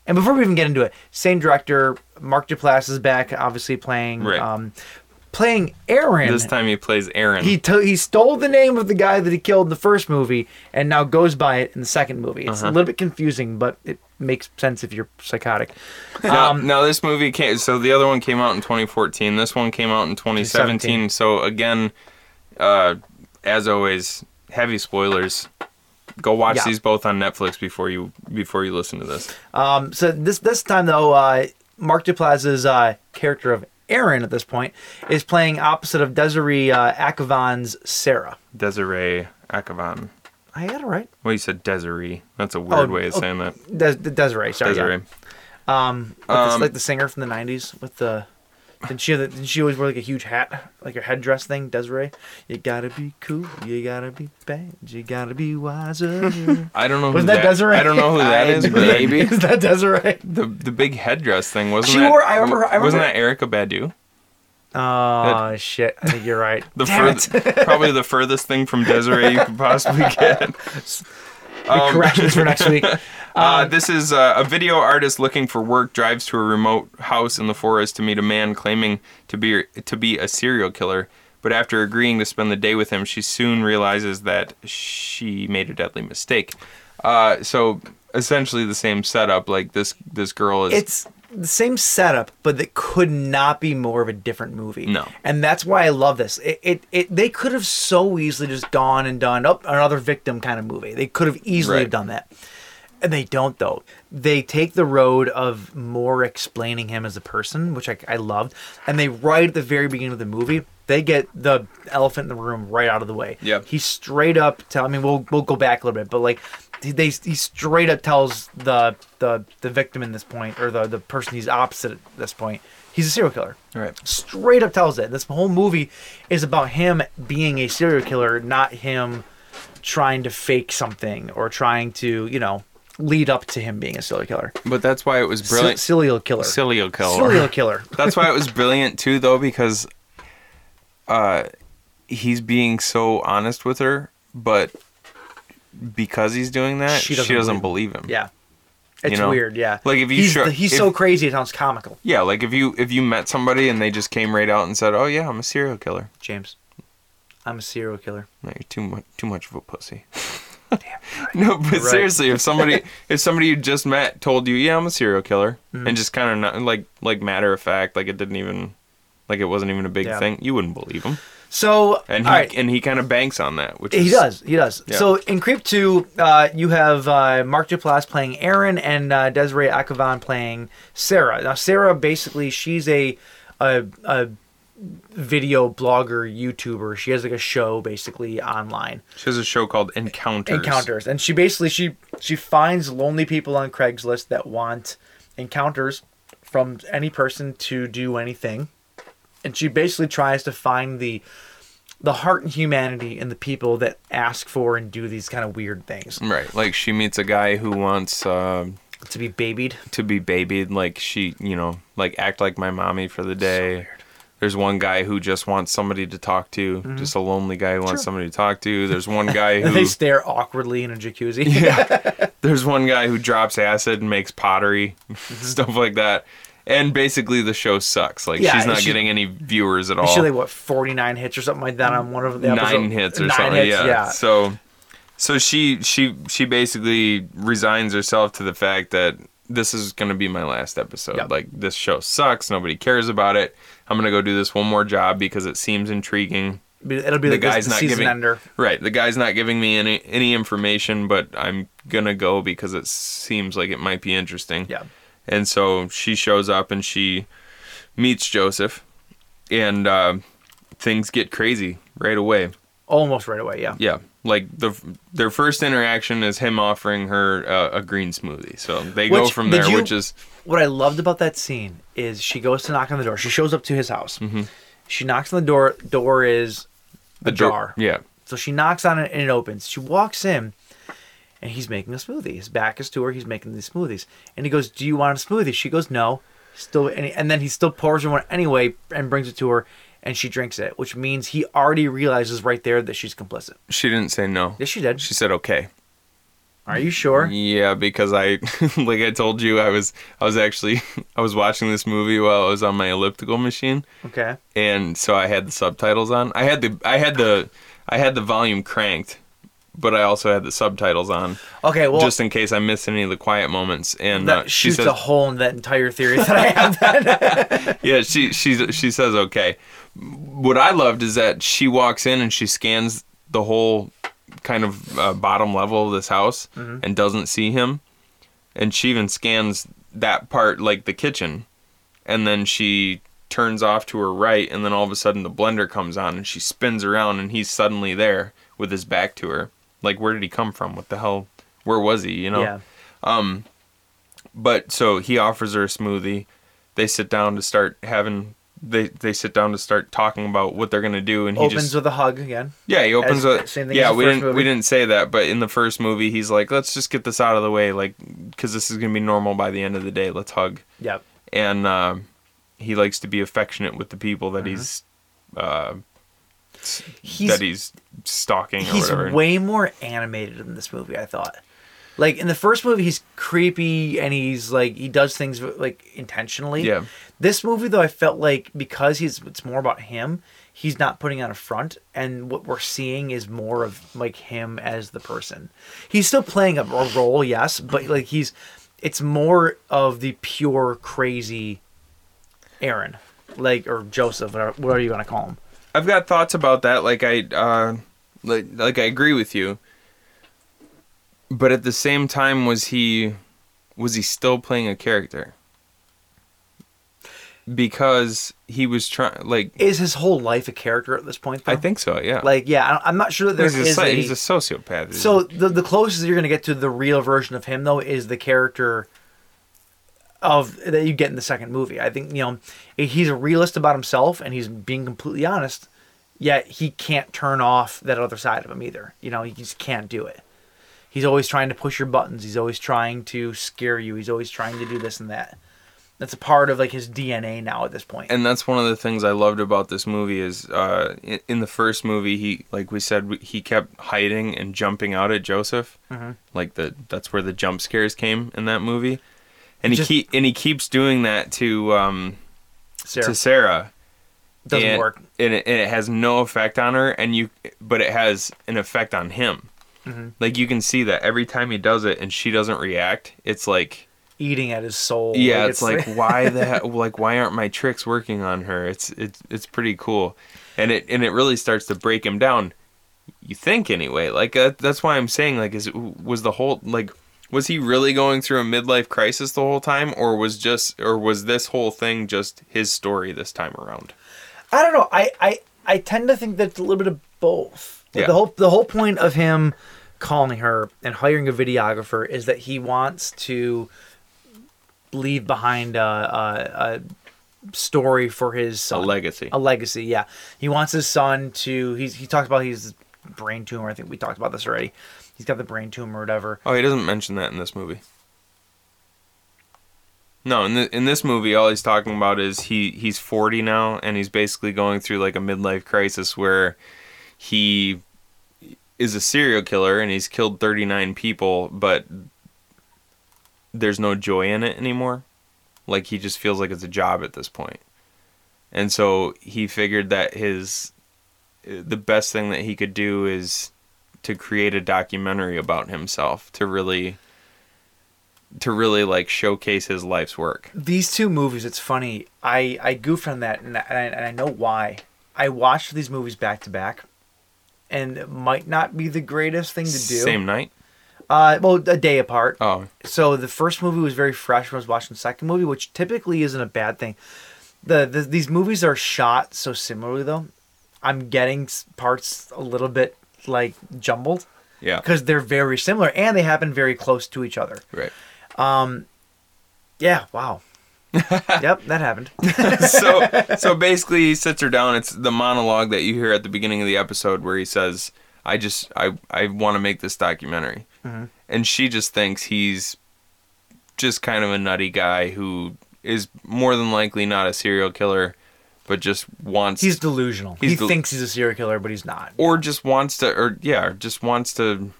And before we even get into it, same director, Mark Duplass is back, obviously playing.
Right.
Um, playing Aaron.
This time he plays Aaron.
He, to he stole the name of the guy that he killed in the first movie and now goes by it in the second movie. It's a
Uh-huh.
little bit confusing, but it makes sense if you're psychotic.
Now, now this movie came. So the other one came out in 2014. This one came out in 2017.
2017.
So again, uh, as always, heavy spoilers. Go watch
Yeah.
these both on Netflix before you before you listen to this.
Um, so this this time though, uh, Mark Duplass's uh, character of Aaron at this point is playing opposite of Desiree uh, Akavon's Sarah.
Desiree Akavan.
I got it right.
Well, you said Desiree. That's a weird
Oh,
way of
oh,
saying that.
Des- Desiree, sorry.
Desiree.
Yeah. Um, with this- like the singer from the '90s with the. Did she? Did she always wear like a huge hat, like a headdress thing? Desiree, you gotta be cool, you gotta be bad, you gotta be wiser.
I don't know.
Wasn't
who
that Desiree?
I don't know who that is. But
Maybe.
Is that Desiree?
the the big headdress thing wasn't
She
that?
wore- I remember- I
Wasn't
remember-
that Erica Badu?
Oh shit! I think you're right.
The
Damn
furth- probably the furthest thing from Desiree you could possibly get.
it. Corrections for next week.
Uh, this is uh, a video artist looking for work drives to a remote house in the forest to meet a man claiming to be to be a serial killer. But after agreeing to spend the day with him, she soon realizes that she made a deadly mistake. Uh, so essentially the same setup. Like this this girl is
it's the same setup, but it could not be more of a different movie.
No.
and that's why I love this. It, it, it they could have so easily just gone and done up another victim kind of movie. They could have easily
Right.
have done that, and they don't though. They take the road of more explaining him as a person, which I, I loved, and they right at the very beginning of the movie. They get the elephant in the room right out of the way.
Yep.
He straight up tell. I mean, we'll we'll go back a little bit, but like he- they he straight up tells the the the victim in this point or the the person he's opposite at this point, he's a serial killer.
Right.
Straight up tells it. This whole movie is about him being a serial killer, not him trying to fake something or trying to you know lead up to him being a serial killer.
but that's why it was
Brilliant.
brilliant.
Serial killer.
Serial killer.
Serial killer.
That's why it was brilliant too, though, because uh, he's being so honest with her, but because he's doing that, she doesn't, believe him.
Yeah. It's
you know?
weird, yeah.
Like if you
he's,
show-
the- he's
if-
so crazy, it sounds comical.
Yeah, like if you if you met somebody and they just came right out and said, "Oh yeah, I'm a serial killer."
James, I'm a serial killer.
No, you're too much too much of a pussy. no, but seriously, if somebody if somebody you just met told you, "Yeah, I'm a serial killer,"
Mm-hmm.
and just kind of not like like matter of fact, like it didn't even like it wasn't even a big
Yeah.
thing, you wouldn't believe him.
So
And he
all right.
and he kind of banks on that, which
He
is,
does. He does.
Yeah.
So in Creep Two, uh, you have uh, Mark Duplass playing Aaron and uh, Desiree Akavan playing Sarah. Now Sarah basically she's a a, a video blogger YouTuber. She has like a show basically online.
She has a show called Encounters.
encounters and she basically she she finds lonely people on craigslist that want encounters from any person to do anything and she basically tries to find the the heart and humanity in the people that ask for and do these kind of weird things
Right. Like she meets a guy who wants uh,
to be babied
to be babied. Like she, you know, like act like my mommy for the day. There's one guy who just wants somebody to talk to,
Mm-hmm.
just a lonely guy who wants somebody to talk to. There's one guy
and they
who
stare awkwardly in a jacuzzi
there's one guy who drops acid and makes pottery,
Mm-hmm.
stuff like that. And basically, the show sucks. Like
Yeah,
she's not
she-
getting any viewers at all.
she like what 49 hits or something like that on one of the episodes.
nine hits or something. yeah. So, so she she she basically resigns herself to the fact that this is going to be my last episode.
Yep.
Like this show sucks. Nobody cares about it. I'm going to go do this one more job because it seems intriguing.
it'll be
The
like this-
guy's
the
not
season
giving
ender
right. The guy's not giving me any any information, but I'm gonna go because it seems like it might be interesting.
yeah
And so she shows up and she meets Joseph, and uh, things get crazy right away.
almost right away yeah
Yeah, like the their first interaction is him offering her uh, a green smoothie. So they go
Which-
from
did
there,
you-
which is
what I loved about that scene is she goes to knock on the door. She shows up to his house. She knocks on the door. Door is
Mm-hmm. the
ajar. jar.
Yeah,
So she knocks on it and it opens. She walks in, and he's making a smoothie. His back is to her. He's making these smoothies, and he goes, "Do you want a smoothie?" She goes, "No." Still, and, and then he still pours her one anyway and brings it to her, and she drinks it, which means he already realizes right there that she's complicit.
she didn't say no.
Yes, she did.
She said okay.
Are you sure?
Yeah, because I, like I told you, I was I was actually I was watching this movie while I was on my elliptical machine,
Okay.
and so I had the subtitles on. I had the I had the I had the volume cranked, but I also had the subtitles on
Okay. Well,
just in case I missed any of the quiet moments. And uh,
that
she
shoots
says,
a hole in that entire theory that I have.
yeah, she she she says okay. What I loved is that she walks in and she scans the whole kind of uh, bottom level of this house and doesn't see him, and she even scans that part like the kitchen, and then she turns off to her right, and then all of a sudden the blender comes on and she spins around and he's suddenly there with his back to her. Like where did he come from? What the hell? Where was he? You know.
Yeah.
But so he offers her a smoothie. They sit down to start having. They they sit down to start talking about what they're gonna do, and he
Opens
just
with a hug again.
yeah he opens
as-
with
same thing
yeah
as the
we
first
didn't we
movie.
didn't say that, but in the first movie he's like let's just get this out of the way like because this is gonna be normal by the end of the day let's hug
Yep.
and um, he likes to be affectionate with the people that he's uh,
Mm-hmm. He's
that he's stalking or
he's
whatever.
way more animated in this movie. I thought. Like in the first movie, he's creepy and he's like he does things like intentionally.
Yeah.
This movie though, I felt like because he's it's more about him. He's not putting on a front, and what we're seeing is more of like him as the person. He's still playing a, a role, yes, but like he's, it's more of the pure crazy, Aaron, like or Joseph, whatever, whatever you want to call him.
I've got thoughts about that. Like I, uh, like, like I agree with you. But at the same time, was he, was he still playing a character? Because he was trying. Like
is his whole life a character at this point? Though?
I think so. Yeah.
like, yeah, I don't- I'm not sure that there
he's a,
is
psy-
a,
he's a sociopath. isn't
so
he?
the the closest you're gonna get to the real version of him though is the character of that you get in the second movie. I think you know he's a realist about himself and he's being completely honest. Yet he can't turn off that other side of him either. You know, he just can't do it. He's always trying to push your buttons. He's always trying to scare you. He's always trying to do this and that. That's a part of like his DNA now at this point.
and that's one of the things I loved about this movie is uh, in, in the first movie he like we said we- he kept hiding and jumping out at Joseph
Mm-hmm.
like the that's where the jump scares came in that movie and he
Just-
keep and he keeps doing that to um,
Sarah
to Sarah
doesn't
and,
work.
and it, and it has no effect on her and you but it has an effect on him
Mm-hmm.
like you can see that every time he does it and she doesn't react it's like
Eating at his soul.
yeah, it's like why the he- like why aren't my tricks working on her? It's it's it's pretty cool, and it and it really starts to break him down. You think anyway, like uh, that's why I'm saying like is was the whole like was he really going through a midlife crisis the whole time, or was just or was this whole thing just his story this time around?
I don't know. I I, I tend to think that's a little bit of both. Like,
Yeah.
The whole the whole point of him calling her and hiring a videographer is that he wants to leave behind a, a, a story for his
A
son.
legacy.
A legacy, yeah. He wants his son to. He's he talks about his brain tumor. I think we talked about this already. He's got the brain tumor, or whatever.
Oh, he doesn't mention that in this movie. No, in, the, in this movie, all he's talking about is he he's 40 now, and he's basically going through like a midlife crisis where he is a serial killer and he's killed 39 people, but there's no joy in it anymore. Like he just feels like it's a job at this point. And so he figured that his the best thing that he could do is to create a documentary about himself to really to really like showcase his life's work.
these two movies it's funny i i goofed on that and I, and I know why i watched these movies back to back and it might not be the greatest thing to do
Same night.
uh well a day apart
Oh,
so the first movie was very fresh when i was watching the second movie which typically isn't a bad thing the, the these movies are shot so similarly though i'm getting s- parts a little bit like jumbled
yeah.
because they're very similar and they happen very close to each other
Right.
yeah wow yep that happened
so so basically he sits her down. It's the monologue that you hear at the beginning of the episode where he says, "I just I I want to make this documentary," and she just thinks he's just kind of a nutty guy who is more than likely not a serial killer, but just wants
He's delusional.
He's
he
del-
thinks he's a serial killer, but he's not.
or just wants to or yeah or just wants to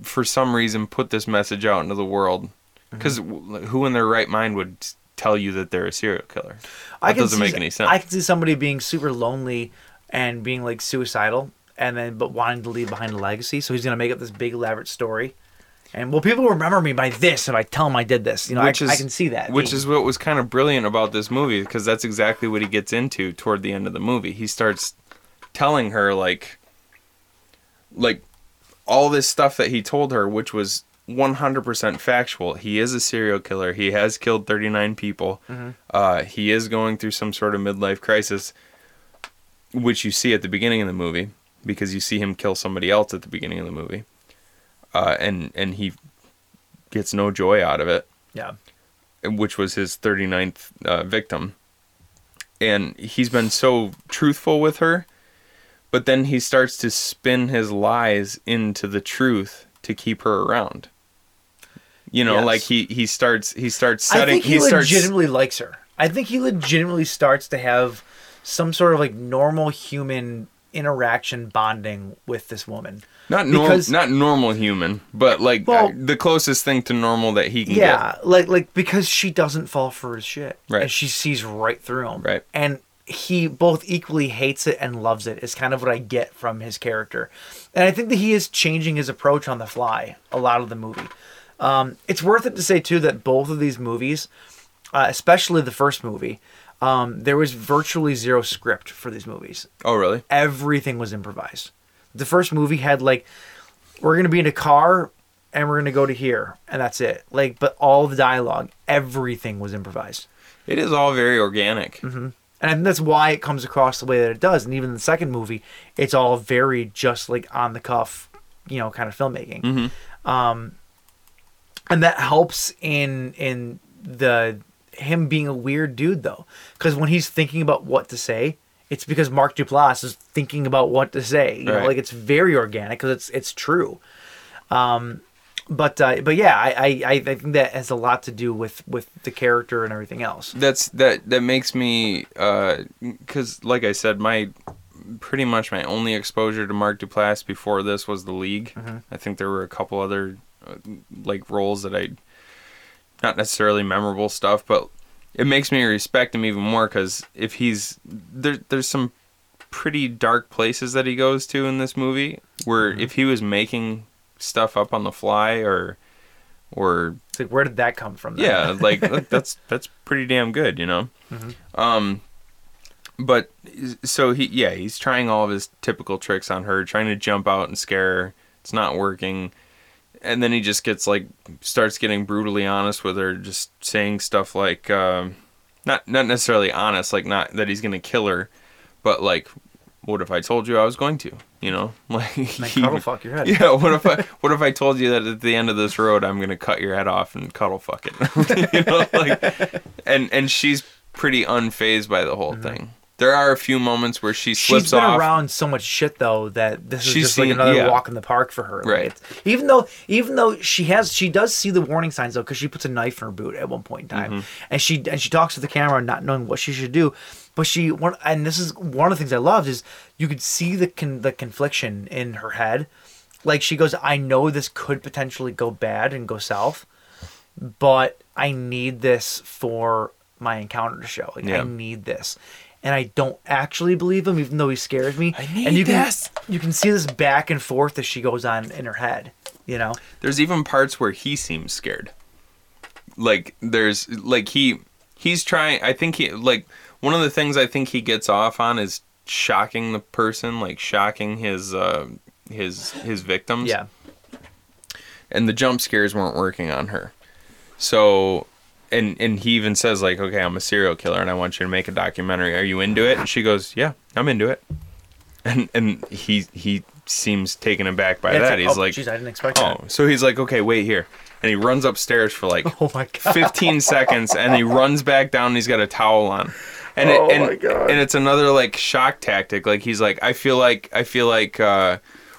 for some reason put this message out into the world because who in their right mind would s- tell you that they're a serial killer
I
that
can
doesn't
see-
make any sense
I can see somebody being super lonely and being like suicidal, and then but wanting to leave behind a legacy. So he's gonna make up this big elaborate story, and well, people remember me by this if I tell them I did this. You know, I, I can see that.
Which
being-
is what was kind of brilliant about this movie because that's exactly what he gets into toward the end of the movie. He starts telling her like, like all this stuff that he told her, which was 100% factual. He is a serial killer. He has killed 39 people.
Mm-hmm.
Uh, he is going through some sort of midlife crisis, which you see at the beginning of the movie because you see him kill somebody else at the beginning of the movie. Uh, and and he gets no joy out of it
yeah.
which was his 39th uh, victim. And he's been so truthful with her, but then he starts to spin his lies into the truth to keep her around. You know,
Yes.
like he he starts he starts
I
setting
think he,
starts
legitimately likes her. I think he legitimately starts to have some sort of like normal human interaction bonding with this woman.
not normal
because-
not normal human, but like uh,
Well-
the closest thing to normal that he can
Yeah,
get.
like like because she doesn't fall for his shit.
Right.
And she sees right through him.
Right.
And he both equally hates it and loves it is kind of what I get from his character. And I think that he is changing his approach on the fly a lot of the movie. Um, it's worth it to say too that both of these movies, uh, especially the first movie, um, there was virtually zero script for these movies
Oh really?
everything was improvised. The first movie had like, we're gonna be in a car and we're gonna go to here, and that's it. Like, but all the dialogue, everything was improvised,
It is all very organic.
and I think that's why it comes across the way that it does. And even in the second movie, it's all very just like on the cuff, you know, kind of filmmaking, um, and that helps in in the him being a weird dude though, because when he's thinking about what to say. It's because Mark Duplass is thinking about what to say. You know,
Right.
like it's very organic because it's it's true. Um, But uh, but yeah, I, I I I think that has a lot to do with with the character and everything else.
that's that that makes me because like i said my pretty much my only exposure to mark duplass before this was the league i think there were a couple other uh, like roles that i not necessarily memorable stuff but it makes me respect him even more because if he's there there's some pretty dark places that he goes to in this movie where if he was making stuff up on the fly or or
It's like where did that come from? then?
yeah like that- that's that's pretty damn good you know
Mm-hmm.
um but so he yeah he's trying all of his typical tricks on her trying to jump out and scare her it's not working and then he just gets like starts getting brutally honest with her just saying stuff like um not not necessarily honest like not that he's gonna kill her but like what if i told you i was going to you know like,
Like
he-
cuddle fuck your head.
yeah, what if I what if I told you that at the end of this road I'm gonna cut your head off and cuddle fuck it? you know, like and and she's pretty unfazed by the whole thing. There are a few moments where she slips
Mm-hmm. She's been
off.
around so much shit though that this is
She's
just
seen-
like another
yeah.
walk in the park for her. Like,
Right.
it's- even though even though she has she does see the warning signs though because she puts a knife in her boot at one point in time
Mm-hmm.
and she and she talks to the camera not knowing what she should do. But she one and this is one of the things I loved is you could see the con, the confliction in her head. Like she goes, I know this could potentially go bad and go south, but I need this for my encounter to show. Like
Yeah.
I need this. And I don't actually believe him, even though he scares me. I
need
and you
this.
Can, you can see this back and forth as she goes on in her head. You know,
There's even parts where he seems scared. Like there's like he he's trying I think he like one of the things I think he gets off on is shocking the person, like shocking his uh his his victims.
yeah.
and the jump scares weren't working on her. So, and and he even says like, "Okay, I'm a serial killer, and I want you to make a documentary. Are you into it?" And she goes, "Yeah, I'm into it." And and he he seems taken aback by
Yeah, it's
that.
like,
he's
oh,
like,
"Jeez, I didn't expect
Oh, so he's like, "Okay, wait here," and he runs upstairs for like
Oh my god.
15 seconds and he runs back down and he's got a towel on and it, and, and it's another like shock tactic like he's like i feel like i feel like uh,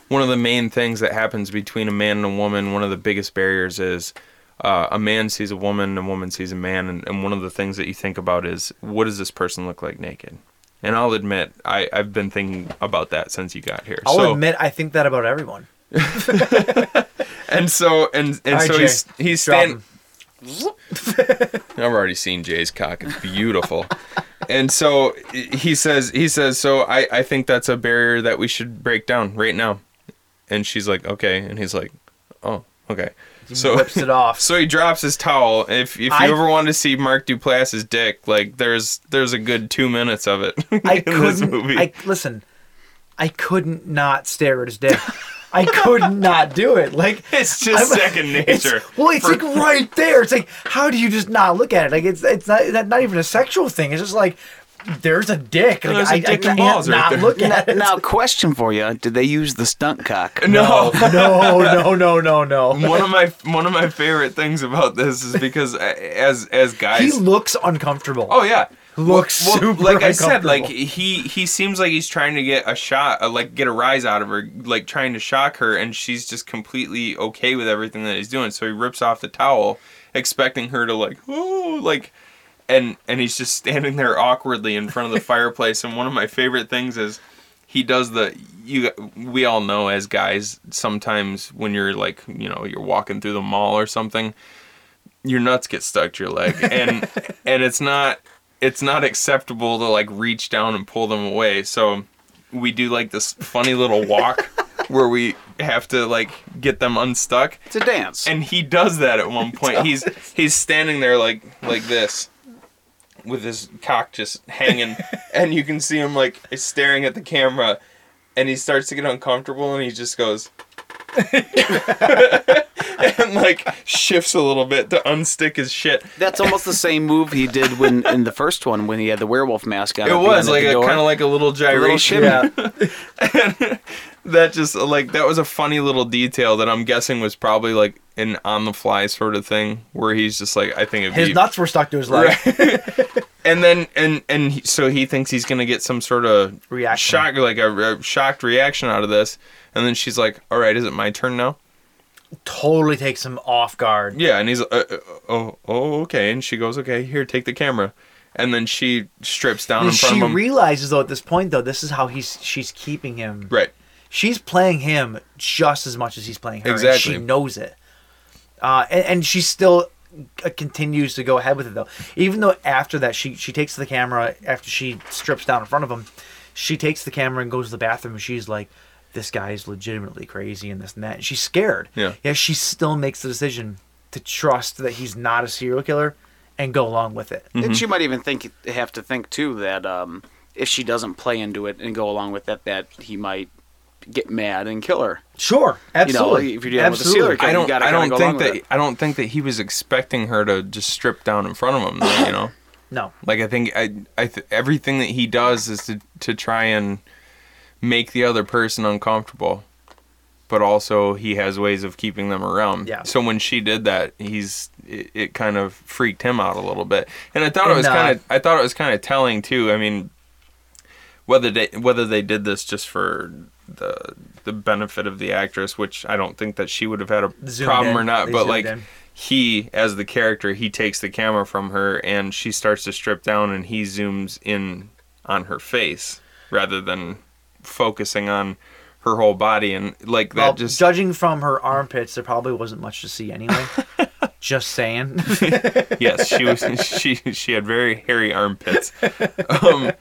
one of the main things that happens between a man and a woman one of the biggest barriers is uh, a man sees a woman a woman sees a man and, and one of the things that you think about is what does this person look like naked and i'll admit I, i've been thinking about that since you got here
I'll
so
admit, I think that about everyone.
and so and and
All right,
so
Jay,
he's he's
drop
standing
him.
I've already seen Jay's cock. It's beautiful. and so he says, he says, so I, I think that's a barrier that we should break down right now. And she's like, okay. And he's like, oh, okay. So
Whips it off.
So he drops his towel. If if you
I-
ever want to see Mark Duplass's dick, like there's there's a good two minutes of it
I
in this
couldn't.
movie.
I listen. I couldn't not stare at his dick. I could not do it. Like
It's just second
it's-
nature
well, it's
for-
like right there. It's like how do you just not look at it? Like it's it's not that not even a sexual thing. It's just like there's a dick. Like,
There's a
I,
dick
I
and
can't
balls right
not
there.
look
Now,
at it.
now, question for you: Did they use the stunt cock?
Uh, no.
No, no, no, no, no.
one of my one of my favorite things about this is because I- as as guys
He looks uncomfortable.
Oh yeah.
Looks super
like I said,
uncomfortable.
like he he seems like he's trying to get a shot, uh, like get a rise out of her, like trying to shock her, and she's just completely okay with everything that he's doing. So he rips off the towel, expecting her to like, oh, like, and and he's just standing there awkwardly in front of the fireplace. And one of my favorite things is he does the you we all know as guys sometimes when you're like you know you're walking through the mall or something your nuts get stuck to your leg and and it's not it's not acceptable to like reach down and pull them away so we do like this funny little walk where we have to like get them unstuck
It's a dance.
and he does that at one point. he's he's standing there like like this, with his cock just hanging, and you can see him like staring at the camera, and he starts to get uncomfortable, and he just goes. and like shifts a little bit to unstick his shit.
That's almost the same move he did when in the first one when he had the werewolf mask on.
It
at the
was
end
like
of
a
the
kind of like a little gyration.
yeah.
that just like that was a funny little detail that I'm guessing was probably like an on the fly sort of thing where he's just like I think it'd
His
be
nuts were stuck to his leg.
and then and and he, so he thinks he's gonna get some sort of
Reaction.
shock, like a, a shocked reaction out of this. And then she's like, "All right, is it my turn now?"
totally takes him off guard.
Yeah, and he's uh, uh, oh oh okay, and she goes okay here take the camera, and then she strips down in front
She
of him.
realizes though at this point though this is how he's she's keeping him.
right.
She's playing him just as much as he's playing her. and
Exactly.
she knows it, uh, and, and she still uh, continues to go ahead with it though. Even though after that she she takes the camera after she strips down in front of him, she takes the camera and goes to the bathroom. and She's like, "This guy is legitimately crazy and this and that." And she's scared.
Yeah.
Yeah. She still makes the decision to trust that he's not a serial killer and go along with it.
Mm-hmm.
And she might even think have to think too that um, if she doesn't play into it and go along with that, that he might get mad and kill her.
Sure, absolutely.
if you're dealing with a serial killer,
I
you
don't.
gotta
I
kinda
don't
go
think
along
that.
with it.
I don't think that he was expecting her to just strip down in front of him. though, you know,
No,
like I think I. I th- everything that he does is to to try and make the other person uncomfortable, but also he has ways of keeping them around.
Yeah.
So when she did that, he's it, it kind of freaked him out a little bit, and I thought it
And,
was
uh,
kind of. I thought it was kind of telling too. I mean, whether they whether they did this just for the the benefit of the actress, which I don't think that she would have had a
Zoomed
problem
in.
or not,
They
but
zoomed
like
in.
he as the character, he takes the camera from her and she starts to strip down and he zooms in on her face rather than focusing on her whole body and like that
Well,
just
judging from her armpits, there probably wasn't much to see anyway. Just saying.
yes, she was she she had very hairy armpits. Um,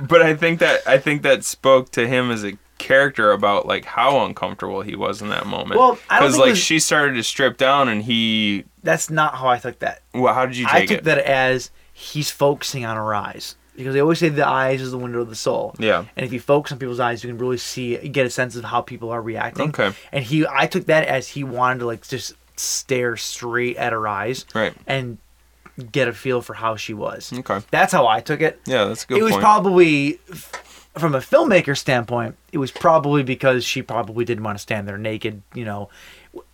but I think that I think that spoke to him as a character about like how uncomfortable he was in that moment.
Well, I don't think it
like
was-
she started to strip down and he
That's not how I took that.
well, how did you take
I took
it?
that as he's focusing on her eyes because they always say the eyes is the window of the soul.
Yeah.
And if you focus on people's eyes, you can really see get a sense of how people are reacting.
Okay.
And he, I took that as he wanted to like just stare straight at her eyes.
Right.
And get a feel for how she was.
Okay.
That's how I took it.
Yeah, that's a good
It was
point.
probably f- from a filmmaker standpoint, it was probably because she probably didn't want to stand there naked, you know,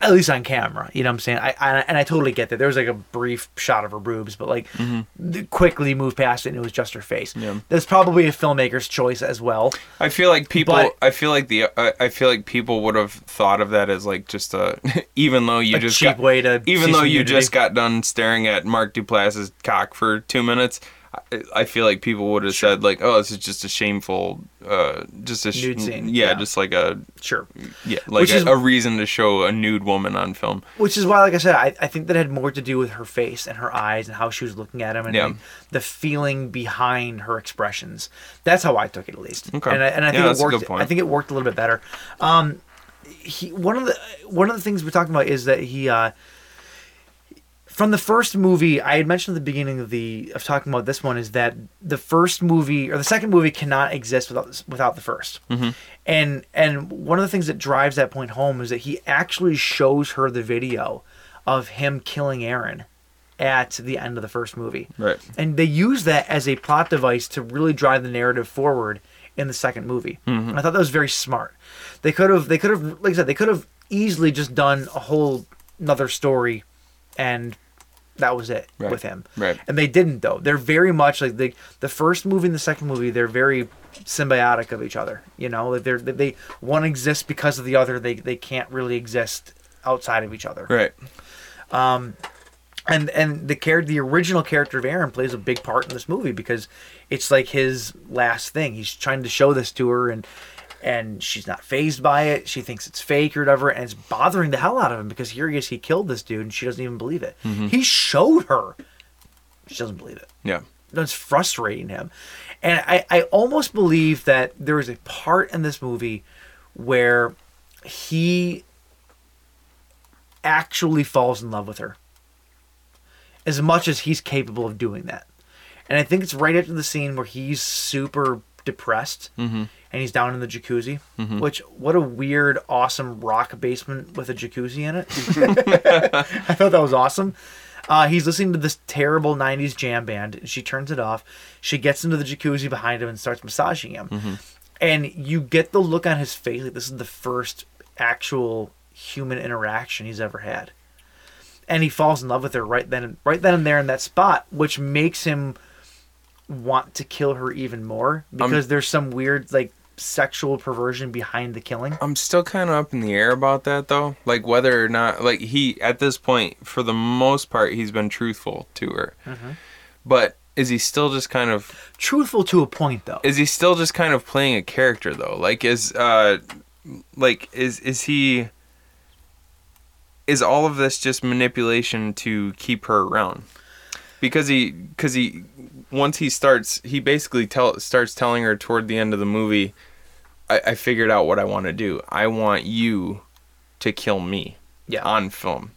at least on camera. You know what I'm saying? I, I and I totally get that. There was like a brief shot of her boobs, but like
Mm-hmm.
th- quickly moved past it and it was just her face. Yeah. That's probably a filmmaker's choice as well.
I feel like people.
But-
I feel like the. I, I feel like people would have thought of that as like just a. Even though you
A
just
cheap
got,
way to
Even
see
though
some
you
nudity.
just got done staring at Mark Duplass's cock for two minutes, I, I feel like people would have said like, "Oh, this is just a shameful, uh, just a sh-
Nude scene,
Yeah,
yeah.
just like a
Sure.
yeah, like
Which
a,
is-
a reason to show a nude woman on film.
Which is why, like I said, I, I think that had more to do with her face and her eyes and how she was looking at him and
Yeah.
like, the feeling behind her expressions. That's how I took it, at least.
Okay.
And I, and I
Yeah,
think
that's
it
a
worked.
good point.
I think it worked a little bit better. Um, he one of the one of the things we're talking about is that he uh, from the first movie I had mentioned at the beginning of the of talking about this one is that the first movie or the second movie cannot exist without without the 1st And and one of the things that drives that point home is that he actually shows her the video of him killing Aaron at the end of the first movie.
Right.
And they use that as a plot device to really drive the narrative forward in the second movie.
Mm-hmm.
And I thought that was very smart. They could have they could have like I said they could have easily just done a whole another story and that was it
Right.
with him.
Right.
And they didn't though. They're very much like the the first movie and the second movie. They're very symbiotic of each other. You know, like they're they, they one exists because of the other. They they can't really exist outside of each other.
Right.
And and the character, the original character of Aaron, plays a big part in this movie because it's like his last thing. He's trying to show this to her and. And she's not phased by it. She thinks it's fake or whatever, and it's bothering the hell out of him because here he is. He killed this dude, and she doesn't even believe it. He showed her. She doesn't believe it
Yeah.
that's frustrating him. And I, I almost believe that there is a part in this movie where he actually falls in love with her as much as he's capable of doing that. And I think it's right after the scene where he's super depressed and he's down in the jacuzzi, which, what a weird, awesome rock basement with a jacuzzi in it. I thought that was awesome. Uh, he's listening to this terrible 90s jam band. And she turns it off. She gets into the jacuzzi behind him and starts massaging him. And you get the look on his face like this is the first actual human interaction he's ever had. And he falls in love with her right then, right then and there in that spot, which makes him want to kill her even more because there's some weird like sexual perversion behind the killing.
I'm still kind of up in the air about that though. Like whether or not like he at this point for the most part he's been truthful to her. But is he still just kind of
Truthful to a point, though.
is he still just kind of playing a character though? Like is uh like is is he is all of this just manipulation to keep her around? Because he cuz he once he starts he basically tell starts telling her toward the end of the movie I, I figured out what I want to do. I want you to kill me
Yeah.
on film.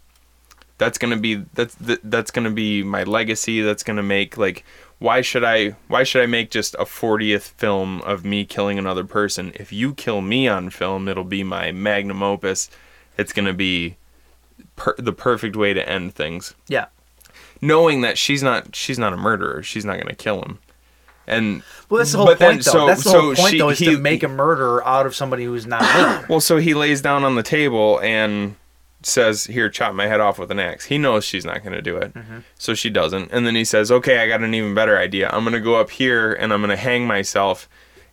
That's gonna be that's th- that's gonna be my legacy. That's gonna make like why should I why should I make just a 40th film of me killing another person? If you kill me on film, it'll be my magnum opus. It's gonna be per- the perfect way to end things
yeah.
knowing that she's not she's not a murderer. She's not gonna kill him. And
Well, that's the whole
but
point,
then-
though.
so-
that's the
so
whole point,
she-
though, is
he-
to make a murderer out of somebody who's not murdered.
Well, so he lays down on the table and says, "Here, chop my head off with an axe." He knows she's not gonna do it,
Mm-hmm.
so she doesn't. And then he says, "Okay, I got an even better idea. I'm gonna go up here and I'm gonna hang myself.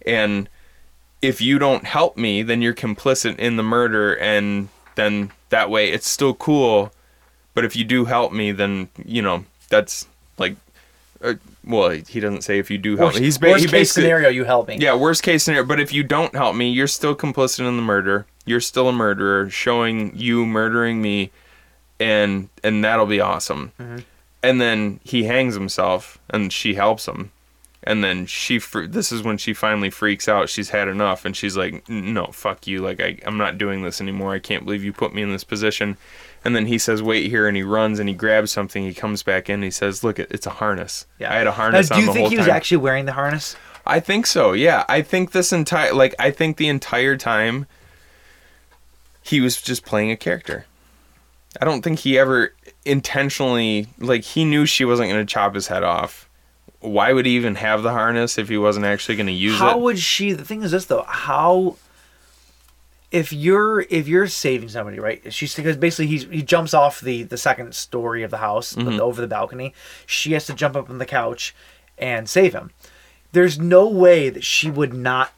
And if you don't help me, then you're complicit in the murder. And then that way, it's still cool. But if you do help me, then you know that's like." Uh, well, he doesn't say if you do help
Worst,
me. He's ba-
worst
he
case
basically,
scenario, you help me.
yeah, worst case scenario. But if you don't help me, you're still complicit in the murder. You're still a murderer, showing you murdering me, and and that'll be awesome.
Mm-hmm.
And then he hangs himself, and she helps him. And then she, fr- this is when she finally freaks out. She's had enough, and she's like, "N- "No, fuck you! Like I, I'm not doing this anymore. I can't believe you put me in this position." And then he says, "Wait here," and he runs and he grabs something. He comes back in. And he says, "Look, it- it's a harness. I had a harness
Now,
on
do you
the
think
whole
he was
time."
actually wearing the harness?
I think so. Yeah, I think this entire like I think the entire time he was just playing a character. I don't think he ever intentionally like he knew she wasn't going to chop his head off. Why would he even have the harness if he wasn't actually going to use
how
it?
would she the thing is this though how if you're if you're saving somebody right she's because basically he's, he jumps off the the second story of the house
Mm-hmm.
the- over the balcony she has to jump up on the couch and save him there's no way that she would not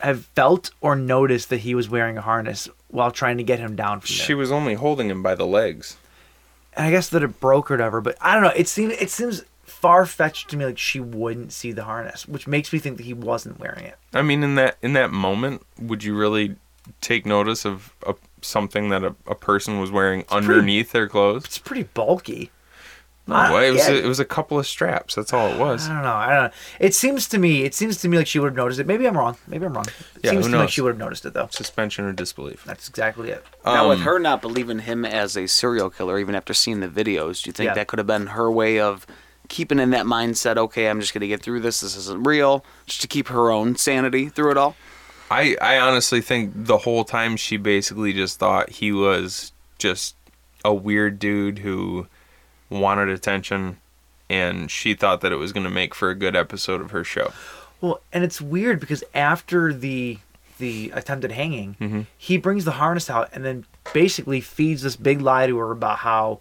have felt or noticed that he was wearing a harness while trying to get him down from there.
she was only holding him by the legs.
and I guess that it broke or whatever, but I don't know. It seems it seems far fetched to me like she wouldn't see the harness, which makes me think that he wasn't wearing it.
I mean in that in that moment, would you really take notice of a, something that a, a person was wearing underneath their clothes?
It's pretty bulky.
No way. It was,
yeah.
a, it was a couple of straps. That's all it was.
I don't know. I don't know. It seems to me. It seems to me like she would have noticed it. Maybe I'm wrong. Maybe I'm wrong. It
Yeah,
seems
who
to me like
knows?
she would have noticed it though.
suspension or disbelief.
That's exactly it.
now,
Um,
with her not believing him as a serial killer, even after seeing the videos, do you think
Yeah.
that could have been her way of keeping in that mindset? Okay, I'm just going to get through this. This isn't real, just to keep her own sanity through it all.
I, I honestly think the whole time she basically just thought he was just a weird dude who wanted attention and she thought that it was going to make for a good episode of her show.
Well, and it's weird because after the the attempted hanging,
Mm-hmm.
he brings the harness out and then basically feeds this big lie to her about how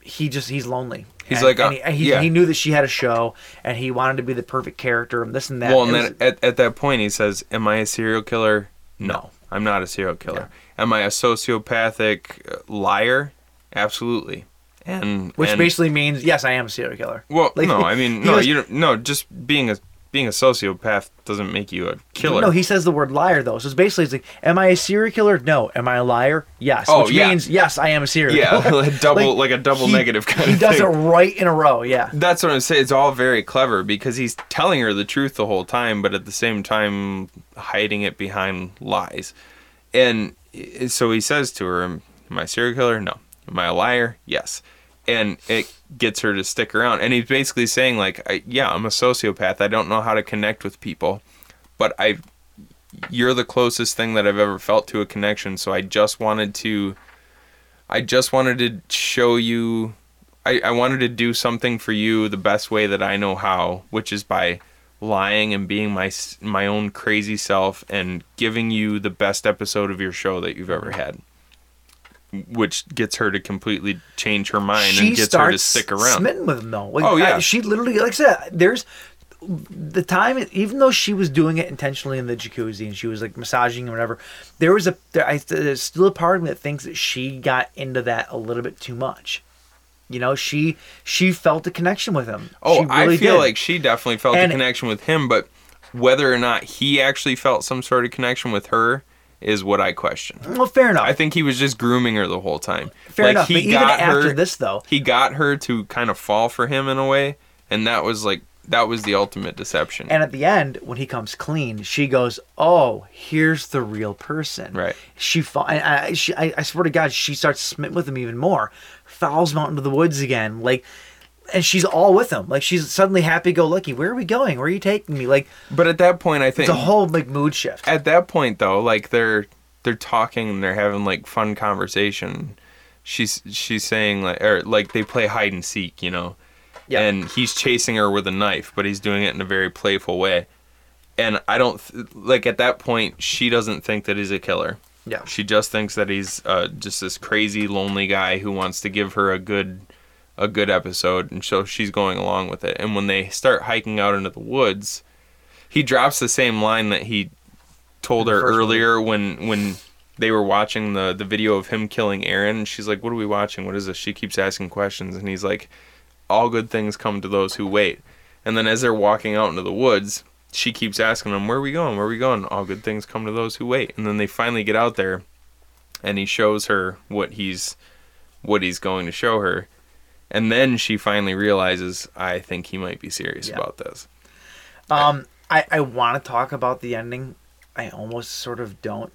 he just he's lonely.
He's
And-
like,
and
uh,
he, and he,
yeah.
he knew that she had a show and he wanted to be the perfect character and this and that.
well, and
It
then
was-
at, at that point he says, "Am I a serial killer? No, I'm not a serial killer. Am I a sociopathic uh, liar? Absolutely." And
which
and-
basically means yes, I am a serial killer.
Well,
Like,
no, I mean,
he
no,
goes-
you don't, no, just being a being a sociopath doesn't make you a killer.
No, he says the word liar though. So it's basically it's like, am I a serial killer? No. Am I a liar? Yes.
Oh,
Which
yeah.
means yes, I am a serial
Yeah,
killer.
like double- like a double negative kind
he
of
does
thing.
it right in a row. Yeah.
That's what I'm saying. It's all very clever because he's telling her the truth the whole time, but at the same time hiding it behind lies. And i- so he says to her, "Am I a serial killer? No. Am I a liar? Yes." And it gets her to stick around. And he's basically saying, like, I, "Yeah, I'm a sociopath. I don't know how to connect with people, but I, you're the closest thing that I've ever felt to a connection. So I just wanted to." I just wanted to show you. I, I wanted to do something for you the best way that I know how, which is by lying and being my s- my own crazy self and giving you the best episode of your show that you've ever had, which gets her to completely change her mind and gets her to stick around.
smitten with him though. Like,
Oh,
I-
yeah.
she literally like I said, there's the time, even though she was doing it intentionally in the jacuzzi and she was like massaging and whatever, there was a there, I, there's still a part of me that thinks that she got into that a little bit too much. You know, she she felt a connection with him.
Oh,
She
I
really
feel
did.
like she definitely felt
And-
a connection with him, but whether or not he actually felt some sort of connection with her is what I question.
well, fair enough.
I think he was just grooming her the whole time.
Oh. Fair enough, but even after this, though-
he got her to kind of fall for him in a way, and that was like that was the ultimate deception.
And at the end, when he comes clean, she goes, "Oh, here's the real person."
Right.
She, fa- I, I, she, I, I swear to God, she starts smitten with him even more. Fouls him out into the woods again, like, and she's all with him. Like she's suddenly happy-go-lucky. Where are we going? Where are you taking me? Like
but at that point, I think
it's a whole like mood shift.
at that point though, like they're they're talking and they're having like fun conversation. She's she's saying like or like they play hide and seek, you know.
Yeah.
And he's chasing her with a knife, but he's doing it in a very playful way. And I don't th- like at that point she doesn't think that he's a killer.
Yeah.
She just thinks that he's uh, just this crazy lonely guy who wants to give her a good a good episode and so she's going along with it. And when they start hiking out into the woods, he drops the same line that he told her
first
earlier when when they were watching the the video of him killing Aaron. And she's like, "What are we watching? What is this?" She keeps asking questions, and he's like, "All good things come to those who wait." And then as they're walking out into the woods, she keeps asking him, "Where are we going? Where are we going? All good things come to those who wait." And then they finally get out there, and he shows her what he's what he's going to show her. And then she finally realizes, I think he might be serious
Yeah.
about this.
Um, I, I want to talk about the ending. I almost sort of don't.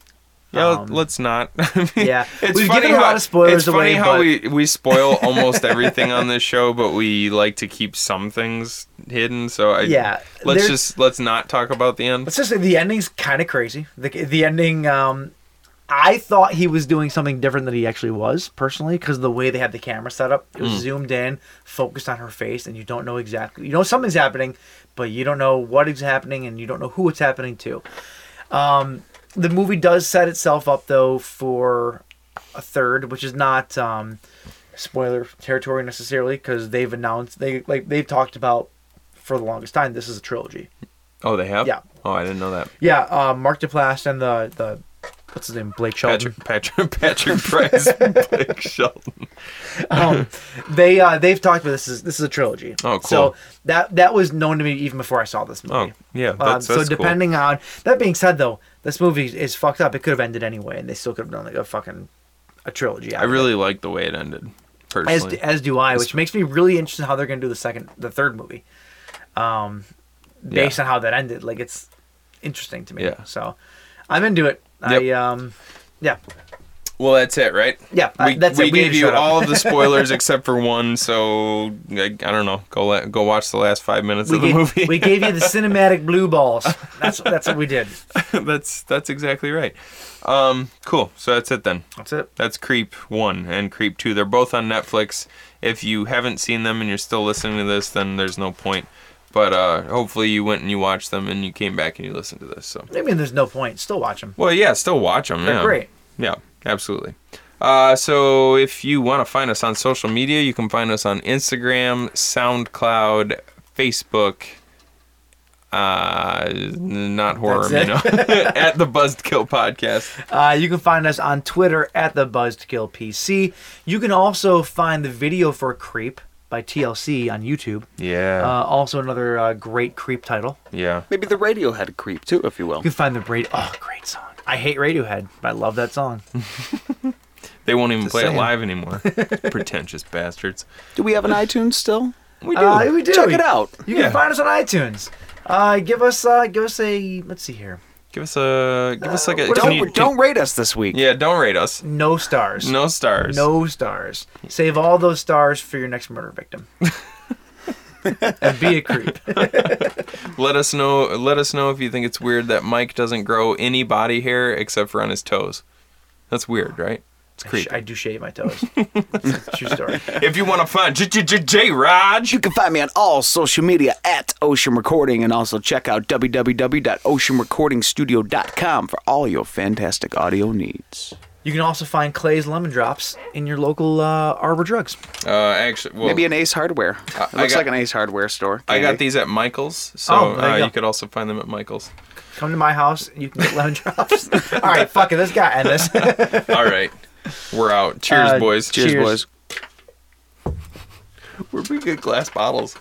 Yeah,
Um,
let's not.
yeah.
it's
We've
funny
given a
how,
lot of spoilers
It's funny
away,
how
but-
we we spoil almost everything on this show, but we like to keep some things hidden. So I
Yeah,
Let's
there's-
just let's not talk about the end.
Let's just say the ending's kind of crazy. The, the ending, um, I thought he was doing something different than he actually was, personally, because the way they had the camera set up, it was zoomed in, focused on her face, and you don't know exactly. You know something's happening, but you don't know what is happening, and you don't know who it's happening to. Um, the movie does set itself up though for a third, which is not um, spoiler territory necessarily, because they've announced they like they've talked about for the longest time this is a trilogy.
Oh, they have.
Yeah.
Oh, I didn't know that.
Yeah, uh, Mark Duplass and the the what's his name Blake Shelton.
Patrick Patrick Patrick Price, Blake Shelton.
Um, they uh, they've talked about this is this is a trilogy.
Oh,
So
cool.
that that was known to me even before I saw this movie.
Oh, yeah,
Uh,
that's-
so
that's cool.
depending on that being said though, this movie is fucked up. It could have ended anyway, and they still could have done like a fucking a trilogy. out
I
of it.
really like the way it ended.
as
Personally,
as do I, which makes me really interested in how they're gonna do the second the third movie, um, based on how that ended. Like it's interesting to me.
Yeah.
So I'm into it. I
Yep.
um, yeah.
well, that's it, right?
Yeah, uh,
we,
that's it.
we
We need
gave
to
you
shut up.
all of the spoilers except for one. So I, I don't know. Go let, go watch the last five minutes
we
of the
gave,
movie.
we gave you the cinematic blue balls. That's that's what we did.
that's that's exactly right. Um, cool. So that's it then.
That's it.
That's Creep One and Creep Two. They're both on Netflix. If you haven't seen them and you're still listening to this, then there's no point. But uh, hopefully you went and you watched them and you came back and you listened to this. So
I mean, there's no point. Still watch them.
well, yeah, still watch them.
They're
yeah.
great.
Yeah, absolutely. Uh, so if you want to find us on social media, you can find us on Instagram, SoundCloud, Facebook. Uh, n- not horror, you know,
That's
at the Buzzkill Podcast.
Uh, you can find us on Twitter at the Buzzkill PC. You can also find the video for Creep by TLC on YouTube.
Yeah.
Uh, also another uh, great Creep title.
yeah.
Maybe the Radiohead creep too, if you will.
You can find the great oh great song. I hate Radiohead, but I love that song.
They won't even play
saying.
it live anymore. Pretentious bastards.
Do we have an iTunes still?
We do.
Uh, we do.
Check it out.
You
Yeah.
can find us on iTunes. Uh, give us uh, give us a let's see here.
give us a give us like a
Don't
can you-
don't rate us this week.
Yeah, don't rate us.
No stars.
No stars.
No stars. Save all those stars for your next murder victim. and be a creep.
Let us know let us know if you think it's weird that Mike doesn't grow any body hair except for on his toes. That's weird, right? It's
I, sh-
creepy.
I do shave my toes. It's a true story.
if you want to find J J J J Raj,
You can find me on all social media at Ocean Recording and also check out www.oceanrecordingstudio.com for all your fantastic audio needs.
You You can also find Clay's lemon drops in your local uh, Arbor Drugs.
Uh, actually, well,
Maybe an Ace Hardware. it
I
looks
got-
like an Ace Hardware store.
I got
candy.
these at Michael's, so
Oh, there you
uh,
go.
you could also find them at Michael's.
Come to my house, you can get lemon drops. All right, fuck it, let's gotta end this.
All right, we're out. Cheers,
Uh,
boys.
Cheers,
Cheers, boys.
We're big good glass bottles.